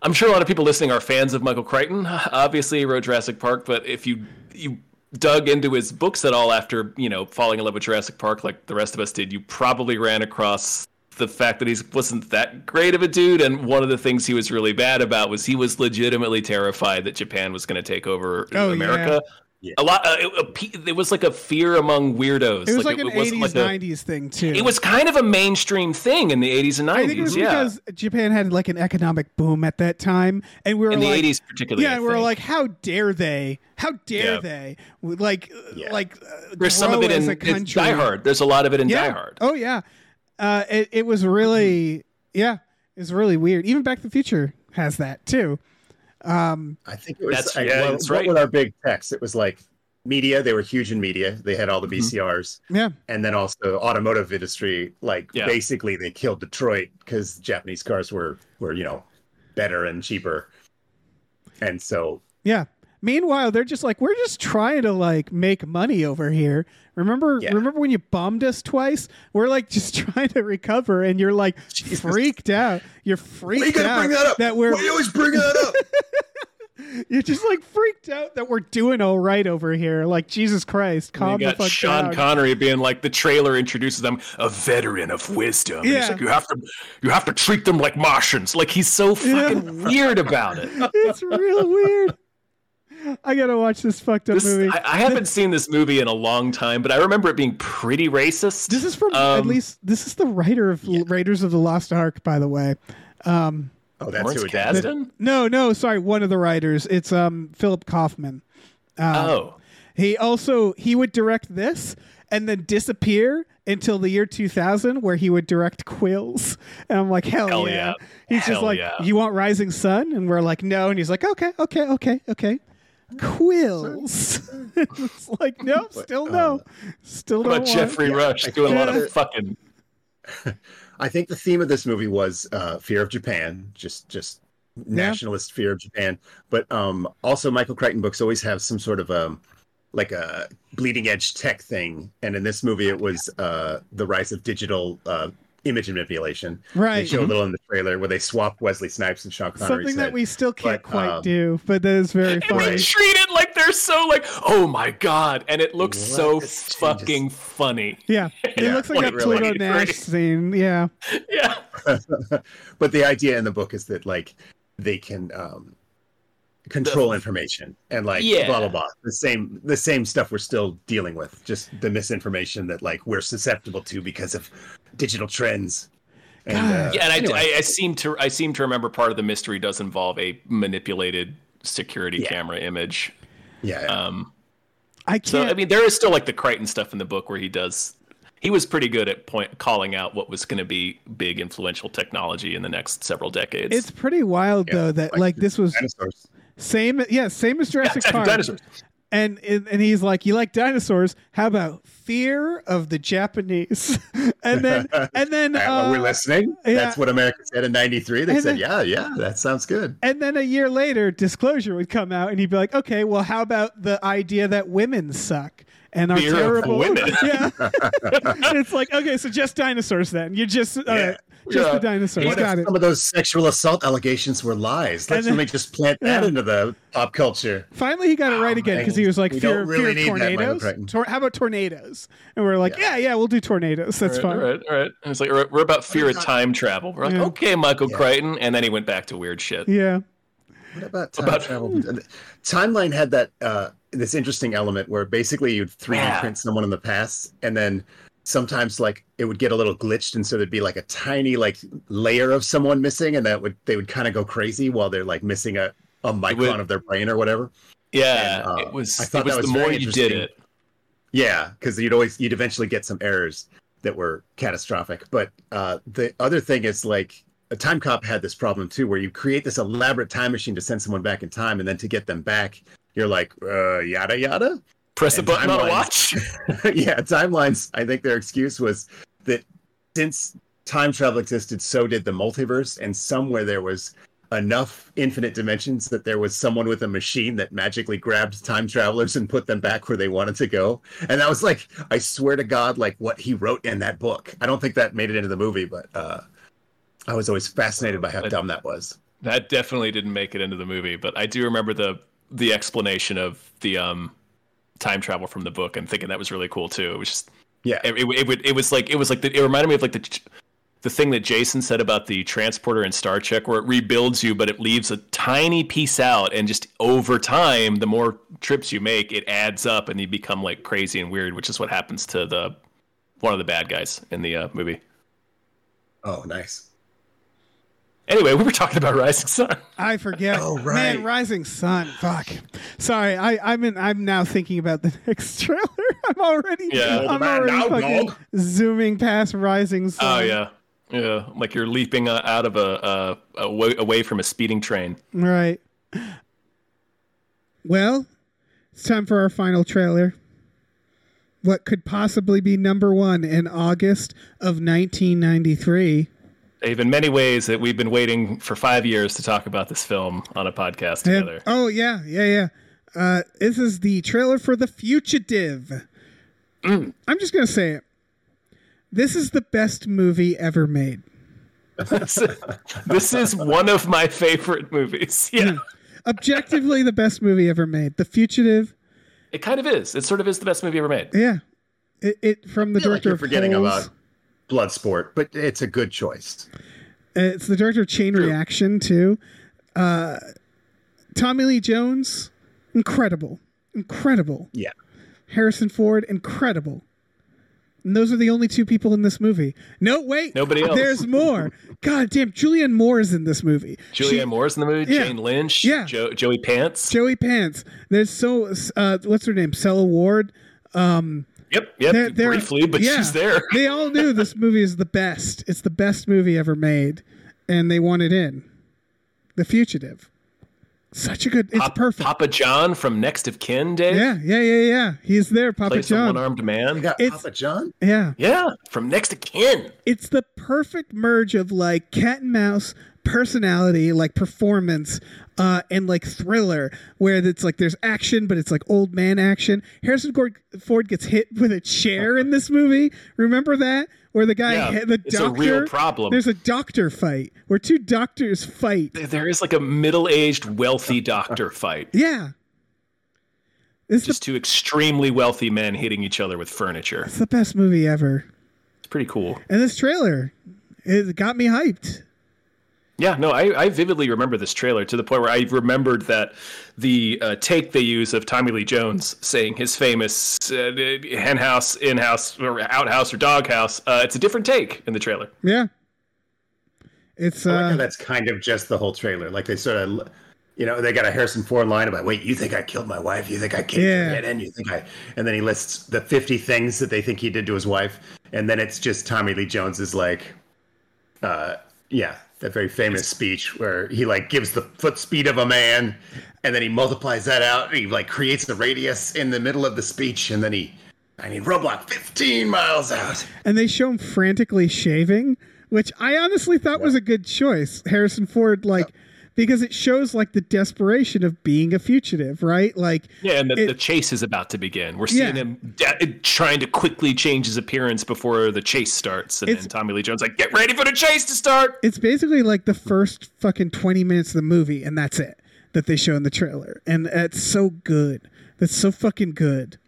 Speaker 1: I'm sure a lot of people listening are fans of Michael Crichton. Obviously, he wrote Jurassic Park, but if you you dug into his books at all after you know falling in love with Jurassic Park, like the rest of us did, you probably ran across the fact that he wasn't that great of a dude. And one of the things he was really bad about was he was legitimately terrified that Japan was going to take over
Speaker 3: Oh,
Speaker 1: America.
Speaker 4: yeah.
Speaker 1: A lot. Uh, it, a pe- it was like a fear among weirdos.
Speaker 3: It was like, an
Speaker 1: wasn't
Speaker 3: 80s,
Speaker 1: like a-
Speaker 3: 90s thing too.
Speaker 1: It was kind of a mainstream thing in the 80s and 90s.
Speaker 3: I think it was
Speaker 1: yeah.
Speaker 3: because Japan had like an economic boom at that time, and we were
Speaker 1: in the
Speaker 3: like,
Speaker 1: 80s, particularly.
Speaker 3: yeah,
Speaker 1: I
Speaker 3: and we were
Speaker 1: think.
Speaker 3: like, how dare they? How dare
Speaker 1: Yeah.
Speaker 3: they? Like, uh,
Speaker 4: Yeah.
Speaker 3: like uh,
Speaker 1: There's some of
Speaker 3: grow
Speaker 1: it
Speaker 3: as
Speaker 1: in
Speaker 3: a
Speaker 1: it's
Speaker 3: country.
Speaker 1: Die Hard. There's a lot of it in
Speaker 3: yeah.
Speaker 1: Die Hard.
Speaker 3: Oh yeah, uh, it it was really
Speaker 1: Mm-hmm.
Speaker 3: yeah, it's really weird. Even Back to the Future has that too.
Speaker 4: I think it was.
Speaker 1: That's-
Speaker 4: I,
Speaker 1: yeah,
Speaker 4: what,
Speaker 1: that's
Speaker 4: what
Speaker 1: right.
Speaker 4: were our big texts? It was like media. They were huge in media. They had all
Speaker 1: Mm-hmm.
Speaker 4: the VCRs,
Speaker 3: Yeah.
Speaker 4: and then also automotive industry. Like
Speaker 1: Yeah.
Speaker 4: basically, they killed Detroit because Japanese cars were were you know better and cheaper, and so
Speaker 3: Yeah. Meanwhile, they're just like, we're just trying to like make money over here. Remember,
Speaker 4: Yeah.
Speaker 3: remember when you bombed us twice? We're like just trying to recover, and you're like freaked out. You're
Speaker 4: Why you
Speaker 3: freaked
Speaker 4: gotta
Speaker 3: out
Speaker 4: bring that up.
Speaker 3: we're
Speaker 4: Why you always bring that up?
Speaker 3: you're just like freaked out that we're doing all right over here. Like Jesus Christ, calm
Speaker 1: And you
Speaker 3: the
Speaker 1: got
Speaker 3: fuck
Speaker 1: Sean
Speaker 3: down.
Speaker 1: Connery being like the trailer introduces them a veteran of wisdom. And
Speaker 3: Yeah.
Speaker 1: He's like you have to you have to treat them like Martians. Like he's so fucking weird about it.
Speaker 3: it's real weird. I gotta watch this fucked up
Speaker 1: This-
Speaker 3: movie.
Speaker 1: I, I haven't seen this movie in a long time, but I remember it being pretty racist.
Speaker 3: This is from at
Speaker 1: Um,
Speaker 3: least this is the writer of Raiders of the Lost Ark, by the way. Um,
Speaker 4: Oh, that's
Speaker 1: Lawrence
Speaker 4: who it is.
Speaker 1: Kasdan?
Speaker 3: no, no, sorry, one of the writers. It's um Philip Kaufman. Uh,
Speaker 1: oh,
Speaker 3: He also he would direct this and then disappear until the year 2000 where he would direct Quills. And I'm like, hell,
Speaker 1: Hell
Speaker 3: yeah.
Speaker 1: yeah.
Speaker 3: He's just
Speaker 1: Hell
Speaker 3: like,
Speaker 1: yeah.
Speaker 3: you want Rising Sun? And we're like, no. And he's like, okay, okay, okay, okay. Quills. it's like, nope, still no. Still no.
Speaker 1: what about Jeffrey Rush doing a lot
Speaker 4: Yeah.
Speaker 1: of fucking
Speaker 4: I think the theme of this movie was uh, fear of Japan, just just nationalist fear of Japan. But um, also, Michael Crichton books always have some sort of um, like a bleeding edge tech thing, and in this movie, it was uh, the rise of digital uh, image manipulation. They
Speaker 3: Right. Mm-hmm.
Speaker 4: show a little in the trailer where they swap Wesley Snipes and Sean Connery's
Speaker 3: Something that
Speaker 4: head.
Speaker 3: we still can't
Speaker 4: But,
Speaker 3: quite
Speaker 4: um,
Speaker 3: do, but that is very
Speaker 1: and
Speaker 3: funny.
Speaker 1: they treat it like they're so like, oh my god, and it looks
Speaker 4: What
Speaker 1: so
Speaker 4: is changes?
Speaker 1: fucking funny.
Speaker 3: Yeah. It
Speaker 4: Yeah,
Speaker 3: looks like
Speaker 4: like
Speaker 3: a
Speaker 4: really
Speaker 3: Pluto
Speaker 1: great.
Speaker 3: Nash scene. Yeah.
Speaker 1: Yeah,
Speaker 4: but the idea in the book is that like they can um control information and like
Speaker 1: Yeah.
Speaker 4: blah blah blah the same the same stuff we're still dealing with just the misinformation that like we're susceptible to because of digital trends and uh,
Speaker 1: yeah, and I, I, I seem to I seem to remember part of the mystery does involve a manipulated security
Speaker 4: Yeah.
Speaker 1: camera image.
Speaker 4: yeah
Speaker 1: Um,
Speaker 3: I can't.
Speaker 1: so I mean, there is still like the Crichton stuff in the book where he does. He was pretty good at point calling out what was going to be big influential technology in the next several decades.
Speaker 3: it's pretty wild
Speaker 4: Yeah,
Speaker 3: though that
Speaker 4: like
Speaker 3: like, this was
Speaker 4: dinosaurs
Speaker 3: Same, yeah, same as Jurassic Park.
Speaker 1: dinosaurs.
Speaker 3: And, and and he's like, you like dinosaurs? How about fear of the Japanese? and then and then
Speaker 4: Uh, we're
Speaker 3: uh,
Speaker 4: listening
Speaker 3: yeah.
Speaker 4: that's what america said in 93 they
Speaker 3: And
Speaker 4: said
Speaker 3: then-
Speaker 4: yeah yeah that sounds good
Speaker 3: and then a year later, Disclosure would come out, and he'd be like, okay, well, how about the idea that women suck and are
Speaker 1: Fear of
Speaker 3: terrible?
Speaker 1: women.
Speaker 3: yeah, it's like okay, so just dinosaurs then. You just all
Speaker 4: Yeah.
Speaker 3: right, just
Speaker 1: Yeah.
Speaker 3: the dinosaurs.
Speaker 4: what
Speaker 3: Got
Speaker 4: if
Speaker 3: it.
Speaker 4: some of those sexual assault allegations were lies
Speaker 3: And
Speaker 4: let's
Speaker 3: then-
Speaker 4: let me just plant that
Speaker 3: Yeah.
Speaker 4: into the pop culture
Speaker 3: Finally, he got it right again because he was like,
Speaker 4: We
Speaker 3: fear,
Speaker 4: don't
Speaker 3: fear
Speaker 4: really
Speaker 3: of
Speaker 4: need that, Michael
Speaker 3: tornadoes.
Speaker 4: Crichton.
Speaker 3: Tor- how about tornadoes? And we're like, yeah, yeah, we'll do tornadoes. That's
Speaker 1: all
Speaker 3: fine.
Speaker 1: right, all right. And it's like we're, we're about fear of time travel. We're like,
Speaker 3: Yeah.
Speaker 1: okay, Michael Crichton, and then he went back to weird shit.
Speaker 3: Yeah.
Speaker 4: What about time
Speaker 1: About-
Speaker 4: travel? Timeline had that uh, this interesting element where basically you'd 3D
Speaker 1: Yeah.
Speaker 4: print someone in the past, and then sometimes like it would get a little glitched, and so there'd be like a tiny like layer of someone missing, and that would they would kind of go crazy while they're like missing a a micron
Speaker 1: would-
Speaker 4: of their brain or whatever.
Speaker 1: Yeah,
Speaker 4: And, uh,
Speaker 1: it was.
Speaker 4: I thought
Speaker 1: It was,
Speaker 4: that was
Speaker 1: the more
Speaker 4: very
Speaker 1: you did
Speaker 4: interesting.
Speaker 1: it.
Speaker 4: Yeah, because you'd always you'd eventually get some errors that were catastrophic. But uh, the other thing is like a time cop had this problem too, where you create this elaborate time machine to send someone back in time, and then to get them back, you're like uh, yada yada.
Speaker 1: Press a
Speaker 4: And
Speaker 1: button on a
Speaker 4: timelines.
Speaker 1: watch.
Speaker 4: yeah, timelines. I think their excuse was that since time travel existed, so did the multiverse, and somewhere there was enough infinite dimensions that there was someone with a machine that magically grabbed time travelers and put them back where they wanted to go. And that was like, I swear to God, like what he wrote in that book. I don't think that made it into the movie, but uh, I was always fascinated by how dumb that was.
Speaker 1: That definitely didn't make it into the movie, but I do remember the the explanation of the um time travel from the book and thinking that was really cool too. It was just
Speaker 4: Yeah.
Speaker 1: it, it, it, would- it was like it was like the, it reminded me of like the the thing that Jason said about the transporter in Star Trek where it rebuilds you but it leaves a tiny piece out and just over time the more trips you make it adds up and you become like crazy and weird, which is what happens to the one of the bad guys in the uh, movie.
Speaker 4: Oh, nice.
Speaker 1: Anyway, we were talking about Rising Sun.
Speaker 3: I forget.
Speaker 4: Oh,
Speaker 3: Man,
Speaker 4: right.
Speaker 3: Rising Sun. Fuck. Sorry, I, I'm in, I'm now thinking about the next trailer. I'm already
Speaker 1: Yeah.
Speaker 3: I'm
Speaker 4: Old man
Speaker 3: already
Speaker 4: now,
Speaker 3: fucking
Speaker 4: dog.
Speaker 3: zooming past Rising
Speaker 1: Oh
Speaker 3: Sun.
Speaker 1: yeah, yeah. Like you're leaping uh, out of a, uh, away, away from a speeding train.
Speaker 3: Right. Well, It's time for our final trailer. What could possibly be number one in August of 1993?
Speaker 1: Dave, in many ways that we've been waiting for five years to talk about this film on a podcast
Speaker 3: And-
Speaker 1: together.
Speaker 3: oh, yeah, yeah, yeah. Uh, this is the trailer for The Fugitive.
Speaker 4: Mm.
Speaker 3: I'm just going to say it. This is the best movie ever made.
Speaker 1: this is one of my favorite movies.
Speaker 3: Hmm.
Speaker 1: Yeah.
Speaker 3: Objectively, the best movie ever made. The Fugitive.
Speaker 1: It kind of is. It sort of is the best movie ever made.
Speaker 3: Yeah. It, it from the
Speaker 4: I feel like
Speaker 3: director
Speaker 4: you're
Speaker 3: of
Speaker 4: forgetting
Speaker 3: Holes.
Speaker 4: about Bloodsport, but it's a good choice.
Speaker 3: Uh, It's the director of Chain Reaction too. Uh, Tommy Lee Jones, incredible, incredible.
Speaker 4: Yeah.
Speaker 3: Harrison Ford, incredible. And those are the only two people in this movie. No, wait,
Speaker 1: Nobody else.
Speaker 3: There's more. God damn, Julianne Moore is in this movie.
Speaker 1: Julianne
Speaker 3: She-
Speaker 1: Moore's in the movie.
Speaker 3: Yeah.
Speaker 1: Jane Lynch.
Speaker 3: Yeah.
Speaker 1: Jo- Joey Pants.
Speaker 3: Joey Pants. There's so uh, what's her name? Stella Ward.
Speaker 1: yep. Yep.
Speaker 3: They're- they're-
Speaker 1: Briefly, but
Speaker 3: yeah.
Speaker 1: she's there.
Speaker 3: they all knew this movie is the best. It's the best movie ever made, and they want it in. The Fugitive. Such a good. It's
Speaker 1: Pop-
Speaker 3: perfect.
Speaker 1: Papa John from Next of Kin, Dave.
Speaker 3: Yeah, yeah, yeah, yeah. He's there, Papa
Speaker 1: Plays the
Speaker 3: John.
Speaker 1: one-armed man.
Speaker 4: You got
Speaker 3: It's-
Speaker 4: Papa John?
Speaker 3: Yeah.
Speaker 1: Yeah, from Next of Kin.
Speaker 3: It's the perfect merge of like cat and mouse personality, like performance, uh, and like thriller, where it's like there's action, but it's like old man action. Harrison Gord- Ford gets hit with a chair in this movie. Remember that? Where the guy,
Speaker 1: Yeah,
Speaker 3: hit the
Speaker 1: it's a
Speaker 3: doctor.
Speaker 1: real problem.
Speaker 3: There's a doctor fight where two doctors fight.
Speaker 1: There is like a middle-aged, wealthy doctor fight.
Speaker 3: Yeah. It's the,
Speaker 1: Just two extremely wealthy men hitting each other with furniture.
Speaker 3: it's the best movie ever.
Speaker 1: It's pretty cool.
Speaker 3: And this trailer, it got me hyped.
Speaker 1: Yeah, no, I, I vividly remember this trailer to the point where I remembered that the uh, take they use of Tommy Lee Jones saying his famous uh, hen house, in house, or outhouse, or dog house. Uh, it's a different take in the trailer.
Speaker 3: Yeah.
Speaker 1: Oh,
Speaker 3: It's
Speaker 4: I like how
Speaker 3: uh
Speaker 4: that's kind of just the whole trailer. Like they sort of, you know, they got a Harrison Ford line about, "Wait, you think I killed my wife? You think I kicked
Speaker 3: Yeah.
Speaker 4: her head in? You think I?" And then he lists the fifty things that they think he did to his wife, and then it's just Tommy Lee Jones is like, uh, yeah, that very famous speech where he like gives the foot speed of a man, and then he multiplies that out, and he like creates a radius in the middle of the speech, and then he. I need Roblox 15 miles out.
Speaker 3: and they show him frantically shaving, which I honestly thought was a good choice. Harrison Ford like because it shows like the desperation of being a fugitive, right? Like
Speaker 1: Yeah, and the,
Speaker 3: It-
Speaker 1: the chase is about to begin. We're seeing
Speaker 3: Yeah.
Speaker 1: him da- trying to quickly change his appearance before the chase starts, and
Speaker 3: It's-
Speaker 1: then Tommy Lee Jones like, "Get ready for the chase to start."
Speaker 3: it's basically like the first fucking 20 minutes of the movie and that's it that they show in the trailer. And that's so good. That's so fucking good.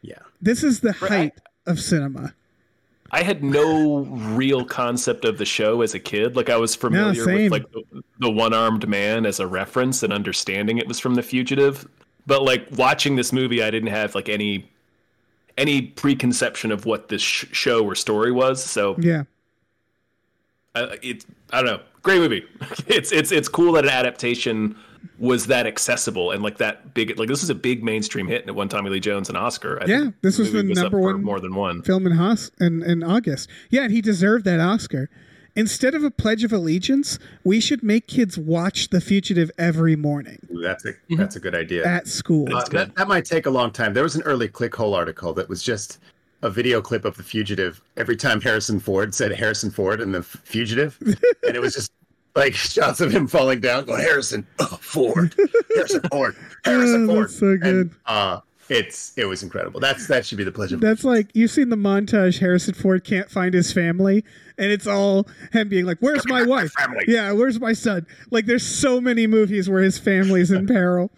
Speaker 4: Yeah.
Speaker 3: This is the height of cinema.
Speaker 1: I had no real concept of the show as a kid. Like I was familiar
Speaker 3: same.
Speaker 1: with like the, the one-armed man as a reference and understanding it was from The Fugitive, but like watching this movie, I didn't have like any any preconception of what this sh- show or story was. So
Speaker 3: Yeah.
Speaker 1: I, it's I don't know. Great movie. It's it's it's cool that an adaptation was that accessible and like that big. Like this was a big mainstream hit and it won Tommy Lee Jones an Oscar. I
Speaker 3: Yeah,
Speaker 1: think
Speaker 3: this was
Speaker 1: movie
Speaker 3: the
Speaker 1: up
Speaker 3: number
Speaker 1: for
Speaker 3: one
Speaker 1: more than one.
Speaker 3: film in, Haas, in, in August. Yeah, and he deserved that Oscar. Instead of a Pledge of Allegiance, we should make kids watch The Fugitive every morning
Speaker 4: Ooh, That's a that's a good idea.
Speaker 3: at school.
Speaker 4: Uh, that, that might take a long time. There was an early clickhole article that was just a video clip of the fugitive every time Harrison Ford said Harrison Ford and the F- fugitive, and it was just like shots of him falling down, going Harrison oh, Ford, Harrison Ford, Harrison
Speaker 3: Oh,
Speaker 4: Ford.
Speaker 3: that's so good.
Speaker 4: And, uh, it's it was incredible. That's that should be the pleasure.
Speaker 3: That's like you've seen the montage Harrison Ford can't find his family, and it's all him being like, "Where's my wife?
Speaker 4: family."
Speaker 3: Yeah, where's my son?" Like, there's so many movies where his family's in peril.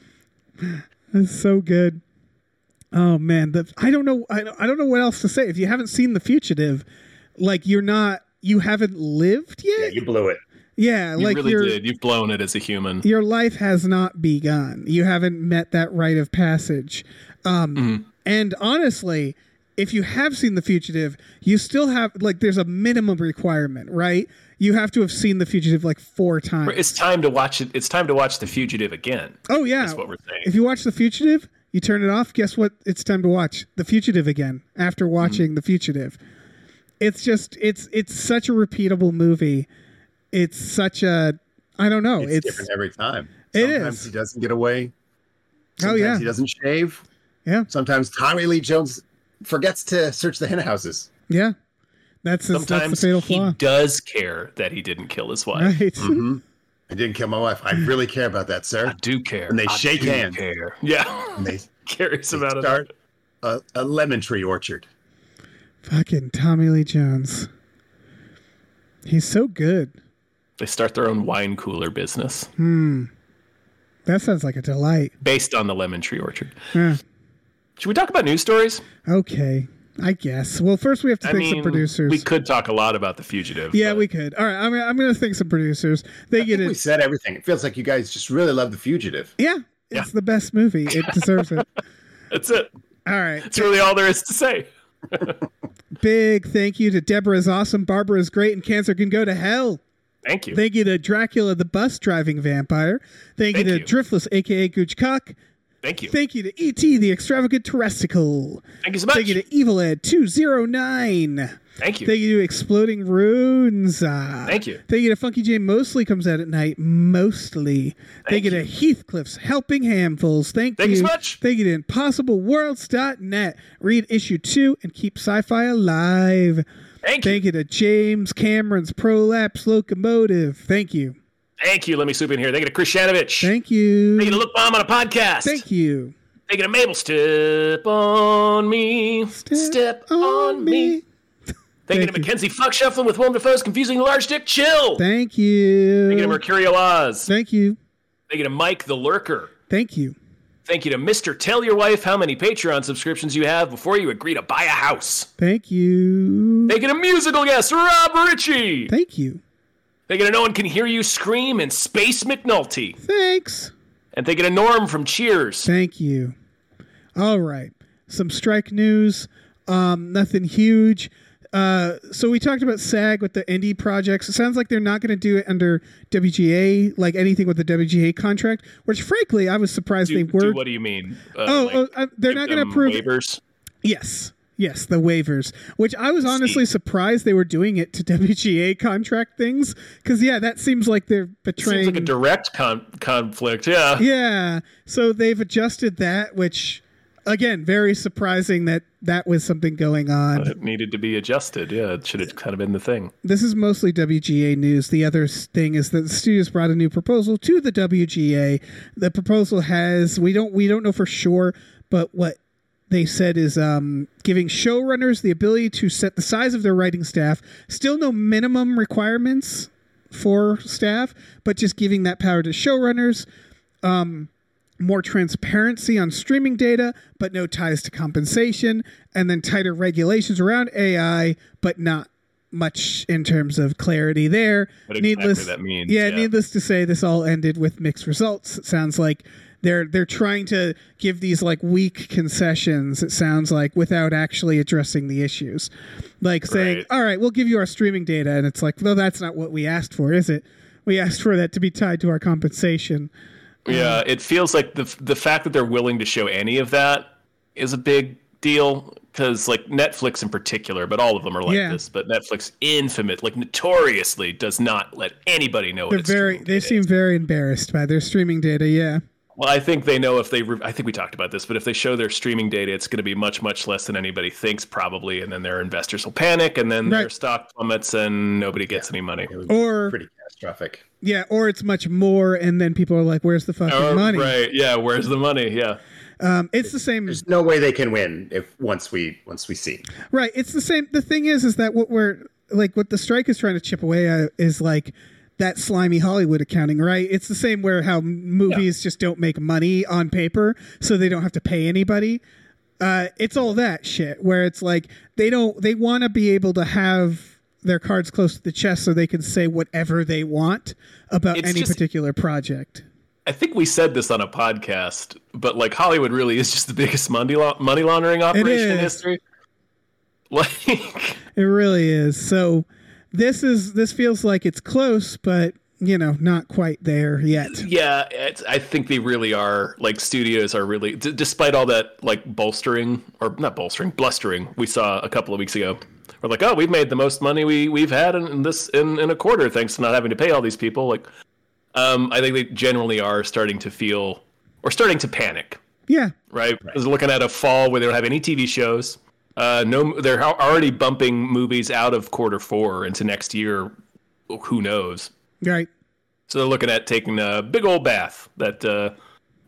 Speaker 3: That's so good. Oh man, the, I don't know. I don't, I don't know what else to say. If you haven't seen The Fugitive, like you're not, you haven't lived
Speaker 4: Yeah,
Speaker 3: yet.
Speaker 4: you blew it.
Speaker 3: Yeah,
Speaker 1: You
Speaker 3: like
Speaker 1: really
Speaker 3: your
Speaker 1: did. You've blown it as a human.
Speaker 3: your life has not begun. You haven't met that rite of passage. Um,
Speaker 1: Mm-hmm.
Speaker 3: And honestly, if you have seen The Fugitive, you still have like there's a minimum requirement, right? You have to have seen The Fugitive like four times.
Speaker 1: It's time to watch it. It's time to watch The Fugitive again.
Speaker 3: oh yeah,
Speaker 1: That's what we're saying.
Speaker 3: if you watch The Fugitive, you turn it off. Guess what? It's time to watch The Fugitive again
Speaker 1: Mm-hmm.
Speaker 3: after watching The Fugitive. It's just it's it's such a repeatable movie. It's such a I don't know.
Speaker 4: It's,
Speaker 3: It's,
Speaker 4: different every time.
Speaker 3: It
Speaker 4: Sometimes
Speaker 3: is. Oh,
Speaker 4: he doesn't get away. Sometimes
Speaker 3: yeah.
Speaker 4: he doesn't shave.
Speaker 3: Yeah.
Speaker 4: Sometimes Tommy Lee Jones forgets to search the hen houses.
Speaker 3: Yeah. That's his, that's the
Speaker 1: Sometimes
Speaker 3: fatal
Speaker 1: he Mm-hmm.
Speaker 3: flaw.
Speaker 1: does care that he didn't kill his wife.
Speaker 3: Right.
Speaker 4: I didn't kill my wife. I really care about that, sir.
Speaker 1: I do care.
Speaker 4: And they
Speaker 1: I
Speaker 4: shake
Speaker 1: do
Speaker 4: hands.
Speaker 1: Care. Yeah.
Speaker 4: And they
Speaker 1: Carries him out of
Speaker 4: start a, a lemon tree orchard.
Speaker 3: Fucking Tommy Lee Jones. He's so good.
Speaker 1: They start their own wine cooler business
Speaker 3: Hmm. That sounds like a delight.
Speaker 1: based on the lemon tree orchard.
Speaker 3: Yeah.
Speaker 1: Should we talk about news stories?
Speaker 3: Okay. I guess. Well, first we have to
Speaker 1: I
Speaker 3: pick
Speaker 1: mean,
Speaker 3: some producers.
Speaker 1: we could talk a lot about the fugitive.
Speaker 3: yeah,
Speaker 1: but
Speaker 3: we could. All right, I'm, I'm going to think some producers. They
Speaker 4: I
Speaker 3: get
Speaker 4: think
Speaker 3: it.
Speaker 4: we said everything. It feels like you guys just really love The Fugitive.
Speaker 3: yeah,
Speaker 1: Yeah.
Speaker 3: it's the best movie. It deserves it.
Speaker 1: That's it.
Speaker 3: All right.
Speaker 1: That's really all there is to say.
Speaker 3: Big thank you to Deborah is awesome, Barbara is great, and Cancer can go to hell.
Speaker 1: Thank you.
Speaker 3: Thank you to Dracula, the bus driving vampire. Thank,
Speaker 1: Thank
Speaker 3: you to
Speaker 1: you.
Speaker 3: Driftless, aka Gooch Cock.
Speaker 1: Thank you.
Speaker 3: Thank you to E.T., the extravagant terrestrial.
Speaker 1: Thank you so much.
Speaker 3: Thank you to Evil Ed 209.
Speaker 1: Thank you.
Speaker 3: Thank you to Exploding Runes. Thank
Speaker 1: Thank you.
Speaker 3: Thank you to Funky J. Mostly comes out at night. Mostly. Thank, you to Heathcliff's Helping Handfuls. Thank,
Speaker 1: Thank you
Speaker 3: you
Speaker 1: so much.
Speaker 3: Thank you to ImpossibleWorlds.net. Read issue two and keep sci-fi alive.
Speaker 1: Thank you.
Speaker 3: Thank you to James Cameron's Prolapse Locomotive. Thank you.
Speaker 1: Thank you. Let me swoop in here. Thank you to Krishanovich.
Speaker 3: Thank you.
Speaker 1: Thank you to Look Bomb on a podcast.
Speaker 3: Thank you.
Speaker 1: Thank you to Mabel. Step on me. Step, on me. Thank, you to
Speaker 3: Thank you.
Speaker 1: Mackenzie Fuck Shuffling with Willem Dafoe's Confusing the Large Dick Chill. Thank
Speaker 3: Thank you.
Speaker 1: you to Mercurial Oz.
Speaker 3: Thank you.
Speaker 1: Thank you to Mike the Lurker.
Speaker 3: Thank you.
Speaker 1: Thank you to Mr. Tell Your Wife how many Patreon subscriptions you have before you agree to buy a house.
Speaker 3: Thank you.
Speaker 1: Thank you to musical guest Rob Ritchie.
Speaker 3: Thank you.
Speaker 1: Thank you to No One Can Hear You Scream and Space McNulty.
Speaker 3: Thanks.
Speaker 1: And thank you to Norm from Cheers.
Speaker 3: Thank you. All right. Some strike news. Um, nothing huge. Uh, so we talked about SAG with the indie projects. It sounds like they're not going to do it under WGA, like anything with the WGA contract. Which, frankly, I was surprised
Speaker 1: Do,
Speaker 3: they were.
Speaker 1: do- what do you mean? Uh,
Speaker 3: oh,
Speaker 1: like,
Speaker 3: oh, uh, they're
Speaker 1: give
Speaker 3: not going
Speaker 1: them
Speaker 3: to approve.
Speaker 1: waivers.
Speaker 3: Yes. Yes, the waivers, which I was honestly surprised they were doing it to WGA contract things, because yeah, that seems like they're betraying.
Speaker 1: Seems like a direct con- conflict. Yeah.
Speaker 3: Yeah. So they've adjusted that, which again, very surprising that that was something going on.
Speaker 1: It needed to be adjusted. Yeah, it should have kind of been the thing.
Speaker 3: This is mostly WGA news. The other s- thing is that the studios brought a new proposal to the WGA. The proposal has we don't we don't know for sure, but what they said is um, giving showrunners the ability to set the size of their writing staff. Still no minimum requirements for staff, but just giving that power to showrunners. Um, more transparency on streaming data, but no ties to compensation, and then tighter regulations around AI, but not much in terms of clarity there.
Speaker 1: What exactly that means,
Speaker 3: Yeah,
Speaker 1: yeah.
Speaker 3: needless to say, this all ended with mixed results. It sounds like they're they're trying to give these like weak concessions. It sounds like without actually addressing the issues, like saying,
Speaker 1: Right.
Speaker 3: "All right, we'll give you our streaming data," and it's like, "Well, that's not what we asked for, is it?" We asked for that to be tied to our compensation.
Speaker 1: Yeah, it feels like the the fact that they're willing to show any of that is a big deal because like Netflix in particular, but all of them are like
Speaker 3: Yeah.
Speaker 1: this. But Netflix, infamous, like notoriously, does not let anybody know.
Speaker 3: They're
Speaker 1: what it's
Speaker 3: very. They seem very embarrassed by their streaming data. Yeah.
Speaker 1: Well, I think they know if they. Re- I think we talked about this, but if they show their streaming data, it's going to be much much less than anybody thinks probably, and then their investors will panic, and then their
Speaker 3: Right.
Speaker 1: stock plummets, and nobody gets any money.
Speaker 4: It was
Speaker 3: Or
Speaker 4: pretty catastrophic.
Speaker 3: yeah, or it's much more, and then people are like, "Where's the fucking
Speaker 1: Or-
Speaker 3: money?"
Speaker 1: Oh, Right? Yeah. Where's the money? Yeah.
Speaker 3: Um, it's the same.
Speaker 4: There's no way they can win if once we once we see.
Speaker 3: Right. It's the same. The thing is, is that what we're like, what the strike is trying to chip away at is like that slimy Hollywood accounting, right? It's the same where how m- movies just don't make money on paper, so they don't have to pay anybody. Uh, it's all that shit where it's like they don't, they want to be able to have their cards close to the chest so they can say whatever they want about
Speaker 1: It's
Speaker 3: any
Speaker 1: just-
Speaker 3: particular project.
Speaker 1: I think we said this on a podcast, but like Hollywood really is just the biggest money lau- money laundering operation in
Speaker 3: is.
Speaker 1: history. Like,
Speaker 3: It really is. So this is, this feels like it's close, but you know, not quite there yet.
Speaker 1: yeah, it's, I think they really are. Like, studios are really, d- despite all that like bolstering or not bolstering, blustering we saw a couple of weeks ago. We're like, oh, we've made the most money we we've had in, in this in, in a quarter thanks to not having to pay all these people. Like, um, I think they generally are starting to feel or starting to panic
Speaker 3: Yeah.
Speaker 1: right? I was looking at a fall where they don't have any TV shows. Uh, no, they're al- already bumping movies out of quarter four into next year. Who knows?
Speaker 3: Right.
Speaker 1: So they're looking at taking a big old bath that uh,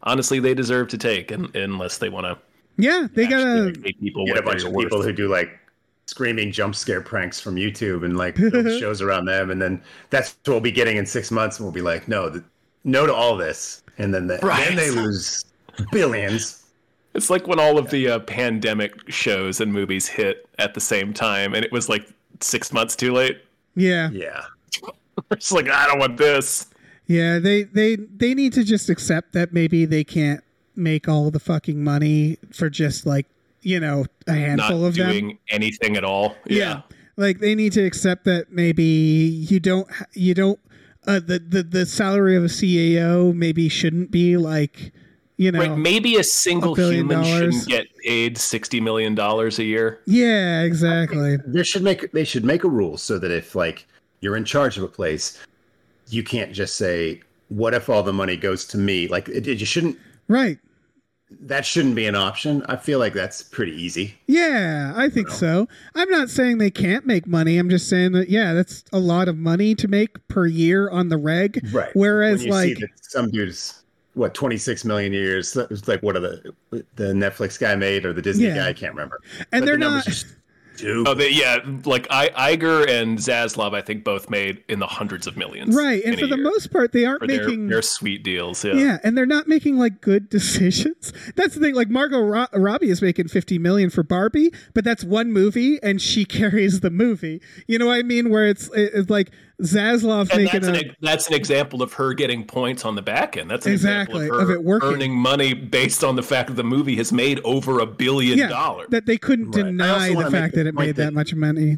Speaker 1: honestly they deserve to take, and, unless they want to
Speaker 3: Yeah. They gotta.
Speaker 1: pay people
Speaker 4: Get a
Speaker 1: what
Speaker 4: bunch
Speaker 1: they're
Speaker 4: of
Speaker 1: worth.
Speaker 4: people who do like screaming jump scare pranks from YouTube and like build shows around them, and then that's what we'll be getting in six months, and we'll be like, no, th- no to all this, and then the,
Speaker 1: Right.
Speaker 4: then they lose billions.
Speaker 1: It's like when all of the uh, pandemic shows and movies hit at the same time, and it was like six months too late.
Speaker 3: Yeah.
Speaker 4: Yeah,
Speaker 1: It's like I don't want this.
Speaker 3: Yeah, they they they need to just accept that maybe they can't make all the fucking money for just like you know a
Speaker 1: Not
Speaker 3: handful of
Speaker 1: doing
Speaker 3: them.
Speaker 1: anything at all. Yeah.
Speaker 3: like they need to accept that maybe you don't ha- you don't uh, the the the salary of a CEO maybe shouldn't be like you know
Speaker 1: Right, maybe a single
Speaker 3: billion
Speaker 1: human
Speaker 3: dollars.
Speaker 1: shouldn't get paid sixty million dollars a year.
Speaker 3: yeah exactly
Speaker 4: they should make they should make a rule so that if like you're in charge of a place, you can't just say, "What if all the money goes to me?" Like it, it, you shouldn't.
Speaker 3: right
Speaker 4: That shouldn't be an option. I feel like that's pretty easy.
Speaker 3: yeah I think so I'm not saying they can't make money I'm just saying that yeah that's a lot of money to make per year on the reg
Speaker 4: Right.
Speaker 3: whereas
Speaker 4: When you
Speaker 3: like
Speaker 4: see that some dudes what 26 million years that was like what are the the netflix guy made or the disney
Speaker 3: Yeah.
Speaker 4: guy i can't remember
Speaker 3: and
Speaker 4: But
Speaker 3: they're
Speaker 4: the
Speaker 3: not
Speaker 4: numbers just do
Speaker 1: Oh, they, yeah, like I, Iger and Zaslav, I think both made in the hundreds of millions.
Speaker 3: right
Speaker 1: in
Speaker 3: and
Speaker 1: a
Speaker 3: for the
Speaker 1: year
Speaker 3: most part they aren't
Speaker 1: for their,
Speaker 3: making
Speaker 1: their sweet deals. Yeah.
Speaker 3: yeah and they're not making like good decisions that's the thing like margot Ro- robbie is making 50 million for barbie but that's one movie and she carries the movie you know what i mean where it's, it- it's like zaslav
Speaker 1: And
Speaker 3: making
Speaker 1: that's an,
Speaker 3: a
Speaker 1: ex- that's an example of her getting points on the back end. That's an
Speaker 3: Exactly,
Speaker 1: example
Speaker 3: of
Speaker 1: of her
Speaker 3: it working.
Speaker 1: earning money based on the fact that the movie has made over a billion dollars.
Speaker 3: that they couldn't
Speaker 4: Right. I
Speaker 3: deny
Speaker 4: also wanna
Speaker 3: the
Speaker 4: make
Speaker 3: fact
Speaker 4: the
Speaker 3: that it
Speaker 4: point
Speaker 3: made that
Speaker 4: that-
Speaker 3: much money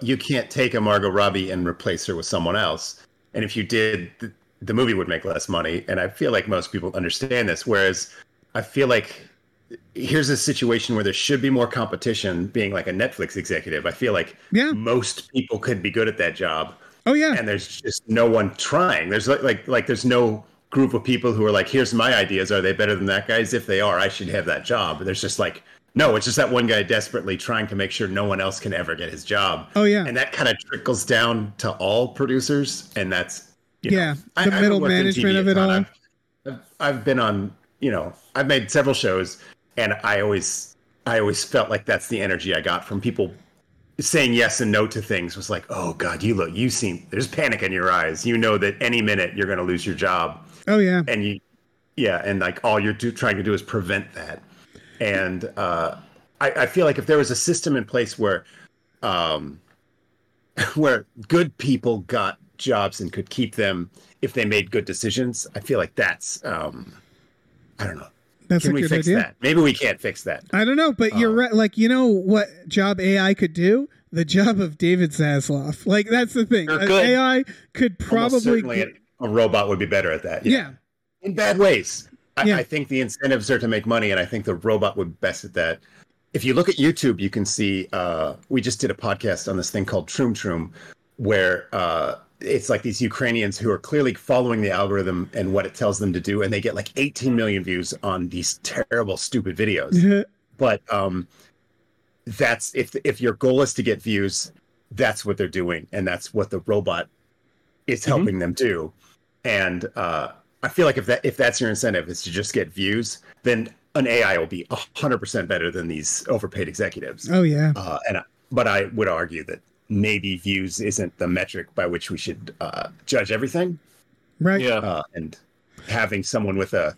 Speaker 4: you can't take a margot robbie and replace her with someone else and if you did the, the movie would make less money and i feel like most people understand this whereas i feel like here's a situation where there should be more competition being like a netflix executive i feel like
Speaker 3: Yeah.
Speaker 4: most people could be good at that job
Speaker 3: oh yeah
Speaker 4: and there's just no one trying. There's like like like there's no group of people who are like, here's my ideas. Are they better than that guy's? If they are, I should have that job. But there's just like no, it's just that one guy desperately trying to make sure no one else can ever get his job.
Speaker 3: Oh, yeah.
Speaker 4: and that kind of trickles down to all producers, and that's you know,
Speaker 3: yeah
Speaker 4: I-
Speaker 3: the
Speaker 4: I've
Speaker 3: middle
Speaker 4: worked in
Speaker 3: management
Speaker 4: TV
Speaker 3: of
Speaker 4: a
Speaker 3: it
Speaker 4: ton.
Speaker 3: all
Speaker 4: I've, I've I've been on you know I've made several shows, and I always I always felt like that's the energy I got from people saying yes and no to things was like, oh God, you look, you seem, there's panic in your eyes. You know that any minute you're going to lose your job.
Speaker 3: oh yeah
Speaker 4: And you, yeah. And like all you're do, trying to do is prevent that. And uh, I, I feel like if there was a system in place where, um, where good people got jobs and could keep them if they made good decisions, I feel like that's, um, I don't know.
Speaker 3: that's
Speaker 4: Can
Speaker 3: a
Speaker 4: we
Speaker 3: good
Speaker 4: fix
Speaker 3: idea
Speaker 4: that? Maybe we can't fix that.
Speaker 3: I don't know, but you're
Speaker 4: Oh.
Speaker 3: right. Like, you know what job AI could do? The job of David Zasloff. Like, that's the thing.
Speaker 1: Sure
Speaker 3: Uh,
Speaker 1: could.
Speaker 3: AI could
Speaker 4: Almost
Speaker 3: probably.
Speaker 4: certainly a, a robot would be better at that.
Speaker 3: yeah.
Speaker 4: in bad ways. I,
Speaker 3: Yeah.
Speaker 4: I think the incentives are to make money, and I think the robot would best at that. If you look at YouTube, you can see uh, we just did a podcast on this thing called Troom Troom, where uh, it's like these Ukrainians who are clearly following the algorithm and what it tells them to do, and they get like 18 million views on these terrible, stupid videos but um that's if if your goal is to get views that's what they're doing and that's what the robot is helping them do and uh i feel like if that if that's your incentive is to just get views then an ai will be 100% better than these overpaid executives
Speaker 3: oh, yeah.
Speaker 4: uh, and I, but i would argue that maybe views isn't the metric by which we should uh, judge everything
Speaker 3: Right.
Speaker 1: Yeah.
Speaker 4: uh, and having someone with a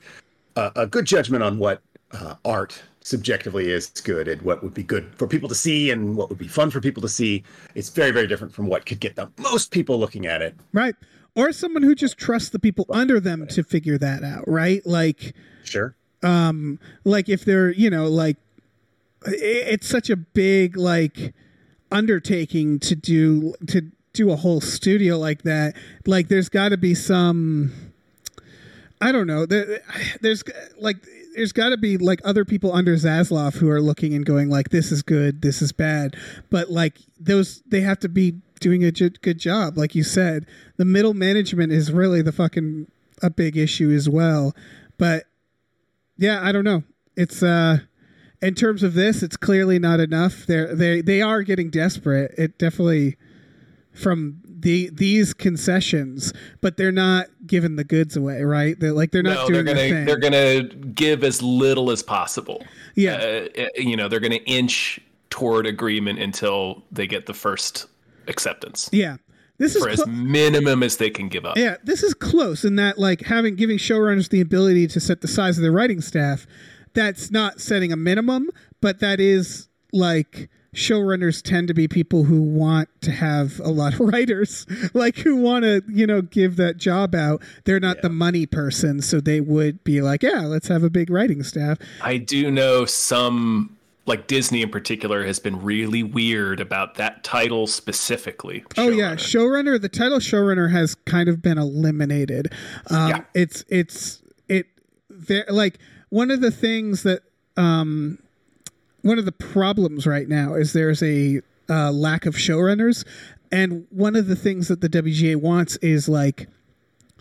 Speaker 4: a, a good judgment on what uh, art subjectively is good and what would be good for people to see and what would be fun for people to see it's very very different from what could get the most people looking at it
Speaker 3: Right. Or someone who just trusts the people under them to figure that out. Right. Like,
Speaker 4: sure
Speaker 3: um like if they're you know like i it's such a big like undertaking to do to do a whole studio like that like there's got to be some i don't know there, there's like there's got to be like other people under zaslav who are looking and going like this is good this is bad but like those they have to be doing a ju- good job like you said the middle management is really the fucking a big issue as well but yeah, I don't know. It's uh, in terms of this, it's clearly not enough. They're they they are getting desperate. It definitely from the these concessions, but they're not giving the goods away, right? They're like they're
Speaker 1: no,
Speaker 3: not
Speaker 1: they're
Speaker 3: doing
Speaker 1: gonna
Speaker 3: their thing.
Speaker 1: they're gonna give as little as possible.
Speaker 3: Yeah.
Speaker 1: uh, you know they're gonna inch toward agreement until they get the first acceptance
Speaker 3: yeah, this is
Speaker 1: for as
Speaker 3: clo-
Speaker 1: minimum as they can give up.
Speaker 3: Yeah, this is close in that like having giving showrunners the ability to set the size of their writing staff, that's not setting a minimum, but that is like showrunners tend to be people who want to have a lot of writers, like who want to, you know, give that job out. They're not the money person, so they would be like, yeah, let's have a big writing staff.
Speaker 1: I do know some like Disney in particular has been really weird about that title specifically.
Speaker 3: Oh yeah,
Speaker 1: showrunner.
Speaker 3: showrunner. The title showrunner has kind of been eliminated. Um, It's it's it. There like one of the things that um, one of the problems right now is there's a uh, lack of showrunners, and one of the things that the WGA wants is like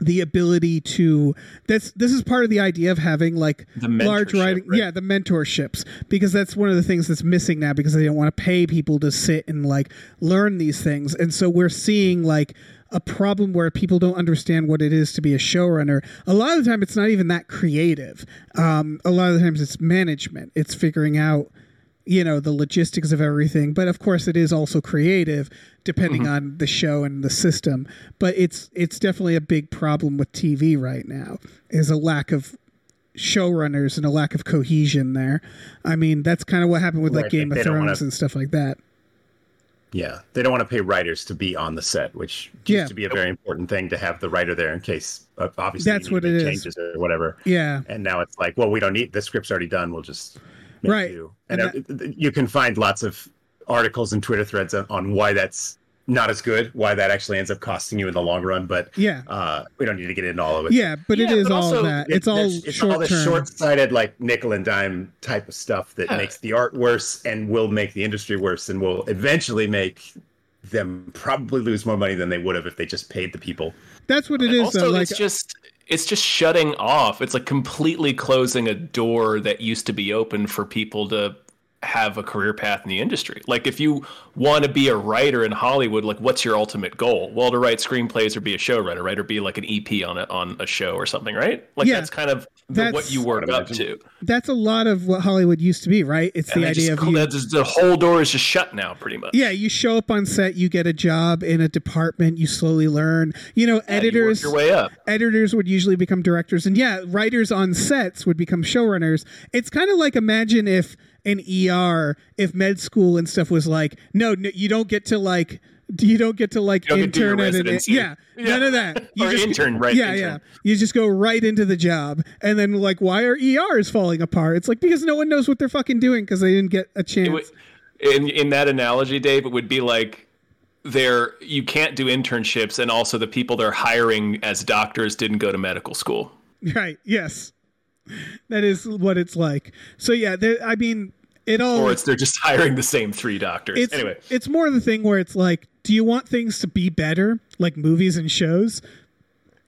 Speaker 3: the ability to that's this is part of the idea of having like
Speaker 1: The
Speaker 3: large
Speaker 1: mentorship,
Speaker 3: writing
Speaker 1: right?
Speaker 3: yeah the mentorships because that's one of the things that's missing now because they don't want to pay people to sit and like learn these things and so we're seeing like a problem where people don't understand what it is to be a showrunner a lot of the time it's not even that creative um, a lot of the times it's management it's figuring out you know the logistics of everything but of course it is also creative depending on the show and the system but it's it's definitely a big problem with tv right now is a lack of showrunners and a lack of cohesion there i mean that's kind of what happened with like
Speaker 4: Right,
Speaker 3: game
Speaker 4: they
Speaker 3: of
Speaker 4: don't
Speaker 3: thrones
Speaker 4: wanna-
Speaker 3: and stuff like that
Speaker 4: Yeah, they don't want to pay writers to be on the set, which used
Speaker 3: Yeah.
Speaker 4: to be a very important thing to have the writer there in case uh, obviously
Speaker 3: That's
Speaker 4: you
Speaker 3: what
Speaker 4: need to make
Speaker 3: it is.
Speaker 4: changes or whatever.
Speaker 3: yeah
Speaker 4: And now it's like, well, we don't need the script's already done. We'll just make
Speaker 3: Right.
Speaker 4: do. And,
Speaker 3: And
Speaker 4: uh, th- you can find lots of articles and Twitter threads on, on why that's not as good, why that actually ends up costing you in the long run. But
Speaker 3: Yeah.
Speaker 4: uh, we don't need to get into all of it.
Speaker 3: yeah but it
Speaker 1: Yeah,
Speaker 3: is
Speaker 1: but
Speaker 3: all
Speaker 1: also
Speaker 3: that
Speaker 4: It-
Speaker 3: it's all
Speaker 4: that's- it's all
Speaker 3: short
Speaker 4: this
Speaker 3: term
Speaker 4: short-sighted, like nickel and dime type of stuff that makes the art worse and will make the industry worse and will eventually make them probably lose more money than they would have if they just paid the people.
Speaker 3: that's what it is
Speaker 1: also
Speaker 3: though like uh,
Speaker 1: it's just it's just shutting off it's like completely closing a door that used to be open for people to have a career path in the industry like if you want to be a writer in hollywood like what's your ultimate goal well to write screenplays or be a showrunner right or be like an ep on a, on a show or something right like
Speaker 3: Yeah.
Speaker 1: that's kind of the,
Speaker 3: That's-
Speaker 1: what you work up to
Speaker 3: that's a lot of what hollywood used to be right it's
Speaker 1: And
Speaker 3: the
Speaker 1: they
Speaker 3: idea
Speaker 1: just
Speaker 3: of
Speaker 1: cl-
Speaker 3: you
Speaker 1: that just- the whole door is just shut now pretty much
Speaker 3: Yeah, you show up on set, you get a job in a department, you slowly learn. You know,
Speaker 1: You work
Speaker 3: editors
Speaker 1: your way up
Speaker 3: editors would usually become directors and yeah, writers on sets would become showrunners. It's kind of like imagine if an ER, if med school and stuff was like, no, no you don't get to like you don't get to like
Speaker 1: don't get to do your
Speaker 3: intern at an
Speaker 1: residency.
Speaker 3: yeah, none of that. You
Speaker 1: Or intern, right,
Speaker 3: Yeah,
Speaker 1: intern.
Speaker 3: yeah. You just go right into the job, and then like, why are ERs falling apart? It's like because no one knows what they're fucking doing because they didn't get a chance.
Speaker 1: It would- in in that analogy, Dave, it would be like there you can't do internships, and also the people they're hiring as doctors didn't go to medical school.
Speaker 3: Right. Yes. That is what it's like. So yeah, there, I mean, it all
Speaker 1: Or it's they're just hiring the same three doctors.
Speaker 3: it's
Speaker 1: anyway,
Speaker 3: it's more the thing where it's like, do you want things to be better, like movies and shows?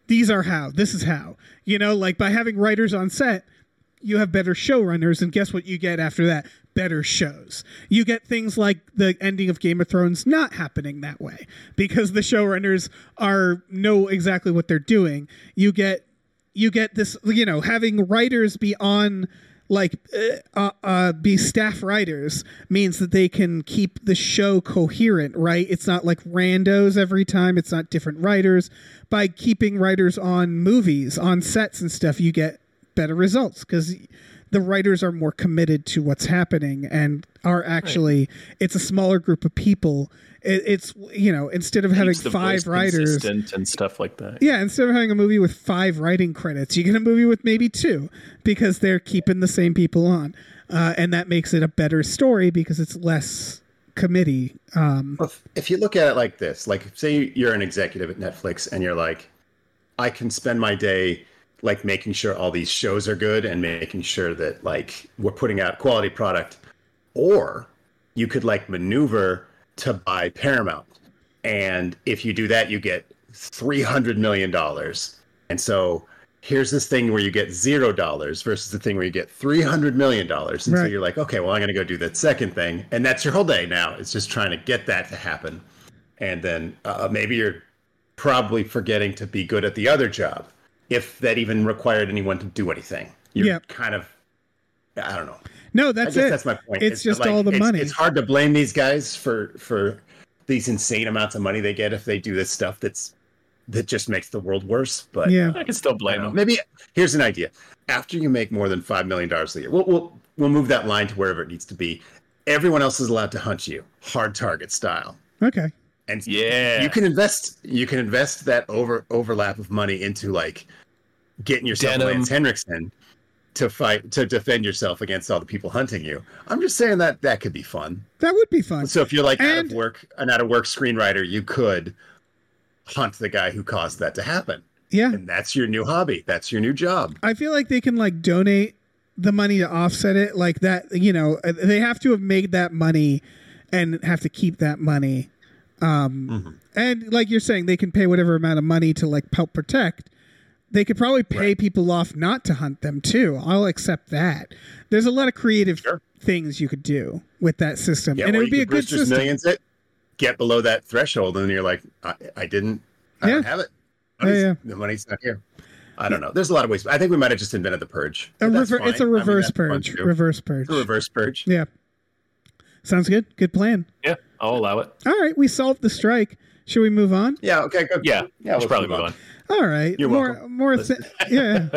Speaker 3: These are how. This is how. You know, like by having writers on set, you have better showrunners, and guess what you get after that? Better shows. You get things like the ending of Game of Thrones not happening that way because the showrunners are know exactly what they're doing. You get you get this you know having writers be on like uh, uh, uh, be staff writers means that they can keep the show coherent right it's not like randos every time it's not different writers by keeping writers on movies on sets and stuff you get better results because the writers are more committed to what's happening and are actually it's a smaller group of people it, it's you know instead of having
Speaker 1: Keeps the
Speaker 3: five
Speaker 1: voice
Speaker 3: writers
Speaker 1: consistent and stuff like that.
Speaker 3: yeah, instead of having a movie with five writing credits, you get a movie with maybe two because they're keeping the same people on, uh, and that makes it a better story because it's less committee. Um,
Speaker 4: Well, if- if you look at it like this, like say you're an executive at Netflix and you're like, I can spend my day like making sure all these shows are good and making sure that like we're putting out quality product. Or you could like maneuver to buy Paramount. And if you do that, you get $300 million. And so here's this thing where you get zero dollars versus the thing where you get three hundred million dollars. And so
Speaker 3: Right.
Speaker 4: you're like, okay, well, I'm going to go do that second thing, and that's your whole day now. It's just trying to get that to happen, and then uh, maybe you're probably forgetting to be good at the other job, if that even required anyone to do anything. You're
Speaker 3: Yep.
Speaker 4: kind of, I don't know.
Speaker 3: No,
Speaker 4: I
Speaker 3: that's
Speaker 4: guess
Speaker 3: it.
Speaker 4: that's my point.
Speaker 3: It's,
Speaker 4: not
Speaker 3: just all the
Speaker 4: it's,
Speaker 3: money.
Speaker 4: It's hard to blame these guys for for these insane amounts of money they get if they do this stuff that's that just makes the world worse. But
Speaker 3: Yeah.
Speaker 1: I can still
Speaker 4: I
Speaker 1: blame
Speaker 4: don't know.
Speaker 1: him.
Speaker 4: maybe here's an idea: after you make more than five million dollars a year, we'll, we'll we'll move that line to wherever it needs to be. Everyone else is allowed to hunt you, hard target style,
Speaker 3: Okay.
Speaker 4: and
Speaker 1: Yeah.
Speaker 4: you can invest you can invest that over overlap of money into like getting yourself
Speaker 1: Denim.
Speaker 4: Lance Henriksen to fight to defend yourself against all the people hunting you. I'm just saying that that could be fun.
Speaker 3: That would be fun.
Speaker 4: So if you're like out
Speaker 3: And-
Speaker 4: of work an out of work screenwriter, you could hunt the guy who caused that to happen.
Speaker 3: yeah.
Speaker 4: And that's your new hobby. That's your new job.
Speaker 3: I feel like they can like donate the money to offset it like that, you know, uh, they have to have made that money and have to keep that money. Um
Speaker 4: Mm-hmm.
Speaker 3: and like you're saying they can pay whatever amount of money to like help protect. They could probably pay people off not to hunt them too. I'll accept that. There's a lot of creative
Speaker 4: Sure.
Speaker 3: things you could do with that system. and it
Speaker 4: or
Speaker 3: would
Speaker 4: you
Speaker 3: be
Speaker 4: could
Speaker 3: a good
Speaker 4: Brewster's
Speaker 3: system.
Speaker 4: millions it, get below that threshold and you're like, I, I didn't I don't
Speaker 3: Yeah.
Speaker 4: have it.
Speaker 3: Yeah, yeah.
Speaker 4: The money's not here. I don't know. There's a lot of ways. I think we might have just invented the purge.
Speaker 3: A
Speaker 4: but that's
Speaker 3: rever- it's a
Speaker 4: fine. I mean,
Speaker 3: reverse
Speaker 4: that's fun
Speaker 3: purge.
Speaker 4: too.
Speaker 3: Reverse purge.
Speaker 4: It's a reverse purge.
Speaker 3: Yeah. Sounds good. Good plan.
Speaker 1: Yeah, I'll allow it.
Speaker 3: All right, we solved the strike. Should we move on?
Speaker 4: Yeah. Okay. Good.
Speaker 1: Yeah, yeah, we
Speaker 4: let's
Speaker 1: should probably move on.
Speaker 3: All right.
Speaker 4: You're
Speaker 3: more,
Speaker 4: welcome.
Speaker 3: More, th- yeah.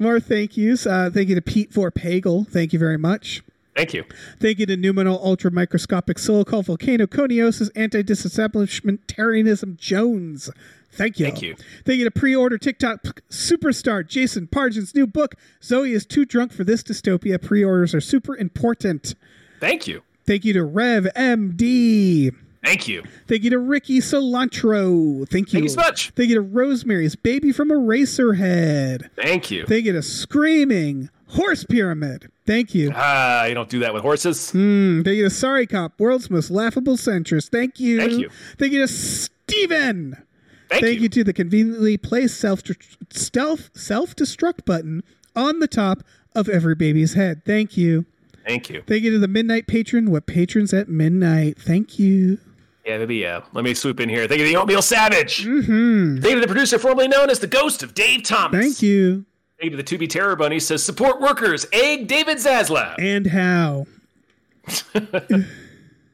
Speaker 3: more thank yous. Uh, thank you to Pete for Pagel. Thank you very much.
Speaker 1: Thank you.
Speaker 3: Thank you to Numenal Ultra Microscopic Silicol Volcano Coniosis Anti Disestablishmentarianism Jones. Thank you.
Speaker 1: Thank you.
Speaker 3: Thank you to pre order TikTok superstar Jason Pargin's new book, Zoe is Too Drunk for This Dystopia. Pre orders are super important.
Speaker 1: Thank you.
Speaker 3: Thank you to Rev MD.
Speaker 1: Thank you.
Speaker 3: Thank you to Ricky Cilantro. Thank you.
Speaker 1: Thank you so much.
Speaker 3: Thank you to Rosemary's Baby from Eraserhead.
Speaker 1: Thank you.
Speaker 3: Thank you to Screaming Horse Pyramid. Thank you.
Speaker 1: Ah, you don't do that with horses.
Speaker 3: Mm, Thank you to Sorry Cop, World's Most Laughable Centrist. Thank you.
Speaker 1: Thank you.
Speaker 3: Thank you to Steven.
Speaker 1: Thank,
Speaker 3: Thank you.
Speaker 1: you.
Speaker 3: to the conveniently placed self stealth self destruct button on the top of every baby's head. Thank you.
Speaker 1: Thank you.
Speaker 3: Thank you to the midnight patron. What patrons at midnight? Thank you.
Speaker 1: Yeah, maybe. Yeah, let me swoop in here. Thank you to the oatmeal savage. Mm-hmm. Thank you to the producer formerly known as the ghost of Dave Thomas.
Speaker 3: Thank you.
Speaker 1: Thank you to the To Be Terror Bunny says support workers. Egg David Zaslav.
Speaker 3: And how?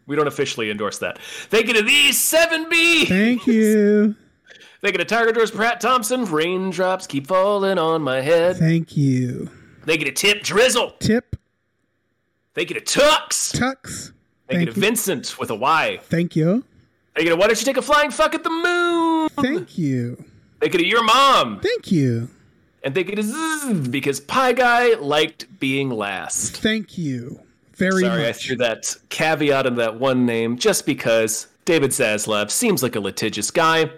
Speaker 1: We don't officially endorse that. Thank you to these seven B.
Speaker 3: Thank you.
Speaker 1: Thank you to Tiger Doors Pratt Thompson. Raindrops keep falling on my head.
Speaker 3: Thank you.
Speaker 1: Thank you to Tip Drizzle.
Speaker 3: Tip
Speaker 1: Thank you to Tux.
Speaker 3: Tux.
Speaker 1: Thank you
Speaker 3: Thank
Speaker 1: to
Speaker 3: you.
Speaker 1: Vincent with a Y.
Speaker 3: Thank you.
Speaker 1: Thank you to Why Don't You Take a Flying Fuck at the Moon?
Speaker 3: Thank you.
Speaker 1: Thank you to Your Mom.
Speaker 3: Thank you.
Speaker 1: And thank you to Zzz because Pie Guy liked being last.
Speaker 3: Thank you. Very
Speaker 1: Sorry, I
Speaker 3: much.
Speaker 1: threw that caveat in that one name just because David Zaslav seems like a litigious guy,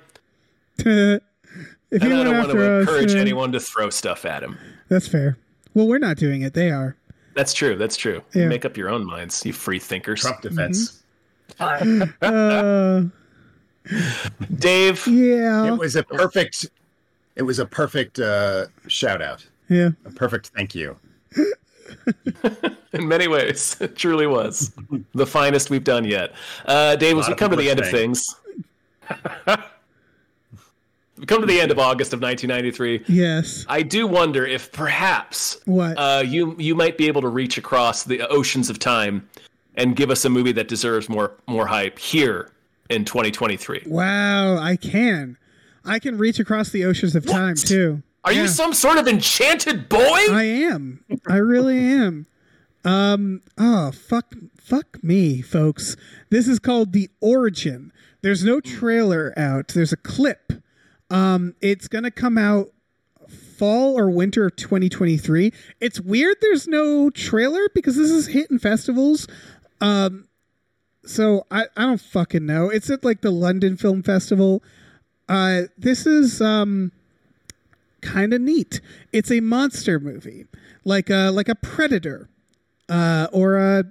Speaker 3: if
Speaker 1: and
Speaker 3: you
Speaker 1: I
Speaker 3: went
Speaker 1: don't want to
Speaker 3: after us,
Speaker 1: encourage
Speaker 3: uh,
Speaker 1: anyone to throw stuff at him.
Speaker 3: that's fair. Well, we're not doing it. They are.
Speaker 1: That's true. That's true.
Speaker 3: Yeah.
Speaker 1: Make up your own minds, you free thinkers.
Speaker 4: Trump
Speaker 3: Mm-hmm.
Speaker 4: defense.
Speaker 3: Uh,
Speaker 1: Dave,
Speaker 3: yeah.
Speaker 4: It was a perfect. It was a perfect uh, shout out.
Speaker 3: Yeah.
Speaker 4: A perfect thank you.
Speaker 1: in many ways, it truly was the finest we've done yet. Uh, Dave, as
Speaker 4: lot
Speaker 1: we
Speaker 4: of
Speaker 1: come to
Speaker 4: people
Speaker 1: the
Speaker 4: are
Speaker 1: end of
Speaker 4: saying.
Speaker 1: things, we come to the end of August of 1993.
Speaker 3: Yes.
Speaker 1: I do wonder if perhaps
Speaker 3: What?
Speaker 1: uh, you you might be able to reach across the oceans of time and give us a movie that deserves more more hype here in 2023.
Speaker 3: wow. I can. I can reach across the oceans of time too.
Speaker 1: Are you some sort of enchanted boy?
Speaker 3: I am. I really am. Um. Oh fuck. Fuck me, folks. This is called the origin. There's no trailer out. There's a clip. Um. It's gonna come out fall or winter of 2023. It's weird. There's no trailer because this is hitting festivals. Um. So I I don't fucking know. It's at like the London Film Festival. Uh. This is um kind of neat. It's a monster movie, like a like a predator, uh, or a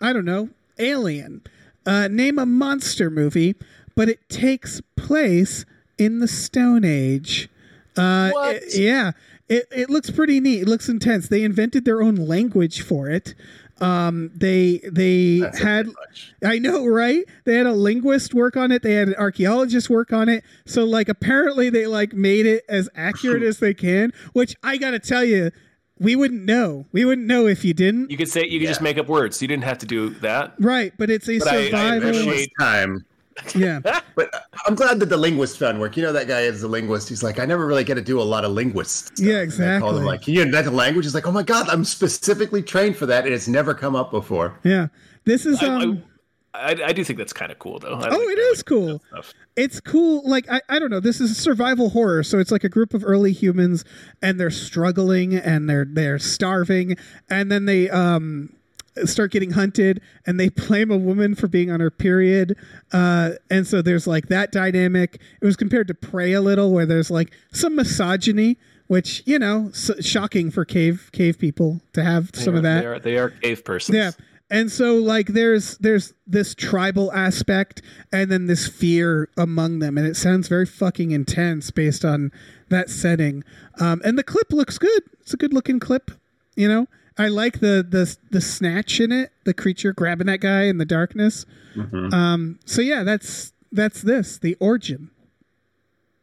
Speaker 3: I don't know alien. Uh, name a monster movie, but it takes place in the Stone Age. Uh, it- yeah, it, it looks pretty neat. It looks intense. They invented their own language for it. Um, they they
Speaker 4: That's a
Speaker 3: had
Speaker 4: bit much.
Speaker 3: I know, right? They had a linguist work on it. They had an archaeologist work on it. So like apparently they like made it as accurate as they can, which I got to tell you, we wouldn't know. We wouldn't know if you didn't.
Speaker 1: You could say you could just make up words. You didn't have to do that.
Speaker 3: right, but it's a
Speaker 1: But I- I
Speaker 3: survival.
Speaker 1: appreciate-
Speaker 4: time.
Speaker 3: yeah.
Speaker 4: But I'm glad that the linguist found work. You know that guy is a linguist. He's like, I never really get to do a lot of linguist. Stuff.
Speaker 3: Yeah,
Speaker 4: And I
Speaker 3: exactly.
Speaker 4: called him like, can you invent a language? He's like, oh my god, I'm specifically trained for that, and it's never come up before.
Speaker 3: Yeah. This is um
Speaker 1: I, I, I do think that's kind of cool though. I
Speaker 3: Oh,
Speaker 1: like
Speaker 3: it
Speaker 1: that
Speaker 3: is cool.
Speaker 1: stuff.
Speaker 3: It's cool. Like I, I don't know. This is survival horror, so it's like a group of early humans, and they're struggling, and they're they're starving, and then they um start getting hunted, and they blame a woman for being on her period, uh, and so there's like that dynamic. It was compared to Prey a little, where there's like some misogyny, which you know, s shocking for cave cave people to have some of
Speaker 1: Yeah,
Speaker 3: that.
Speaker 1: They are, they are cave persons.
Speaker 3: Yeah. And so like there's there's this tribal aspect and then this fear among them and it sounds very fucking intense based on that setting. Um, and the clip looks good. It's a good looking clip, you know. I like the the the snatch in it, the creature grabbing that guy in the darkness. Um, so yeah, that's that's this, the origin.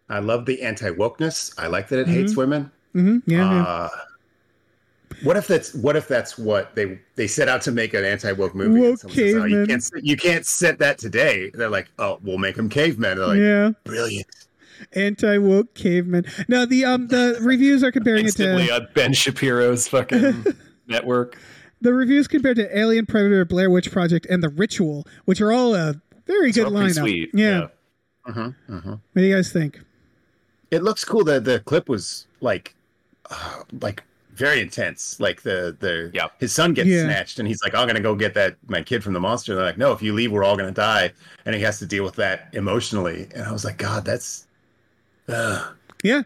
Speaker 4: I love the anti wokeness. I like that it hates women.
Speaker 3: hmm Yeah. yeah.
Speaker 4: Uh, what if that's what if that's what they they set out to make an anti woke movie? and
Speaker 3: Woke
Speaker 4: someone says, "Oh, you
Speaker 3: cavemen."
Speaker 4: can't set- you can't set that today. They're like, oh, we'll make them cavemen. They're like,
Speaker 3: yeah,
Speaker 4: brilliant.
Speaker 3: anti woke caveman. No, the um the reviews are comparing it to
Speaker 1: Instantly on Ben Shapiro's fucking network.
Speaker 3: The reviews compared to Alien Predator, Blair Witch Project, and The Ritual, which are all a very
Speaker 1: They're
Speaker 3: good
Speaker 1: all pretty
Speaker 3: lineup.
Speaker 1: Sweet.
Speaker 3: Yeah.
Speaker 4: Mhm, mhm.
Speaker 3: What do you guys think?
Speaker 4: It looks cool. The the clip was like, uh, like very intense. Like the the
Speaker 1: Yeah.
Speaker 4: his son gets
Speaker 3: Yeah.
Speaker 4: snatched, and he's like, I'm gonna go get that my kid from the monster. And they're like, no, if you leave, we're all gonna die. And he has to deal with that emotionally. And I was like, God, that's. Uh,
Speaker 3: Yeah.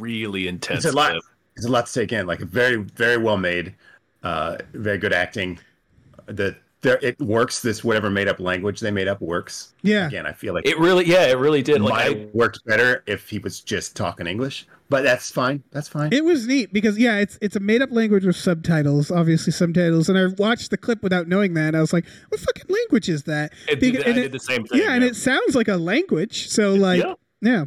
Speaker 1: Really intense.
Speaker 4: it's a lot.
Speaker 1: clip.
Speaker 4: It's a lot to take in. Like very, very well made, uh, very good acting. The there, it works. This whatever made up language they made up works.
Speaker 3: Yeah.
Speaker 4: Again, I feel like
Speaker 1: It really, yeah, it really did.
Speaker 4: might
Speaker 1: Like, I,
Speaker 4: have worked better if he was just talking English. But that's fine. That's fine.
Speaker 3: It was neat because yeah, it's it's a made up language with subtitles, obviously subtitles, and I watched the clip without knowing that. I was like, what fucking language is that?
Speaker 1: it
Speaker 3: Beca-
Speaker 1: did, I
Speaker 3: and
Speaker 1: did
Speaker 3: it-
Speaker 1: the same thing.
Speaker 3: yeah, and it sounds like a language. So like yeah.
Speaker 1: Yeah.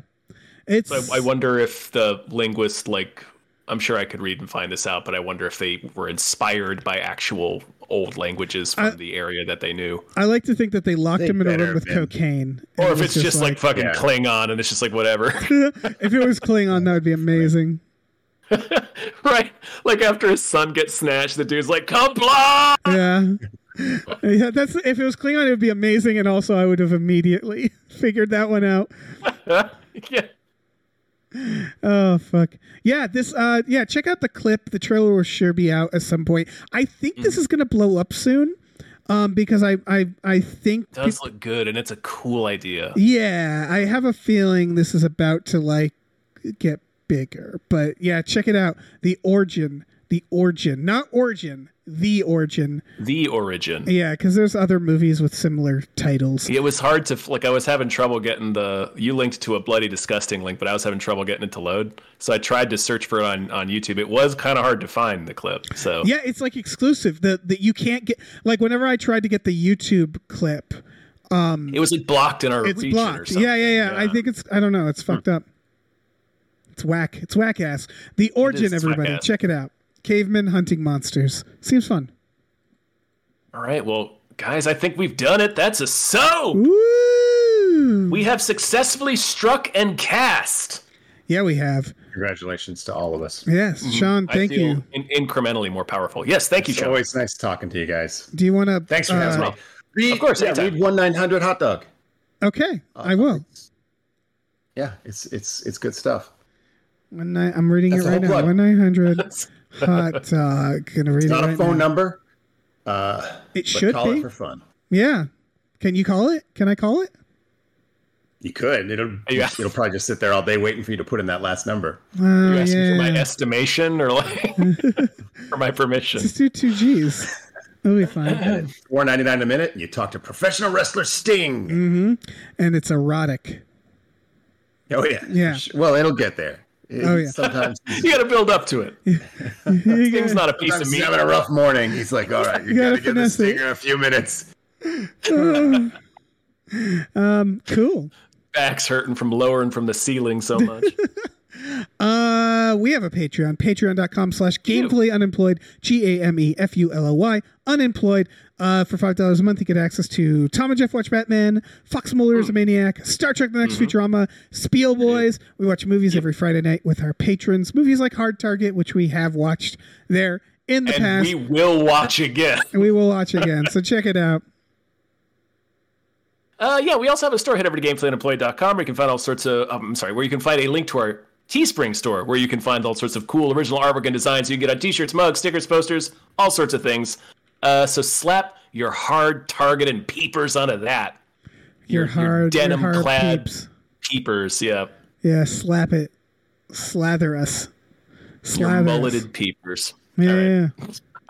Speaker 3: It's
Speaker 1: So I, I wonder if the linguist, like, I'm sure I could read and find this out, but I wonder if they were inspired by actual old languages from
Speaker 3: I-
Speaker 1: the area that they knew,
Speaker 3: I like to think that they locked
Speaker 4: They
Speaker 3: him in a
Speaker 4: better
Speaker 3: room with
Speaker 4: have been.
Speaker 3: cocaine. and
Speaker 1: or
Speaker 3: it
Speaker 1: if
Speaker 3: was
Speaker 1: it's just, like, fucking
Speaker 4: yeah.
Speaker 1: Klingon and it's just like whatever,
Speaker 3: if it was Klingon, that would be amazing.
Speaker 1: right? Like after his son gets snatched, the dude's like, "Comply!"
Speaker 3: yeah. Yeah, that's if it was Klingon, it would be amazing, and also I would have immediately figured that one out.
Speaker 1: yeah.
Speaker 3: Oh fuck. Yeah, this uh yeah, check out the clip. The trailer will sure be out at some point. I think this is gonna blow up soon. Um, because I I I think
Speaker 1: does look good and it's a cool idea.
Speaker 3: Yeah, I have a feeling this is about to like get bigger. But yeah, check it out. The origin. The origin. Not origin, the origin.
Speaker 1: The origin.
Speaker 3: Yeah, because there's other movies with similar titles.
Speaker 1: It was hard to like. I was having trouble getting the. You linked to a bloody disgusting link, but I was having trouble getting it to load. So I tried to search for it on on YouTube. It was kind of hard to find the clip. So
Speaker 4: Oh.
Speaker 3: Yeah, it's like exclusive. That that you can't get. Like whenever I tried to get the YouTube clip,
Speaker 1: it was like blocked in our
Speaker 3: it's
Speaker 1: region or
Speaker 3: blocked.
Speaker 1: something.
Speaker 3: Yeah, yeah, yeah, I think it's. I don't know. It's fucked up. It's whack. It's whack ass. The origin,
Speaker 1: it's
Speaker 3: everybody,
Speaker 1: whack-ass.
Speaker 3: check it out. Cavemen hunting monsters. Seems fun.
Speaker 1: All right. Well, guys, I think we've done it. That's a so.
Speaker 3: Woo!
Speaker 1: We have successfully struck and cast.
Speaker 3: yeah, we have.
Speaker 4: Congratulations to all of us.
Speaker 3: Yes, Sean. Thank
Speaker 1: I feel
Speaker 3: you.
Speaker 1: in- incrementally more powerful. Yes, thank you,
Speaker 4: It's
Speaker 1: Sean.
Speaker 4: always nice talking to you guys.
Speaker 3: Do you uh, want to?
Speaker 4: Thanks for having me. Read,
Speaker 1: Of course,
Speaker 4: Uh, yeah,
Speaker 1: anytime.
Speaker 4: read one nine hundred hot dog.
Speaker 3: Okay,
Speaker 4: Uh,
Speaker 3: I will.
Speaker 4: Yeah, it's it's it's good stuff.
Speaker 3: One nine, I'm reading it
Speaker 4: That's a
Speaker 3: right
Speaker 4: whole
Speaker 3: now.
Speaker 4: plug.
Speaker 3: One nine hundred hot dog. Gonna read
Speaker 4: It's
Speaker 3: it
Speaker 4: not
Speaker 3: right
Speaker 4: a phone
Speaker 3: now.
Speaker 4: number. Uh,
Speaker 3: It
Speaker 4: but
Speaker 3: should
Speaker 4: call
Speaker 3: be.
Speaker 4: it for fun.
Speaker 3: Yeah. Can you call it? Can I call it?
Speaker 4: You could. It'll
Speaker 1: Yeah.
Speaker 4: it'll probably just sit there all day waiting for you to put in that last number.
Speaker 3: Uh,
Speaker 1: you asking for my
Speaker 3: yeah.
Speaker 1: estimation or like for my permission?
Speaker 3: Just do two G's. It'll be fine.
Speaker 4: Four ninety nine a minute, and you talk to professional wrestler Sting.
Speaker 3: And it's erotic.
Speaker 4: Oh yeah,
Speaker 3: Yeah.
Speaker 4: Well, it'll get there. It-
Speaker 3: Oh, yeah.
Speaker 4: Sometimes he's,
Speaker 1: You got to build up to it. Thing's not a piece of
Speaker 4: sometimes he's
Speaker 1: meat.
Speaker 4: having a rough morning. He's like, all right, you,
Speaker 3: gotta
Speaker 4: gotta, give this
Speaker 3: finesse it."
Speaker 4: stinger a few minutes.
Speaker 3: um, cool.
Speaker 1: Back's hurting from lowering from the ceiling so much.
Speaker 3: Uh, we have a Patreon, patreon.com slash gamefully unemployed, G A M E F U L L Y, unemployed. Uh, for $5 a month, you get access to Tom and Jeff Watch Batman, Fox Muller
Speaker 1: Hmm.
Speaker 3: is a Maniac, Star Trek The Next
Speaker 1: Mm-hmm.
Speaker 3: Futurama, Spiel Boys. We watch movies every Friday night with our patrons. Movies like Hard Target, which we have watched there in the
Speaker 1: and
Speaker 3: past,
Speaker 1: we will watch again.
Speaker 3: and we will watch again. so check it out.
Speaker 1: Uh, yeah, we also have a store. Head over to gameplayunemployed.com where you can find all sorts of, um, I'm sorry, where you can find a link to our Teespring store where you can find all sorts of cool original artwork and designs. You can get on t shirts, mugs, stickers, posters, all sorts of things. Uh, so slap your hard target and peepers onto that.
Speaker 3: Your, hard, your
Speaker 1: denim
Speaker 3: hard
Speaker 1: clad
Speaker 3: peeps.
Speaker 1: Peepers, yeah.
Speaker 3: Yeah, slap it. Slather us.
Speaker 1: Your
Speaker 3: Slather us.
Speaker 1: mulleted peepers. All right.
Speaker 3: Yeah.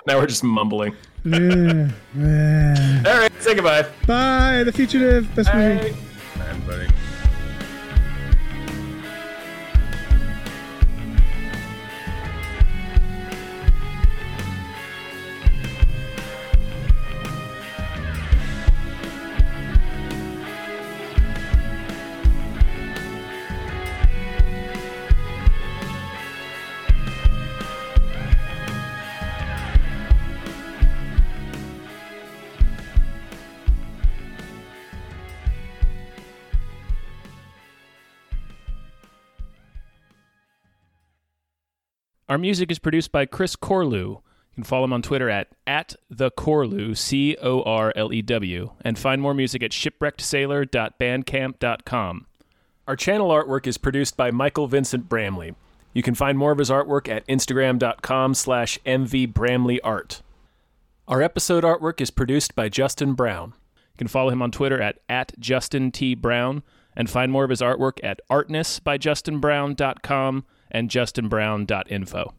Speaker 1: Now we're just mumbling.
Speaker 3: yeah. yeah.
Speaker 1: All right, say goodbye.
Speaker 3: Bye, the fugitive. Best movie.
Speaker 1: Bye.
Speaker 4: Man, buddy.
Speaker 5: Our music is produced by Chris Corlew. You can follow him on Twitter at, at the Corlew, C O R L E W, and find more music at shipwreckedsailor.bandcamp.com. Our channel artwork is produced by Michael Vincent Bramley. You can find more of his artwork at instagram.com slash mvbramleyart. Our episode artwork is produced by Justin Brown. You can follow him on Twitter at, at Justin T. Brown and find more of his artwork at artnessbyjustinbrown.com and justinbrown.info.